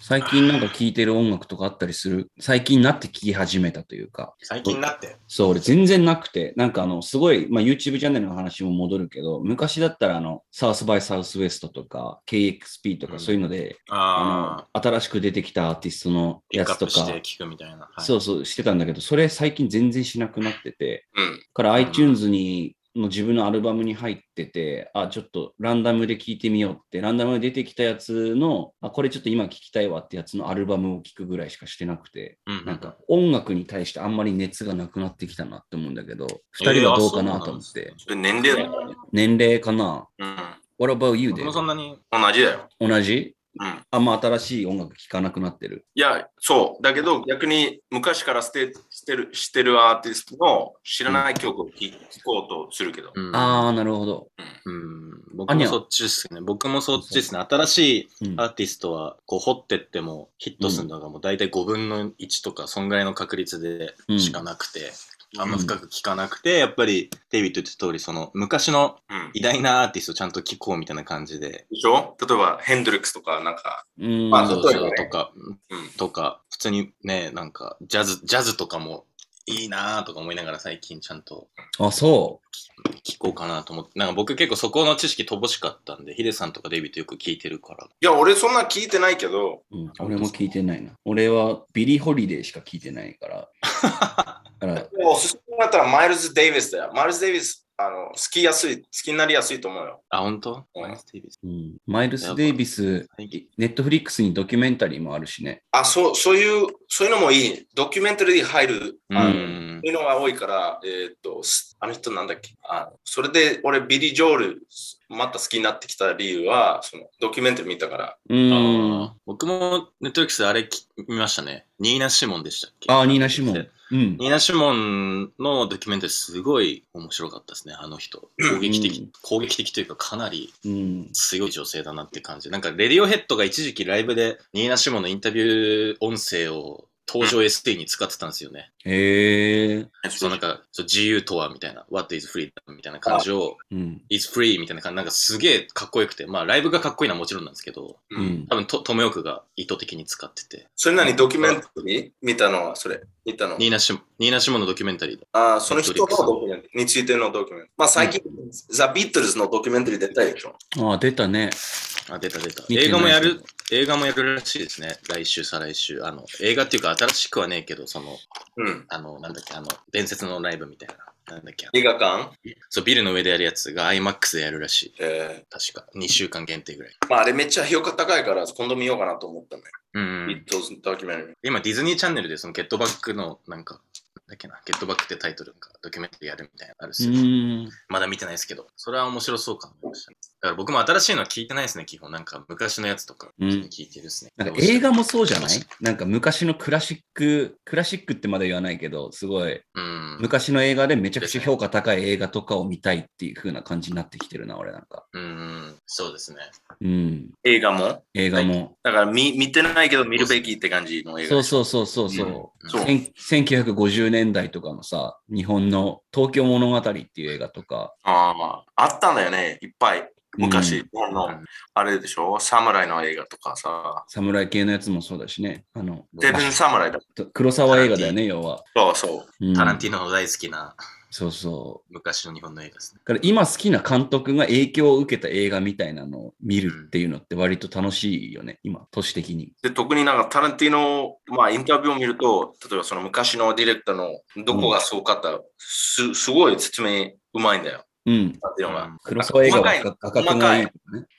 Speaker 2: 最近なんか聴いてる音楽とかあったりする最近になって聴き始めたというか。
Speaker 1: 最近になって。
Speaker 2: そう、俺全然なくて、なんかあの、すごい、まあ、YouTube チャンネルの話も戻るけど、昔だったらあの、サウスバイサウスウエストとか、KXP と
Speaker 1: う
Speaker 2: か
Speaker 1: ん
Speaker 2: そういうので、
Speaker 1: あ
Speaker 2: あの、新しく出てきたアーティストの
Speaker 1: ピッ
Speaker 2: や
Speaker 1: クア
Speaker 2: つ
Speaker 1: ッ
Speaker 2: と
Speaker 1: プし
Speaker 2: か
Speaker 1: て、聞くみたいな。はい
Speaker 2: そうそう、してたんだけど、それ最近全然しなくなってて、
Speaker 3: うん。
Speaker 2: から iTunes にの自分のアルバムに入ってて、あ、ちょっとランダムで聴いてみようって、ランダムで出てきたやつの、あ、これちょっと今聴きたいわってやつのアルバムを聴くぐらいしかしてなくて、
Speaker 1: うん
Speaker 2: なんか音楽に対してあんまり熱がなくなってきたなって思うんだけど、二人はどうかなと思って。
Speaker 3: それ年齢だよ。
Speaker 2: 年齢かな
Speaker 3: うん。
Speaker 2: ?What about you
Speaker 1: 僕
Speaker 2: で
Speaker 1: もそんなに。
Speaker 3: 同じだよ。
Speaker 2: 同じ
Speaker 3: うん。
Speaker 2: あんま新しい音楽聴かなくなってる。
Speaker 3: いや、そう。だけど、逆に昔から捨てしてるしてるアーティストの知らない曲を聴こうとするけど。
Speaker 1: うん
Speaker 2: あー、なるほど。
Speaker 1: うん。
Speaker 2: あ
Speaker 1: 僕
Speaker 2: に
Speaker 1: も
Speaker 2: ゃ
Speaker 1: そっちですね。僕もそっちですね。新しい
Speaker 2: うん
Speaker 1: アーティストは、こう、掘ってってもヒットするのがもう大体5分の1とか、そんぐらいの確率で
Speaker 2: うん
Speaker 1: しかなくて、あんま深く聞かなくて、やっぱり、デイビッド言った通り、その、昔の
Speaker 3: うん。
Speaker 1: 偉大なアーティストちゃんと聞こうみたいな感じで、
Speaker 3: でしょ例えば、ヘンドリックスとか、なんか、
Speaker 2: うん。
Speaker 3: まあ
Speaker 1: そう
Speaker 3: 例えば
Speaker 1: そう
Speaker 3: ね
Speaker 1: とか、
Speaker 3: うん
Speaker 1: とか、普通にね、なんか、ジャズ、ジャズとかもいいなぁとか思いながら最近ちゃんと
Speaker 2: あ、そ
Speaker 1: 聞こうかなと思って、なんか僕結構そこの知識乏しかったんで、ヒデさんとかデイビッドよく聞いてるから。
Speaker 3: いや、俺そんな聞いてないけど、
Speaker 2: う。うん、俺も聞いてないな。俺はビリー・ホリデーしか聞いてないから。だから
Speaker 3: おすすめだったらマイルズ・デイビスだよ。マイルズ・デイビス、あの、好きやすい、好きになりやすいと思うよ。
Speaker 1: あ、本当
Speaker 3: うん
Speaker 1: マイルス・デイビス。
Speaker 2: うんマイルス・デイビス、ネットフリックスにドキュメンタリーもあるしね。
Speaker 3: あ、そう、そういう、そういうのもいい。ドキュメンタリーに入る。
Speaker 1: う
Speaker 3: あのそ
Speaker 1: ん。
Speaker 3: ういうのが多いから、えーっと、すあの人なんだっけあそれで俺、ビリー・ジョール、また好きになってきた理由は、そのドキュメンタリー見たから。
Speaker 2: う
Speaker 1: あ
Speaker 2: ん。
Speaker 1: ー僕もネットフリックスであれき見ましたね。ニーナ・シモンでしたっけ
Speaker 2: あー、ニーナ・シモン
Speaker 1: で。
Speaker 2: うん。
Speaker 1: ニーナ・シモンのドキュメンタリーすごい面白かったですね、あの人。攻撃的、
Speaker 2: うん
Speaker 1: 攻撃的というかかなり
Speaker 2: うん。
Speaker 1: 強い女性だなって感じ。なんか、レディオヘッドが一時期ライブでニーナ・シモンのインタビュー音声を登場 SE に使ってたんですよね。
Speaker 2: へえ。
Speaker 1: そうなんか、そう自由とはみたいな、What is freedom みたいな感じを、
Speaker 2: うん。
Speaker 1: is free みたいな感じ、なんかすげえかっこよくて、まあライブがかっこいいのはもちろんなんですけど、
Speaker 3: う。
Speaker 2: うんん。
Speaker 1: 多分と、トムヨークが意図的に使ってて、
Speaker 3: それなにドキュメントに見たのはそれ。見たの。
Speaker 1: ニーナシモニーナシモのドキュメンタリーで
Speaker 3: ああ、その人のドキュメントについてのドキュメント。まあ最近、ザ・ビートルズのドキュメンタリー出たでしょ。
Speaker 2: ああ、出たね。
Speaker 1: あ、出た出た。
Speaker 2: 見てない
Speaker 1: 映画もやる、映画もやるらしいですね。来週、再来週。あの、映画っていうか新しくはねえけど、その、
Speaker 3: うん。
Speaker 1: あの、なんだっけ、あの、伝説のライブみたいな。なんだっけ。
Speaker 3: 映画館
Speaker 1: そう、ビルの上でやるやつが IMAX でやるらしい。
Speaker 3: え
Speaker 1: 確か。2週間限定ぐらい。
Speaker 3: ー、まああれめっちゃ評価高いから今度見ようかなと思ったね。
Speaker 1: う
Speaker 3: ビー
Speaker 1: ん。
Speaker 3: トルズのドキュメンタリー。
Speaker 1: 今、ディズニーチャンネルで、その、ゲットバックの、なんか、なんだっけな、ゲットバックってタイトルがドキュメンタリーやるみたいなのある
Speaker 2: う
Speaker 1: し、
Speaker 2: ーん。
Speaker 1: まだ見てないですけど、それは面白そうかもしれないしたね。だから僕も新しいのは聞いてないですね、基本。なんか、昔のやつとか、
Speaker 2: うん
Speaker 1: 聞いてるですね。
Speaker 2: なんか映画もそうじゃないなんか昔のクラシック、クラシックってまで言わないけど、すごい
Speaker 1: うん。
Speaker 2: 昔の映画でめちゃくちゃ評価高い映画とかを見たいっていう風な感じになってきてるな、俺なんか。
Speaker 1: うん、そうですね。
Speaker 2: うん。
Speaker 3: 映画も
Speaker 2: 映画も。
Speaker 3: だから見見てないけど見るべきって感じの映画。
Speaker 2: そうそうそうそうそう、
Speaker 1: うん
Speaker 3: そう
Speaker 2: 千1950年代とかのさ、日本の東京物語っていう映画とか、
Speaker 3: ああ、あったんだよね、いっぱい。昔、
Speaker 2: う
Speaker 3: 日本の
Speaker 1: うん
Speaker 3: あれでしょ、侍の映画とかさ、
Speaker 2: 侍系のやつもそうだしね。あの、
Speaker 3: セブン侍だ。
Speaker 2: と黒沢映画だよね、要は。
Speaker 3: そうそう。
Speaker 2: うん
Speaker 1: タランティーノの大好きな
Speaker 2: そうそう。
Speaker 1: 昔の日本の映画ですね。
Speaker 2: だから今好きな監督が影響を受けた映画みたいなのを見るっていうのって割と楽しいよね、今、都市的に。
Speaker 3: で特になんかタランティーノ、まあインタビューを見ると、例えばその昔のディレクターのどこがすごかった、すすごい説明うまいんだよ、
Speaker 2: うん。
Speaker 3: タランティーノが。
Speaker 2: 黒沢映画は
Speaker 3: 細
Speaker 2: 赤
Speaker 3: かい
Speaker 2: 赤くない、ね。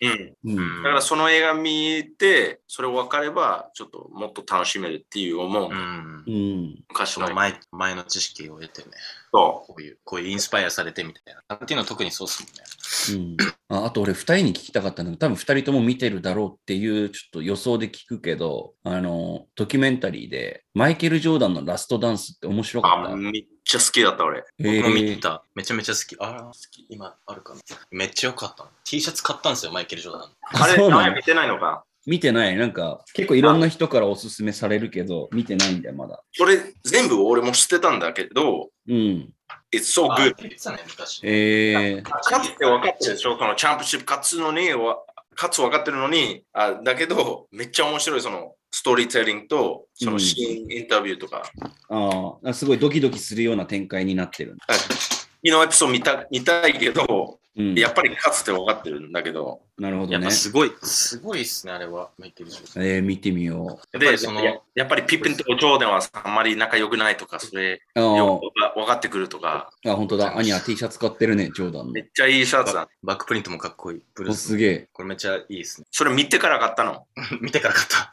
Speaker 3: うん。
Speaker 2: う
Speaker 1: うん
Speaker 2: ん。
Speaker 3: だからその映画見て、それ分かれば、ちょっともっと楽しめるっていう思う、
Speaker 1: うん
Speaker 2: う。ん。
Speaker 3: 昔
Speaker 1: そ
Speaker 3: の
Speaker 1: の
Speaker 3: 映画
Speaker 1: 前前の知識を得てね、
Speaker 3: と。
Speaker 1: こういう、こういうインスパイアされてみたいな。っていうのは特にそうっすもんね。
Speaker 2: うん、ああと俺2人に聞きたかったんだけど多分2人とも見てるだろうっていうちょっと予想で聞くけどあのドキュメンタリーでマイケル・ジョーダンのラストダンスって面白かっ
Speaker 3: あ、
Speaker 2: た。
Speaker 3: めっちゃ好きだった俺。
Speaker 2: え
Speaker 1: 僕も見
Speaker 2: ー
Speaker 1: た。めちゃめちゃ好き。あら、好き。今あるかな。めっちゃ良かったの。T シャツ買ったんですよ、マイケル・ジョーダンの。
Speaker 2: あ
Speaker 3: あれ、
Speaker 2: そ
Speaker 3: 名
Speaker 2: うな
Speaker 3: 前
Speaker 2: の
Speaker 3: 見てないのか
Speaker 2: 見てない。なんか結構いろんな人からおすすめされるけど見てないんだよまだ。
Speaker 3: それ全部俺も捨てたんだけど、
Speaker 2: うん。
Speaker 3: It's so
Speaker 1: あ
Speaker 3: good.
Speaker 1: 言ってたね、昔。
Speaker 2: えー、
Speaker 3: 勝つって分かってるでしょ、このチャンピオンシップ勝つのに、わ勝つ分かってるのに、あだけど、めっちゃ面白い、そのストーリーテリングと、そのシーン、インタビューとか。
Speaker 2: あーあすごいドキドキするような展開になってる。
Speaker 3: あ昨日エピソード見た見たいけど、
Speaker 2: うん、
Speaker 3: やっぱり勝つって分かってるんだけど、
Speaker 2: なるほど
Speaker 1: やっ
Speaker 2: ね
Speaker 1: ぱ。すごい、すごいっすね、あれは。マイケル・ジョーダン。
Speaker 2: えー、見てみよ
Speaker 1: やっぱ
Speaker 3: で
Speaker 1: りその、
Speaker 3: ややっぱりピッピンとジョーデンはあんまり仲良くないとか、それ
Speaker 2: う。あ
Speaker 3: よく分かってくるとか、
Speaker 2: ーあ、本当だ。アニャ T シャツ買ってるね、ジョーダン
Speaker 3: め
Speaker 2: の
Speaker 3: っちゃいいシャツだ。
Speaker 1: バックプリントもかっこいい。ブル。ー
Speaker 2: お
Speaker 1: ス
Speaker 2: す
Speaker 1: の。
Speaker 2: げえ。
Speaker 1: これめっちゃいいですね。
Speaker 3: それ見てから買ったの。
Speaker 1: 見てから買った。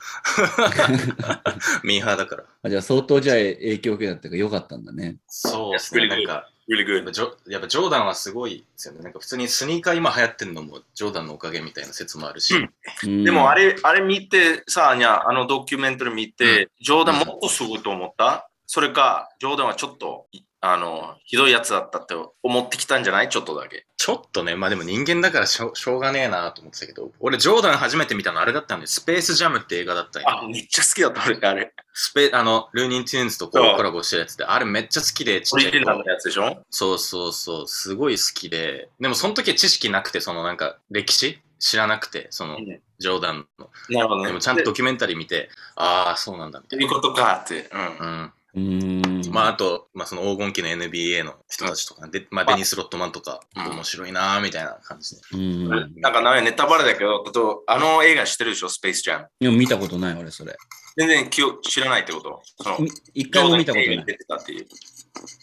Speaker 1: ミーハーだから。
Speaker 2: あじゃあ相当じゃあ影響を受けたっていうか良かったんだね。
Speaker 1: そうですね。
Speaker 3: いや
Speaker 1: なん
Speaker 3: 作り
Speaker 1: か、
Speaker 3: Really
Speaker 1: やっ
Speaker 3: good.
Speaker 1: ぱジョやっぱジョーダンはすごいですよね。なんか普通にスニーカー今流行ってんのもジョーダンのおかげみたいな説もあるし。
Speaker 3: うん
Speaker 2: うん
Speaker 3: でもあれ、あれ見て、さあにゃ、あのドキュメンタリー見て、ジョーダンもっとすごいと思ったそれか、ジョーダンはちょっと、いあの、ひどいやつだったって思ってきたんじゃないちょっとだけ。
Speaker 1: ちょっとね、まあでも人間だからしょしょうがねえなと思ってたけど、俺ジョーダン初めて見たのあれだったんで、スペースジャムって映画だったんよ。
Speaker 3: あ、めっちゃ好きだった、俺、あれ。
Speaker 1: スペあの、ルーニンテューンズとこ
Speaker 3: そうう
Speaker 1: コラボしてるやつで、あれめっちゃ好きで、ちっ
Speaker 3: オリ
Speaker 1: ちゃ
Speaker 3: ジ
Speaker 1: い
Speaker 3: ナ
Speaker 1: 頃
Speaker 3: ル。のやつでしょ
Speaker 1: そうそうそう、すごい好きで、でもその時は知識なくて、そのなんか歴史知らなくて、その
Speaker 3: うん
Speaker 1: ジョーダンの。
Speaker 3: なるほどね。
Speaker 1: でもちゃんとドキュメンタリー見て、ああ、そうなんだみた
Speaker 3: と
Speaker 1: い
Speaker 3: いうことかって。う
Speaker 1: な。
Speaker 3: ん。
Speaker 1: うん
Speaker 2: うーん。
Speaker 1: まあ、あと、まあ、その黄金期の NBA の人たちとか、でまあ、デニス・ロットマンとか、
Speaker 3: うん
Speaker 1: 面白いなーみたいな感じで。
Speaker 2: うん。
Speaker 3: なんかなネタバレだけど、あとあの映画知ってるでしょスペースジャム。
Speaker 2: でも見たことない、俺、それ。
Speaker 3: 全然記憶知らないってことその
Speaker 2: み一回も見たこと
Speaker 3: ジョーダンの映
Speaker 2: ない
Speaker 3: 画に。出てたっていう。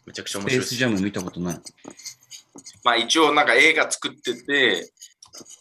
Speaker 1: めちゃくちゃ
Speaker 2: ス
Speaker 1: 面
Speaker 2: ペー
Speaker 1: 白い
Speaker 2: スジャム見たことない。
Speaker 3: まあ一応なんか映画作ってて、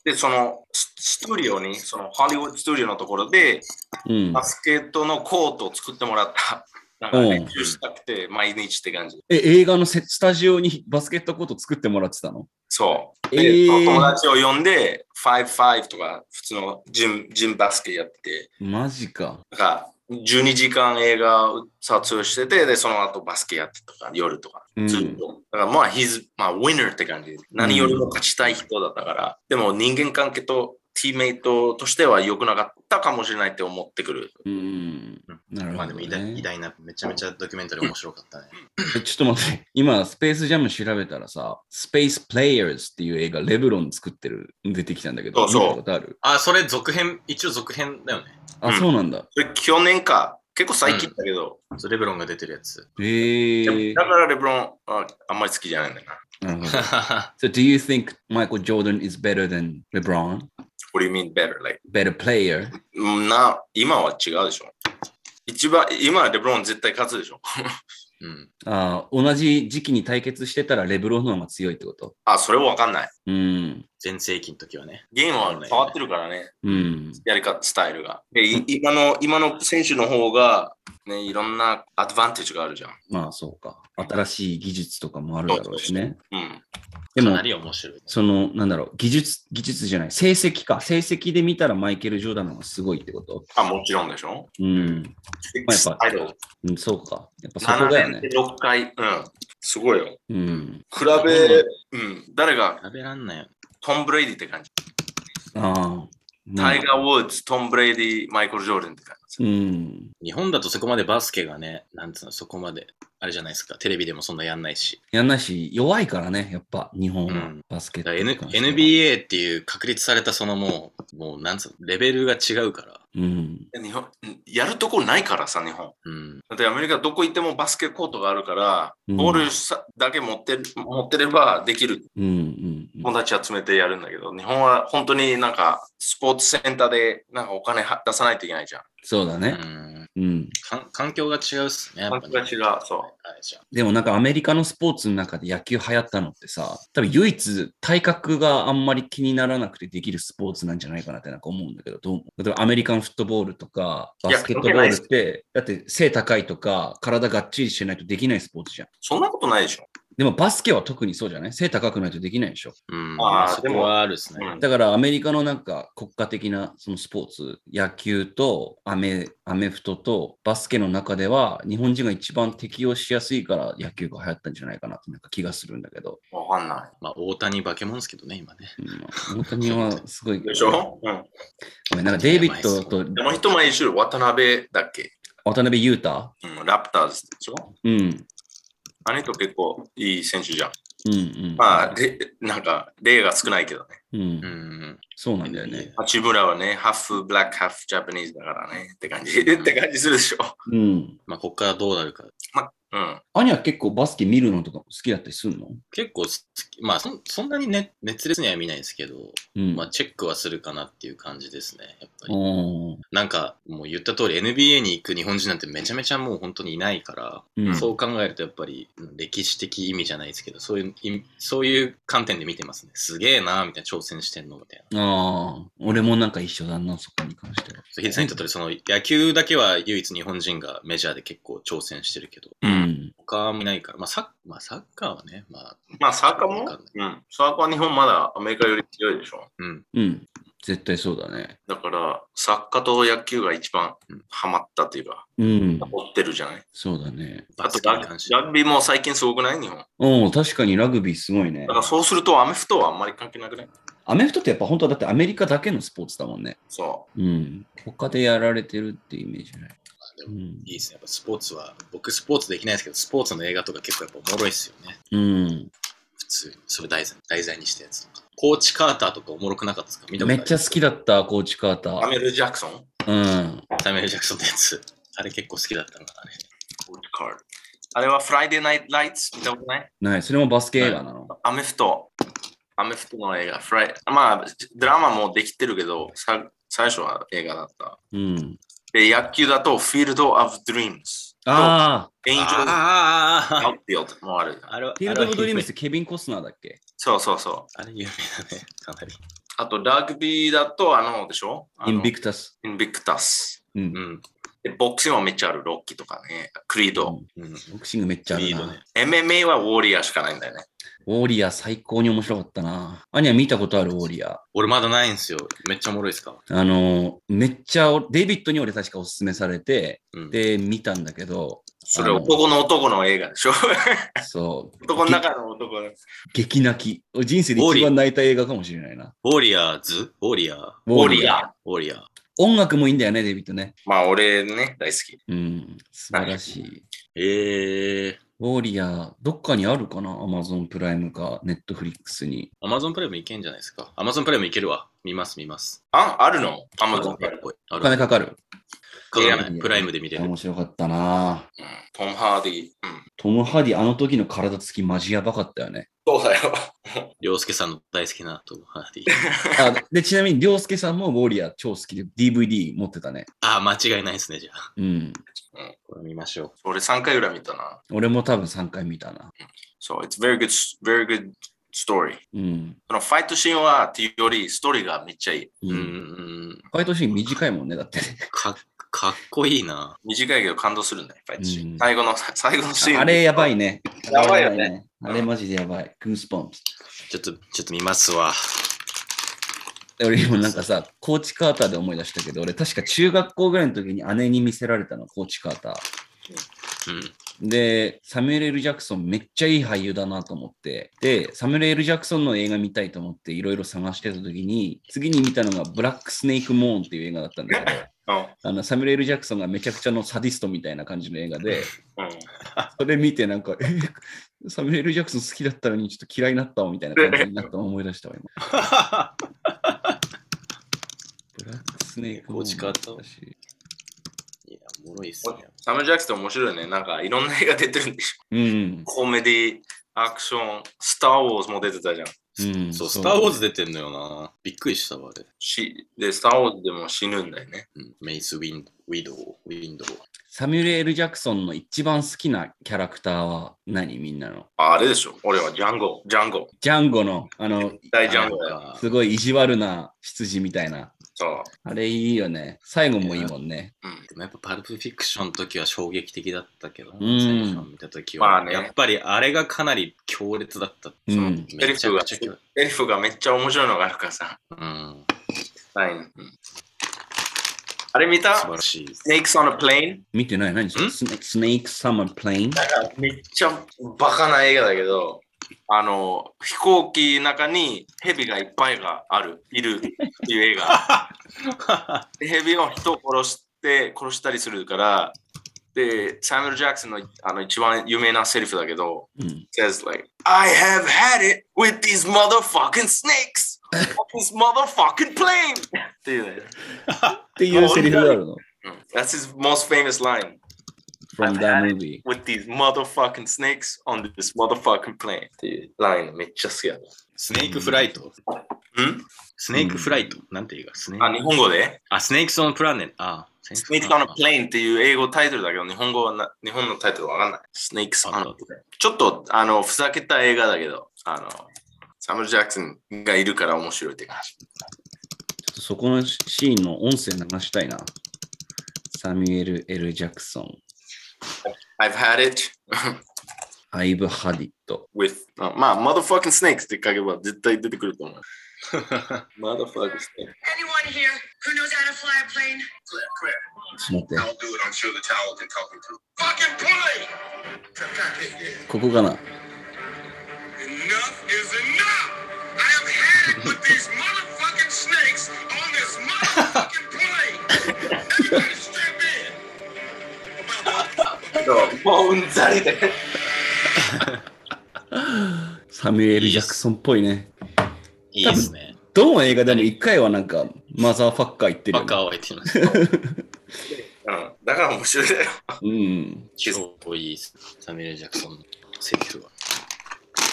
Speaker 3: で、そのススタジオに、そのハリウッドスタジオのところで、
Speaker 2: うん
Speaker 3: バ。スケットのコートを作ってもらった。なんか練習したくて、毎日って感じ。
Speaker 2: え、映画のせスタジオにバスケットコート作ってもらってたの
Speaker 3: そう。
Speaker 2: えー
Speaker 3: で、友達を呼んで、5-5とか、普通のジムジムバスケやってて、
Speaker 2: マジか。
Speaker 3: なんか12時間映画を撮影してて、で、その後バスケやってとか、夜とか、
Speaker 2: うん
Speaker 3: ずっと。だからまあ、he's, まあ、winner って感じ。何よりも勝ちたい人だったから、でも人間関係と、ティーメイトとしては良くなかっったかもしれないって思ってくる。
Speaker 2: うん。なる
Speaker 1: まあ
Speaker 2: ほ
Speaker 1: で
Speaker 2: ど、
Speaker 1: も
Speaker 2: ね。
Speaker 1: 偉大偉大な、めちゃめちゃドキュメンタリー面白かったね。
Speaker 2: えちょっと待って、今、スペースジャム調べたらさ、スペースプレイヤーズっていう映画、レブロン作ってる、出てきたんだけど、
Speaker 3: そうそう
Speaker 2: 見たことある
Speaker 1: あ、それ続編、一応続編だよね。
Speaker 2: あ、
Speaker 3: うん
Speaker 2: そうなんだ。
Speaker 3: それ去年か。結構最近だけど、
Speaker 1: そうレブロンが出てるや つ。
Speaker 2: へえー。
Speaker 3: だからレブロンああんまり好きじゃないんだよな。
Speaker 2: なるほど。So, do you think Michael Jordan is better than LeBron?
Speaker 3: What do you mean better? Like,
Speaker 2: Better player?
Speaker 3: うんな、今は違うでしょ。一番、今はレブロン絶対勝つでしょ。
Speaker 1: うん。
Speaker 2: あー同じ時期に対決してたらレブロンの方が強いってこと
Speaker 3: あ、それわかんない。
Speaker 2: うん。
Speaker 1: 全盛期の時はね。
Speaker 3: ゲームは変わってるからね、
Speaker 2: うん。
Speaker 3: やり方、スタイル が。でい今の、今の選手の方が、ね、いろんなアドバンテージがあるじゃん。
Speaker 2: まあ、そうか。新しい技術とかもあるだろうしね。
Speaker 3: うん。
Speaker 2: で
Speaker 1: か
Speaker 2: も
Speaker 1: な、り面白い。
Speaker 2: その、なんだろう、技術、技術じゃない、成績か。成績で見たらマイケル・ジョーダンの方がすごいってこと
Speaker 3: あ、もちろんでしょ。
Speaker 2: うん。まあ
Speaker 3: スタイル。
Speaker 2: うんそうか。やっぱそこ
Speaker 3: 7
Speaker 2: だよ
Speaker 3: 年で。
Speaker 2: ね
Speaker 3: 6回。うん。すごいよ。
Speaker 2: うん。
Speaker 3: 比べ、うん。誰が、
Speaker 1: 食べらんないよ。
Speaker 3: トム・ブレイディって感じ。
Speaker 2: ああ。な
Speaker 3: タイガー・ウォーズ、トム・ブレイディ、マイケル・ジョーダンって感じ。
Speaker 2: うん。
Speaker 1: 日本だとそこまでバスケがね、なんつうの、そこまで、あれじゃないですか。テレビでもそんなやんないし。
Speaker 2: やんないし、弱いからね、やっぱ、日本は
Speaker 1: うん
Speaker 2: バスケッ
Speaker 1: だから
Speaker 2: トに
Speaker 1: N
Speaker 2: 関しては。
Speaker 1: NBA っていう確立されたそのもう、もうなんつうの、レベルが違うから。
Speaker 2: うん。
Speaker 3: 日本、うんやるとこないからさ、日本。
Speaker 1: うん。
Speaker 3: だってアメリカどこ行ってもバスケコートがあるから、
Speaker 2: うん
Speaker 3: ボールさだけ持ってる持ってればできる。
Speaker 2: うん。うん。うん
Speaker 3: 友達集めてやるんだけど、日本は本当になんかスポーツセンターでなんかお金は出さないといけないじゃん。
Speaker 2: そうだ
Speaker 1: う
Speaker 2: ね。
Speaker 1: ん、
Speaker 2: うん。
Speaker 1: かん環境が違うっすね。やっぱ
Speaker 3: 感
Speaker 1: ね
Speaker 3: 覚が違う。そ
Speaker 1: あれじゃん
Speaker 2: でもなんかアメリカのスポーツの中で野球流行ったのってさ、多分唯一体格があんまり気にならなくてできるスポーツなんじゃないかなってなんか思うんだけど、どう思う例えばアメリカンフットボールとかバスケットボールって、だって背高いとか体がっちりしてないとできないスポーツじゃん。
Speaker 3: う。そんなことないでしょ。
Speaker 2: でもバスケは特にそうじゃない背高くないとできないでしょ。
Speaker 1: うん。
Speaker 3: あー
Speaker 1: まあ、そこはあるっすね。
Speaker 3: うん
Speaker 2: だからアメリカのなんか国家的なそのスポーツ、野球とアメアメフトとバスケの中では日本人が一番適応しやすいから野球が流行ったんじゃないかなってなんか気がするんだけど。
Speaker 3: わかんな
Speaker 1: まあ、大谷化け物ですけどね、今ね。
Speaker 2: うん大谷はすごい。
Speaker 3: い。でしょうん。
Speaker 2: ごめんなんかデイビッドと
Speaker 3: でも一枚一緒、渡辺だっけ
Speaker 2: 渡辺裕太
Speaker 3: うん、ラプターズでしょ
Speaker 2: うん。うん
Speaker 3: あの人結構いい選手じゃん。
Speaker 2: うん。
Speaker 3: まあ、でなんか例が少ないけどね。
Speaker 2: うん
Speaker 1: う、ん。
Speaker 2: そうなんだよね。
Speaker 3: 八村はね、ハーフブラック、ハーフジャパニーズだからね。って感じ。 って感じするでしょ。
Speaker 2: うん。
Speaker 1: まあ、こっからどうなるか。
Speaker 3: うん。
Speaker 2: アニは結構バスケ見るのとか好きだったりするの
Speaker 1: 結構好き、まあそん、そんなに、ね、熱烈には見ないですけど、
Speaker 2: うん。
Speaker 1: まあ、チェックはするかなっていう感じですね、やっぱり。
Speaker 2: おー
Speaker 1: なんか、もう言った通り、NBA に行く日本人なんてめちゃめちゃもう本当にいないから、
Speaker 2: うん
Speaker 1: そう考えるとやっぱり、うん歴史的意味じゃないですけど、そういう意味、そういう観点で見てますね。すげえなーみたいな、挑戦してんのみたいな。
Speaker 2: ああ、俺もなんか一緒だな、そこに関しては。
Speaker 1: そうヒデさんにとってその野球だけは唯一日本人がメジャーで結構挑戦してるけど、
Speaker 2: うん。
Speaker 1: 他は見ないから、まあサッ,、まあ、サッカーはね、まあ、
Speaker 3: まあ、サーカー
Speaker 1: わ
Speaker 3: も、
Speaker 1: かん
Speaker 3: うん、サーカーは日本まだアメリカより強いでしょ。
Speaker 1: うん、
Speaker 2: うん。絶対そうだね。
Speaker 3: だから、サッカーと野球が一番
Speaker 1: うん
Speaker 3: ハマったというか、
Speaker 2: うん。
Speaker 3: 持ってるじゃない。
Speaker 2: そうだね。
Speaker 1: バ
Speaker 3: あと
Speaker 1: スケ
Speaker 3: ラ
Speaker 1: に
Speaker 3: グ、
Speaker 1: 関して
Speaker 3: ラグビーも最近すごくない日本。だ
Speaker 2: うん、確かにラグビーすごいね
Speaker 3: か。らそうするとアメフトはあんまり関係なくない
Speaker 2: アメフトってやっぱ本当はだってアメリカだけのスポーツだもんね。
Speaker 3: そ
Speaker 2: うん。他でやられてるっていうイメージじゃない。うん
Speaker 1: いいですね。やっぱスポーツは、僕スポーツできないですけど、スポーツの映画とか結構やっぱおもろいっすよね。
Speaker 2: うん。
Speaker 1: 普通に。それ題材題材にしたやつとか。コーチカーターとかおもろくなかったですか見たこと
Speaker 2: め
Speaker 1: あ
Speaker 2: っちゃ好きだった、コーチカータ
Speaker 3: う。ア
Speaker 2: ー。
Speaker 3: メル・ジャクソン
Speaker 2: うん。
Speaker 1: た。サメル・ジャクソンのやつ。あれ結構好きだったんだね。
Speaker 3: コーチカードあれはフライデーナイト・ライツ見たことない
Speaker 2: ない、それもバスケ映画なの。
Speaker 3: アメフト。アメフトの映画。フライまあ、ドラマもできてるけど、さ最初は映画だった。
Speaker 2: うん。
Speaker 3: で、野球だとフィールド・オブ・ドリームス。
Speaker 2: ああ、
Speaker 3: エンジョル・
Speaker 1: ああ
Speaker 3: ア
Speaker 1: あ
Speaker 3: ウトフィールドもある。
Speaker 1: ああれは、
Speaker 2: フィールド・オブ・ドリームス
Speaker 1: ス。
Speaker 2: ってケビン・コスナーだっけ
Speaker 3: そうそうそう。
Speaker 1: あれ有名だね。かなり。
Speaker 3: あと、ラグビーだと、あの、でしょ
Speaker 2: インビ
Speaker 3: ク
Speaker 2: クタス。
Speaker 3: インビクタス。
Speaker 2: うん
Speaker 1: う。ん。
Speaker 3: でボクシングはめっちゃある、ロッキーとかね、クリード。
Speaker 1: うん。
Speaker 2: ボクシングめっちゃある
Speaker 1: リード
Speaker 2: な
Speaker 1: ね。。
Speaker 3: MMA はウォーリアーしかないんだよね。
Speaker 2: ウォーリアー最高に面白かったな。アニは見たことあるウォーリア
Speaker 1: 俺まだないんすよ。めっちゃおもろいっすか。
Speaker 2: ー。あのー、めっちゃ、デイビッドに俺確かおすすめされて、
Speaker 1: うん。
Speaker 2: で、見たんだけど、
Speaker 3: それ男の男の映画でしょ
Speaker 2: そう、
Speaker 3: 男の中の男です。
Speaker 2: 激泣き。人生で
Speaker 1: ウォー
Speaker 2: 一
Speaker 1: リアー
Speaker 2: 番泣いた映画かもしれないな。
Speaker 1: ウォーリアーズウォーリアー。
Speaker 2: ウ
Speaker 3: ウォーリアー。
Speaker 1: ウォーリアー。
Speaker 2: 音楽もいいんだよね、デビットね。
Speaker 3: まあ、俺ね、大好き。
Speaker 2: うん、素晴らしい。
Speaker 1: ええ
Speaker 2: ウォリアー、どっかにあるかなアマゾンプライムか、ネットフリックスに。
Speaker 1: ー、Amazon プライムいけんじゃないですか。Amazon プライムいけるわ。見ます、見ます。
Speaker 3: あ、あるのアマゾン。
Speaker 1: あるあ
Speaker 2: お
Speaker 1: る
Speaker 2: 金かかる。
Speaker 1: かからない。プライムで見れる。
Speaker 2: 面白かったなぁ
Speaker 3: うんトム・ハーディ。うん。
Speaker 2: トム・ハディ、あの時の体つきマジやばかったよね。
Speaker 3: そうだよ。
Speaker 1: 洋介さんの大好きなトム・ハーディ。
Speaker 2: あで、ちなみに、涼介さんもウォリアー超好きで DVD 持ってたね。
Speaker 1: ああ、間違いないですね、じゃあ。
Speaker 2: うん。
Speaker 1: これ見ましょ
Speaker 3: 俺3回ぐらい見たな。
Speaker 2: 俺も多分3回見たな。
Speaker 3: そう、it's very good, very good story.
Speaker 2: うん。
Speaker 3: そのファイトシーンはっていうより、ストーリーがめっちゃいい。
Speaker 1: う。
Speaker 2: う。
Speaker 1: うんん、
Speaker 2: ファイトシーン短いもんね、だってね。
Speaker 1: かかっこいいな。
Speaker 3: 短いけど感動するね、ファイトシーン。
Speaker 2: うん
Speaker 3: 最後の、最後のシーン。
Speaker 2: あれやばいね。
Speaker 3: やばいよね
Speaker 2: あれね。あれマジでやばい。グースポンプス。
Speaker 1: ちょっと、ちょっと見ますわ。
Speaker 2: 俺今なんかさ、コーチカーターで思い出したけど、俺確か中学校ぐらいの時に姉に見せられたの、コーチカーター。
Speaker 1: うん。
Speaker 2: で、サミュエル・ L ジャクソンめっちゃいい俳優だなと思って、で、サミュエル・ L ジャクソンの映画見たいと思っていろいろ探してた時に、次に見たのがブラック・スネーク・モーンっていう映画だったんだけど、
Speaker 3: うん。
Speaker 2: あのサミュエル・ L ジャクソンがめちゃくちゃのサディストみたいな感じの映画で、
Speaker 3: うん
Speaker 2: それ見てなんか、えサミュエル・ジャクソン好きだったのにちょっと嫌いになったわみたいな感じになったのを思い出したわ、今。 ブラックスネークも
Speaker 1: 落ち方
Speaker 2: だし
Speaker 1: いや、おもろいっすね。
Speaker 3: サム・ジャクソン面白いね。なんかいろんな映画出てるんでしょ。
Speaker 2: うん。
Speaker 3: コメディ、アクション、スター・ウォーズも出てたじゃん。
Speaker 2: うん
Speaker 1: そう、
Speaker 2: そ
Speaker 1: ス
Speaker 2: う
Speaker 1: ター・ウォーズ出てんのよな。びっくりしたわ、あれ。
Speaker 3: しで、スター・ウォーズでも死ぬんだよね。
Speaker 1: うん、メイス・ウィンウィドウ、ウィンドウ。
Speaker 2: サミュエル・ L ジャクソンの一番好きなキャラクターは何みんなの。
Speaker 3: ああれでしょ。俺はジャンゴ。ジャンゴ。
Speaker 2: ジャンゴの、あの、
Speaker 3: 大ジャンゴだよ。
Speaker 1: あ
Speaker 2: すごい意地悪な羊みたいな。
Speaker 3: そう。
Speaker 2: あれいいよね。最後もいいもんね。
Speaker 3: うん。
Speaker 1: でもやっぱパルプフィクションの時は衝撃的だったけどな、
Speaker 2: うん
Speaker 1: 最初見た時は、
Speaker 3: まあね
Speaker 1: やっぱりあれがかなり強烈だった。
Speaker 2: うん。
Speaker 1: めちゃくちゃ強い。
Speaker 3: エリフがめっちゃ面白いのがあるからさ。
Speaker 1: うん、
Speaker 3: はい。うんあれ見た
Speaker 1: 素晴らしい。
Speaker 3: Snakes on a Plane?
Speaker 2: 見てない何それ
Speaker 1: ん
Speaker 2: スネスネーク・サマー・プレイン
Speaker 3: めっちゃバカな映画だけど、あの、飛行機の中に蛇がいっぱいがある、いるっていう映 画。で蛇を人を殺して、殺したりするから、で、サミュエル・ジャクソンのあの一番有名なセリフだけど、
Speaker 2: うん。
Speaker 3: says like, I have had it with these motherfucking snakes! on This motherfucking plane! っていうね。
Speaker 2: っていうセリフがあるの。
Speaker 3: うん Mm. That's his most famous line.
Speaker 2: from that movie。
Speaker 3: with these motherfucking snakes on this motherfucking plane っていうラインめっちゃ好きやな。
Speaker 1: スネークフライト。
Speaker 3: ん
Speaker 1: スネークフライト。なんていうか、スネ
Speaker 3: あ、
Speaker 1: ー
Speaker 3: 日
Speaker 1: ク。
Speaker 3: 本語で
Speaker 1: あ、スネークソンプラネット。あ、ス
Speaker 3: ?Snakes on a plane っていう英語タイトルだけど、日本語はな日本のタイトルわかんない。Snakes on a plane。ちょっとあのふざけた映画だけど、あの、サムル・ジャクソンがいるから面白いって感じ。
Speaker 2: ちょっとそこのシーンの音声流したいな。サミュエル・ L ・ジャクソン、
Speaker 3: I've had it
Speaker 2: アイブ・ハディット。
Speaker 3: with あまあ、motherfucking snakes って書けば絶対出てくると思う。motherfucking snakes。
Speaker 5: Anyone here who knows how to fly a plane?
Speaker 6: Claire, Claire,
Speaker 2: ちょっと待っ
Speaker 6: I'll do it. I'm sure the towel can help me through. Fucking play! Claire, Claire, hey,
Speaker 2: て。
Speaker 6: yeah.
Speaker 2: ここかな。
Speaker 6: Enough is enough! I have had it with these motherfucking snakes on this motherfucking plane! Everybody strap in! About the
Speaker 3: もううんざりで。
Speaker 2: サミュエル・ジャクソンっぽいね。
Speaker 1: いいですね。
Speaker 2: どの映画でも一回はなんか、マザーファッカー言ってる
Speaker 1: バ
Speaker 2: よ、ね。
Speaker 1: カを言ってます。
Speaker 3: うん、だから面白いだよ。
Speaker 2: うん。
Speaker 1: 超いいっす。サミュエル・ジャクソンのセリフは。
Speaker 2: じゃ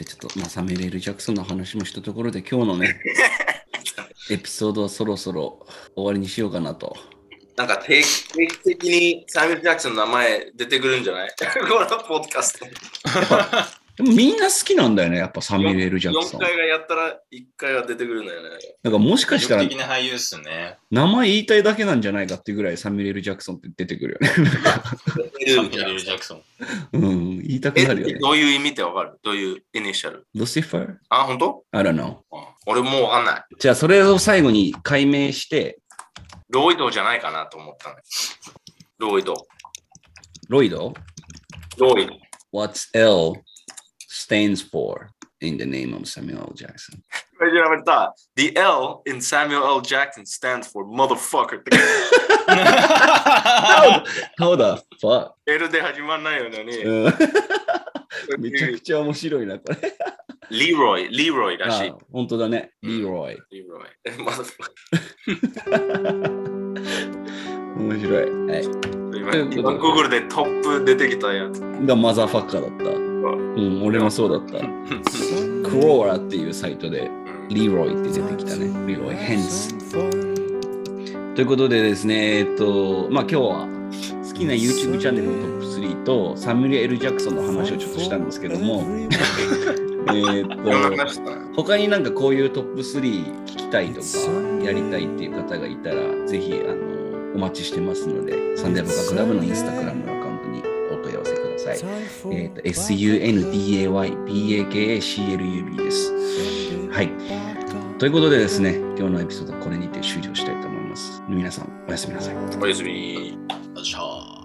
Speaker 2: あちょっと、まあ、サミュエル・ L ジャクソンの話もしたところで、今日の ね、エピソードはそろそろ終わりにしようかなと。
Speaker 3: なんか定期定期的にサミュエル・ジャクソンの名前出てくるんじゃない このポッドキャスト。
Speaker 2: でもみんな好きなんだよね、やっぱサミュエル・ L ジャク
Speaker 3: 4
Speaker 2: ソン。
Speaker 3: 回がやったら1回は出てくるんだよね。
Speaker 2: なんかもしか
Speaker 1: 魅
Speaker 2: した
Speaker 1: 力
Speaker 2: ら
Speaker 1: 的な俳優っすね。
Speaker 2: 名前言いたいだけなんじゃないかっていうぐらいサミュエル・ L ジャクソンって出てくるよね。
Speaker 1: サミュエル・ジャクソン。
Speaker 2: うん、言いたく
Speaker 3: え
Speaker 2: なるよね。
Speaker 3: どういう意味ってわかるどういうイニシャル
Speaker 2: ルシファー
Speaker 3: あ、本当？
Speaker 2: ?I don't know.
Speaker 3: うん俺もうわかんない。
Speaker 2: じゃあ、それを最後に解明して、
Speaker 3: ロイドじゃないかなと思ったね。ロイド。
Speaker 2: ロイド
Speaker 3: ロイド。
Speaker 2: What's L stands for in the name of Samuel Jackson?
Speaker 3: 会場に選ばれた The L in Samuel L. Jackson stands for motherfucker って。
Speaker 2: How the fuck?
Speaker 3: L で始まんないようなに、
Speaker 2: うん めちゃくちゃ面白いな、これ。
Speaker 3: リーロイ、リーロイらしい
Speaker 2: あ。本当だね。
Speaker 1: うん
Speaker 2: リーロイ。
Speaker 3: リーロイ。え motherfucker
Speaker 2: 面白い。はい。
Speaker 3: 今、
Speaker 2: ということで
Speaker 3: 今 Google でトップ出てきたやつ。
Speaker 2: がマザーファッカーだった。うん、俺もそうだった。クローラっていうサイトで、リーロイって出てきたね。リーロイ、ヘンス。ということでですね、えっと、まあ今日は好きな YouTube チャンネルのトップ3とサミュエル・ジャクソンの話をちょっとしたんですけども、え
Speaker 3: い
Speaker 2: っ
Speaker 3: ろんな
Speaker 2: と、
Speaker 3: 話したね
Speaker 2: 他になんかこういうトップ3聞きたいとか、やりたいっていう方がいたら、ぜひ、あの、お待ちしてますので、サンデーバカクラブのインスタグラムのアカウントにお問い合わせください。えっと、sundaybakaclub です。はい。ということでですね、今日のエピソードはこれにて終了したいと思います。皆さん、おやすみなさい。
Speaker 3: おやすみ。
Speaker 1: よっしゃー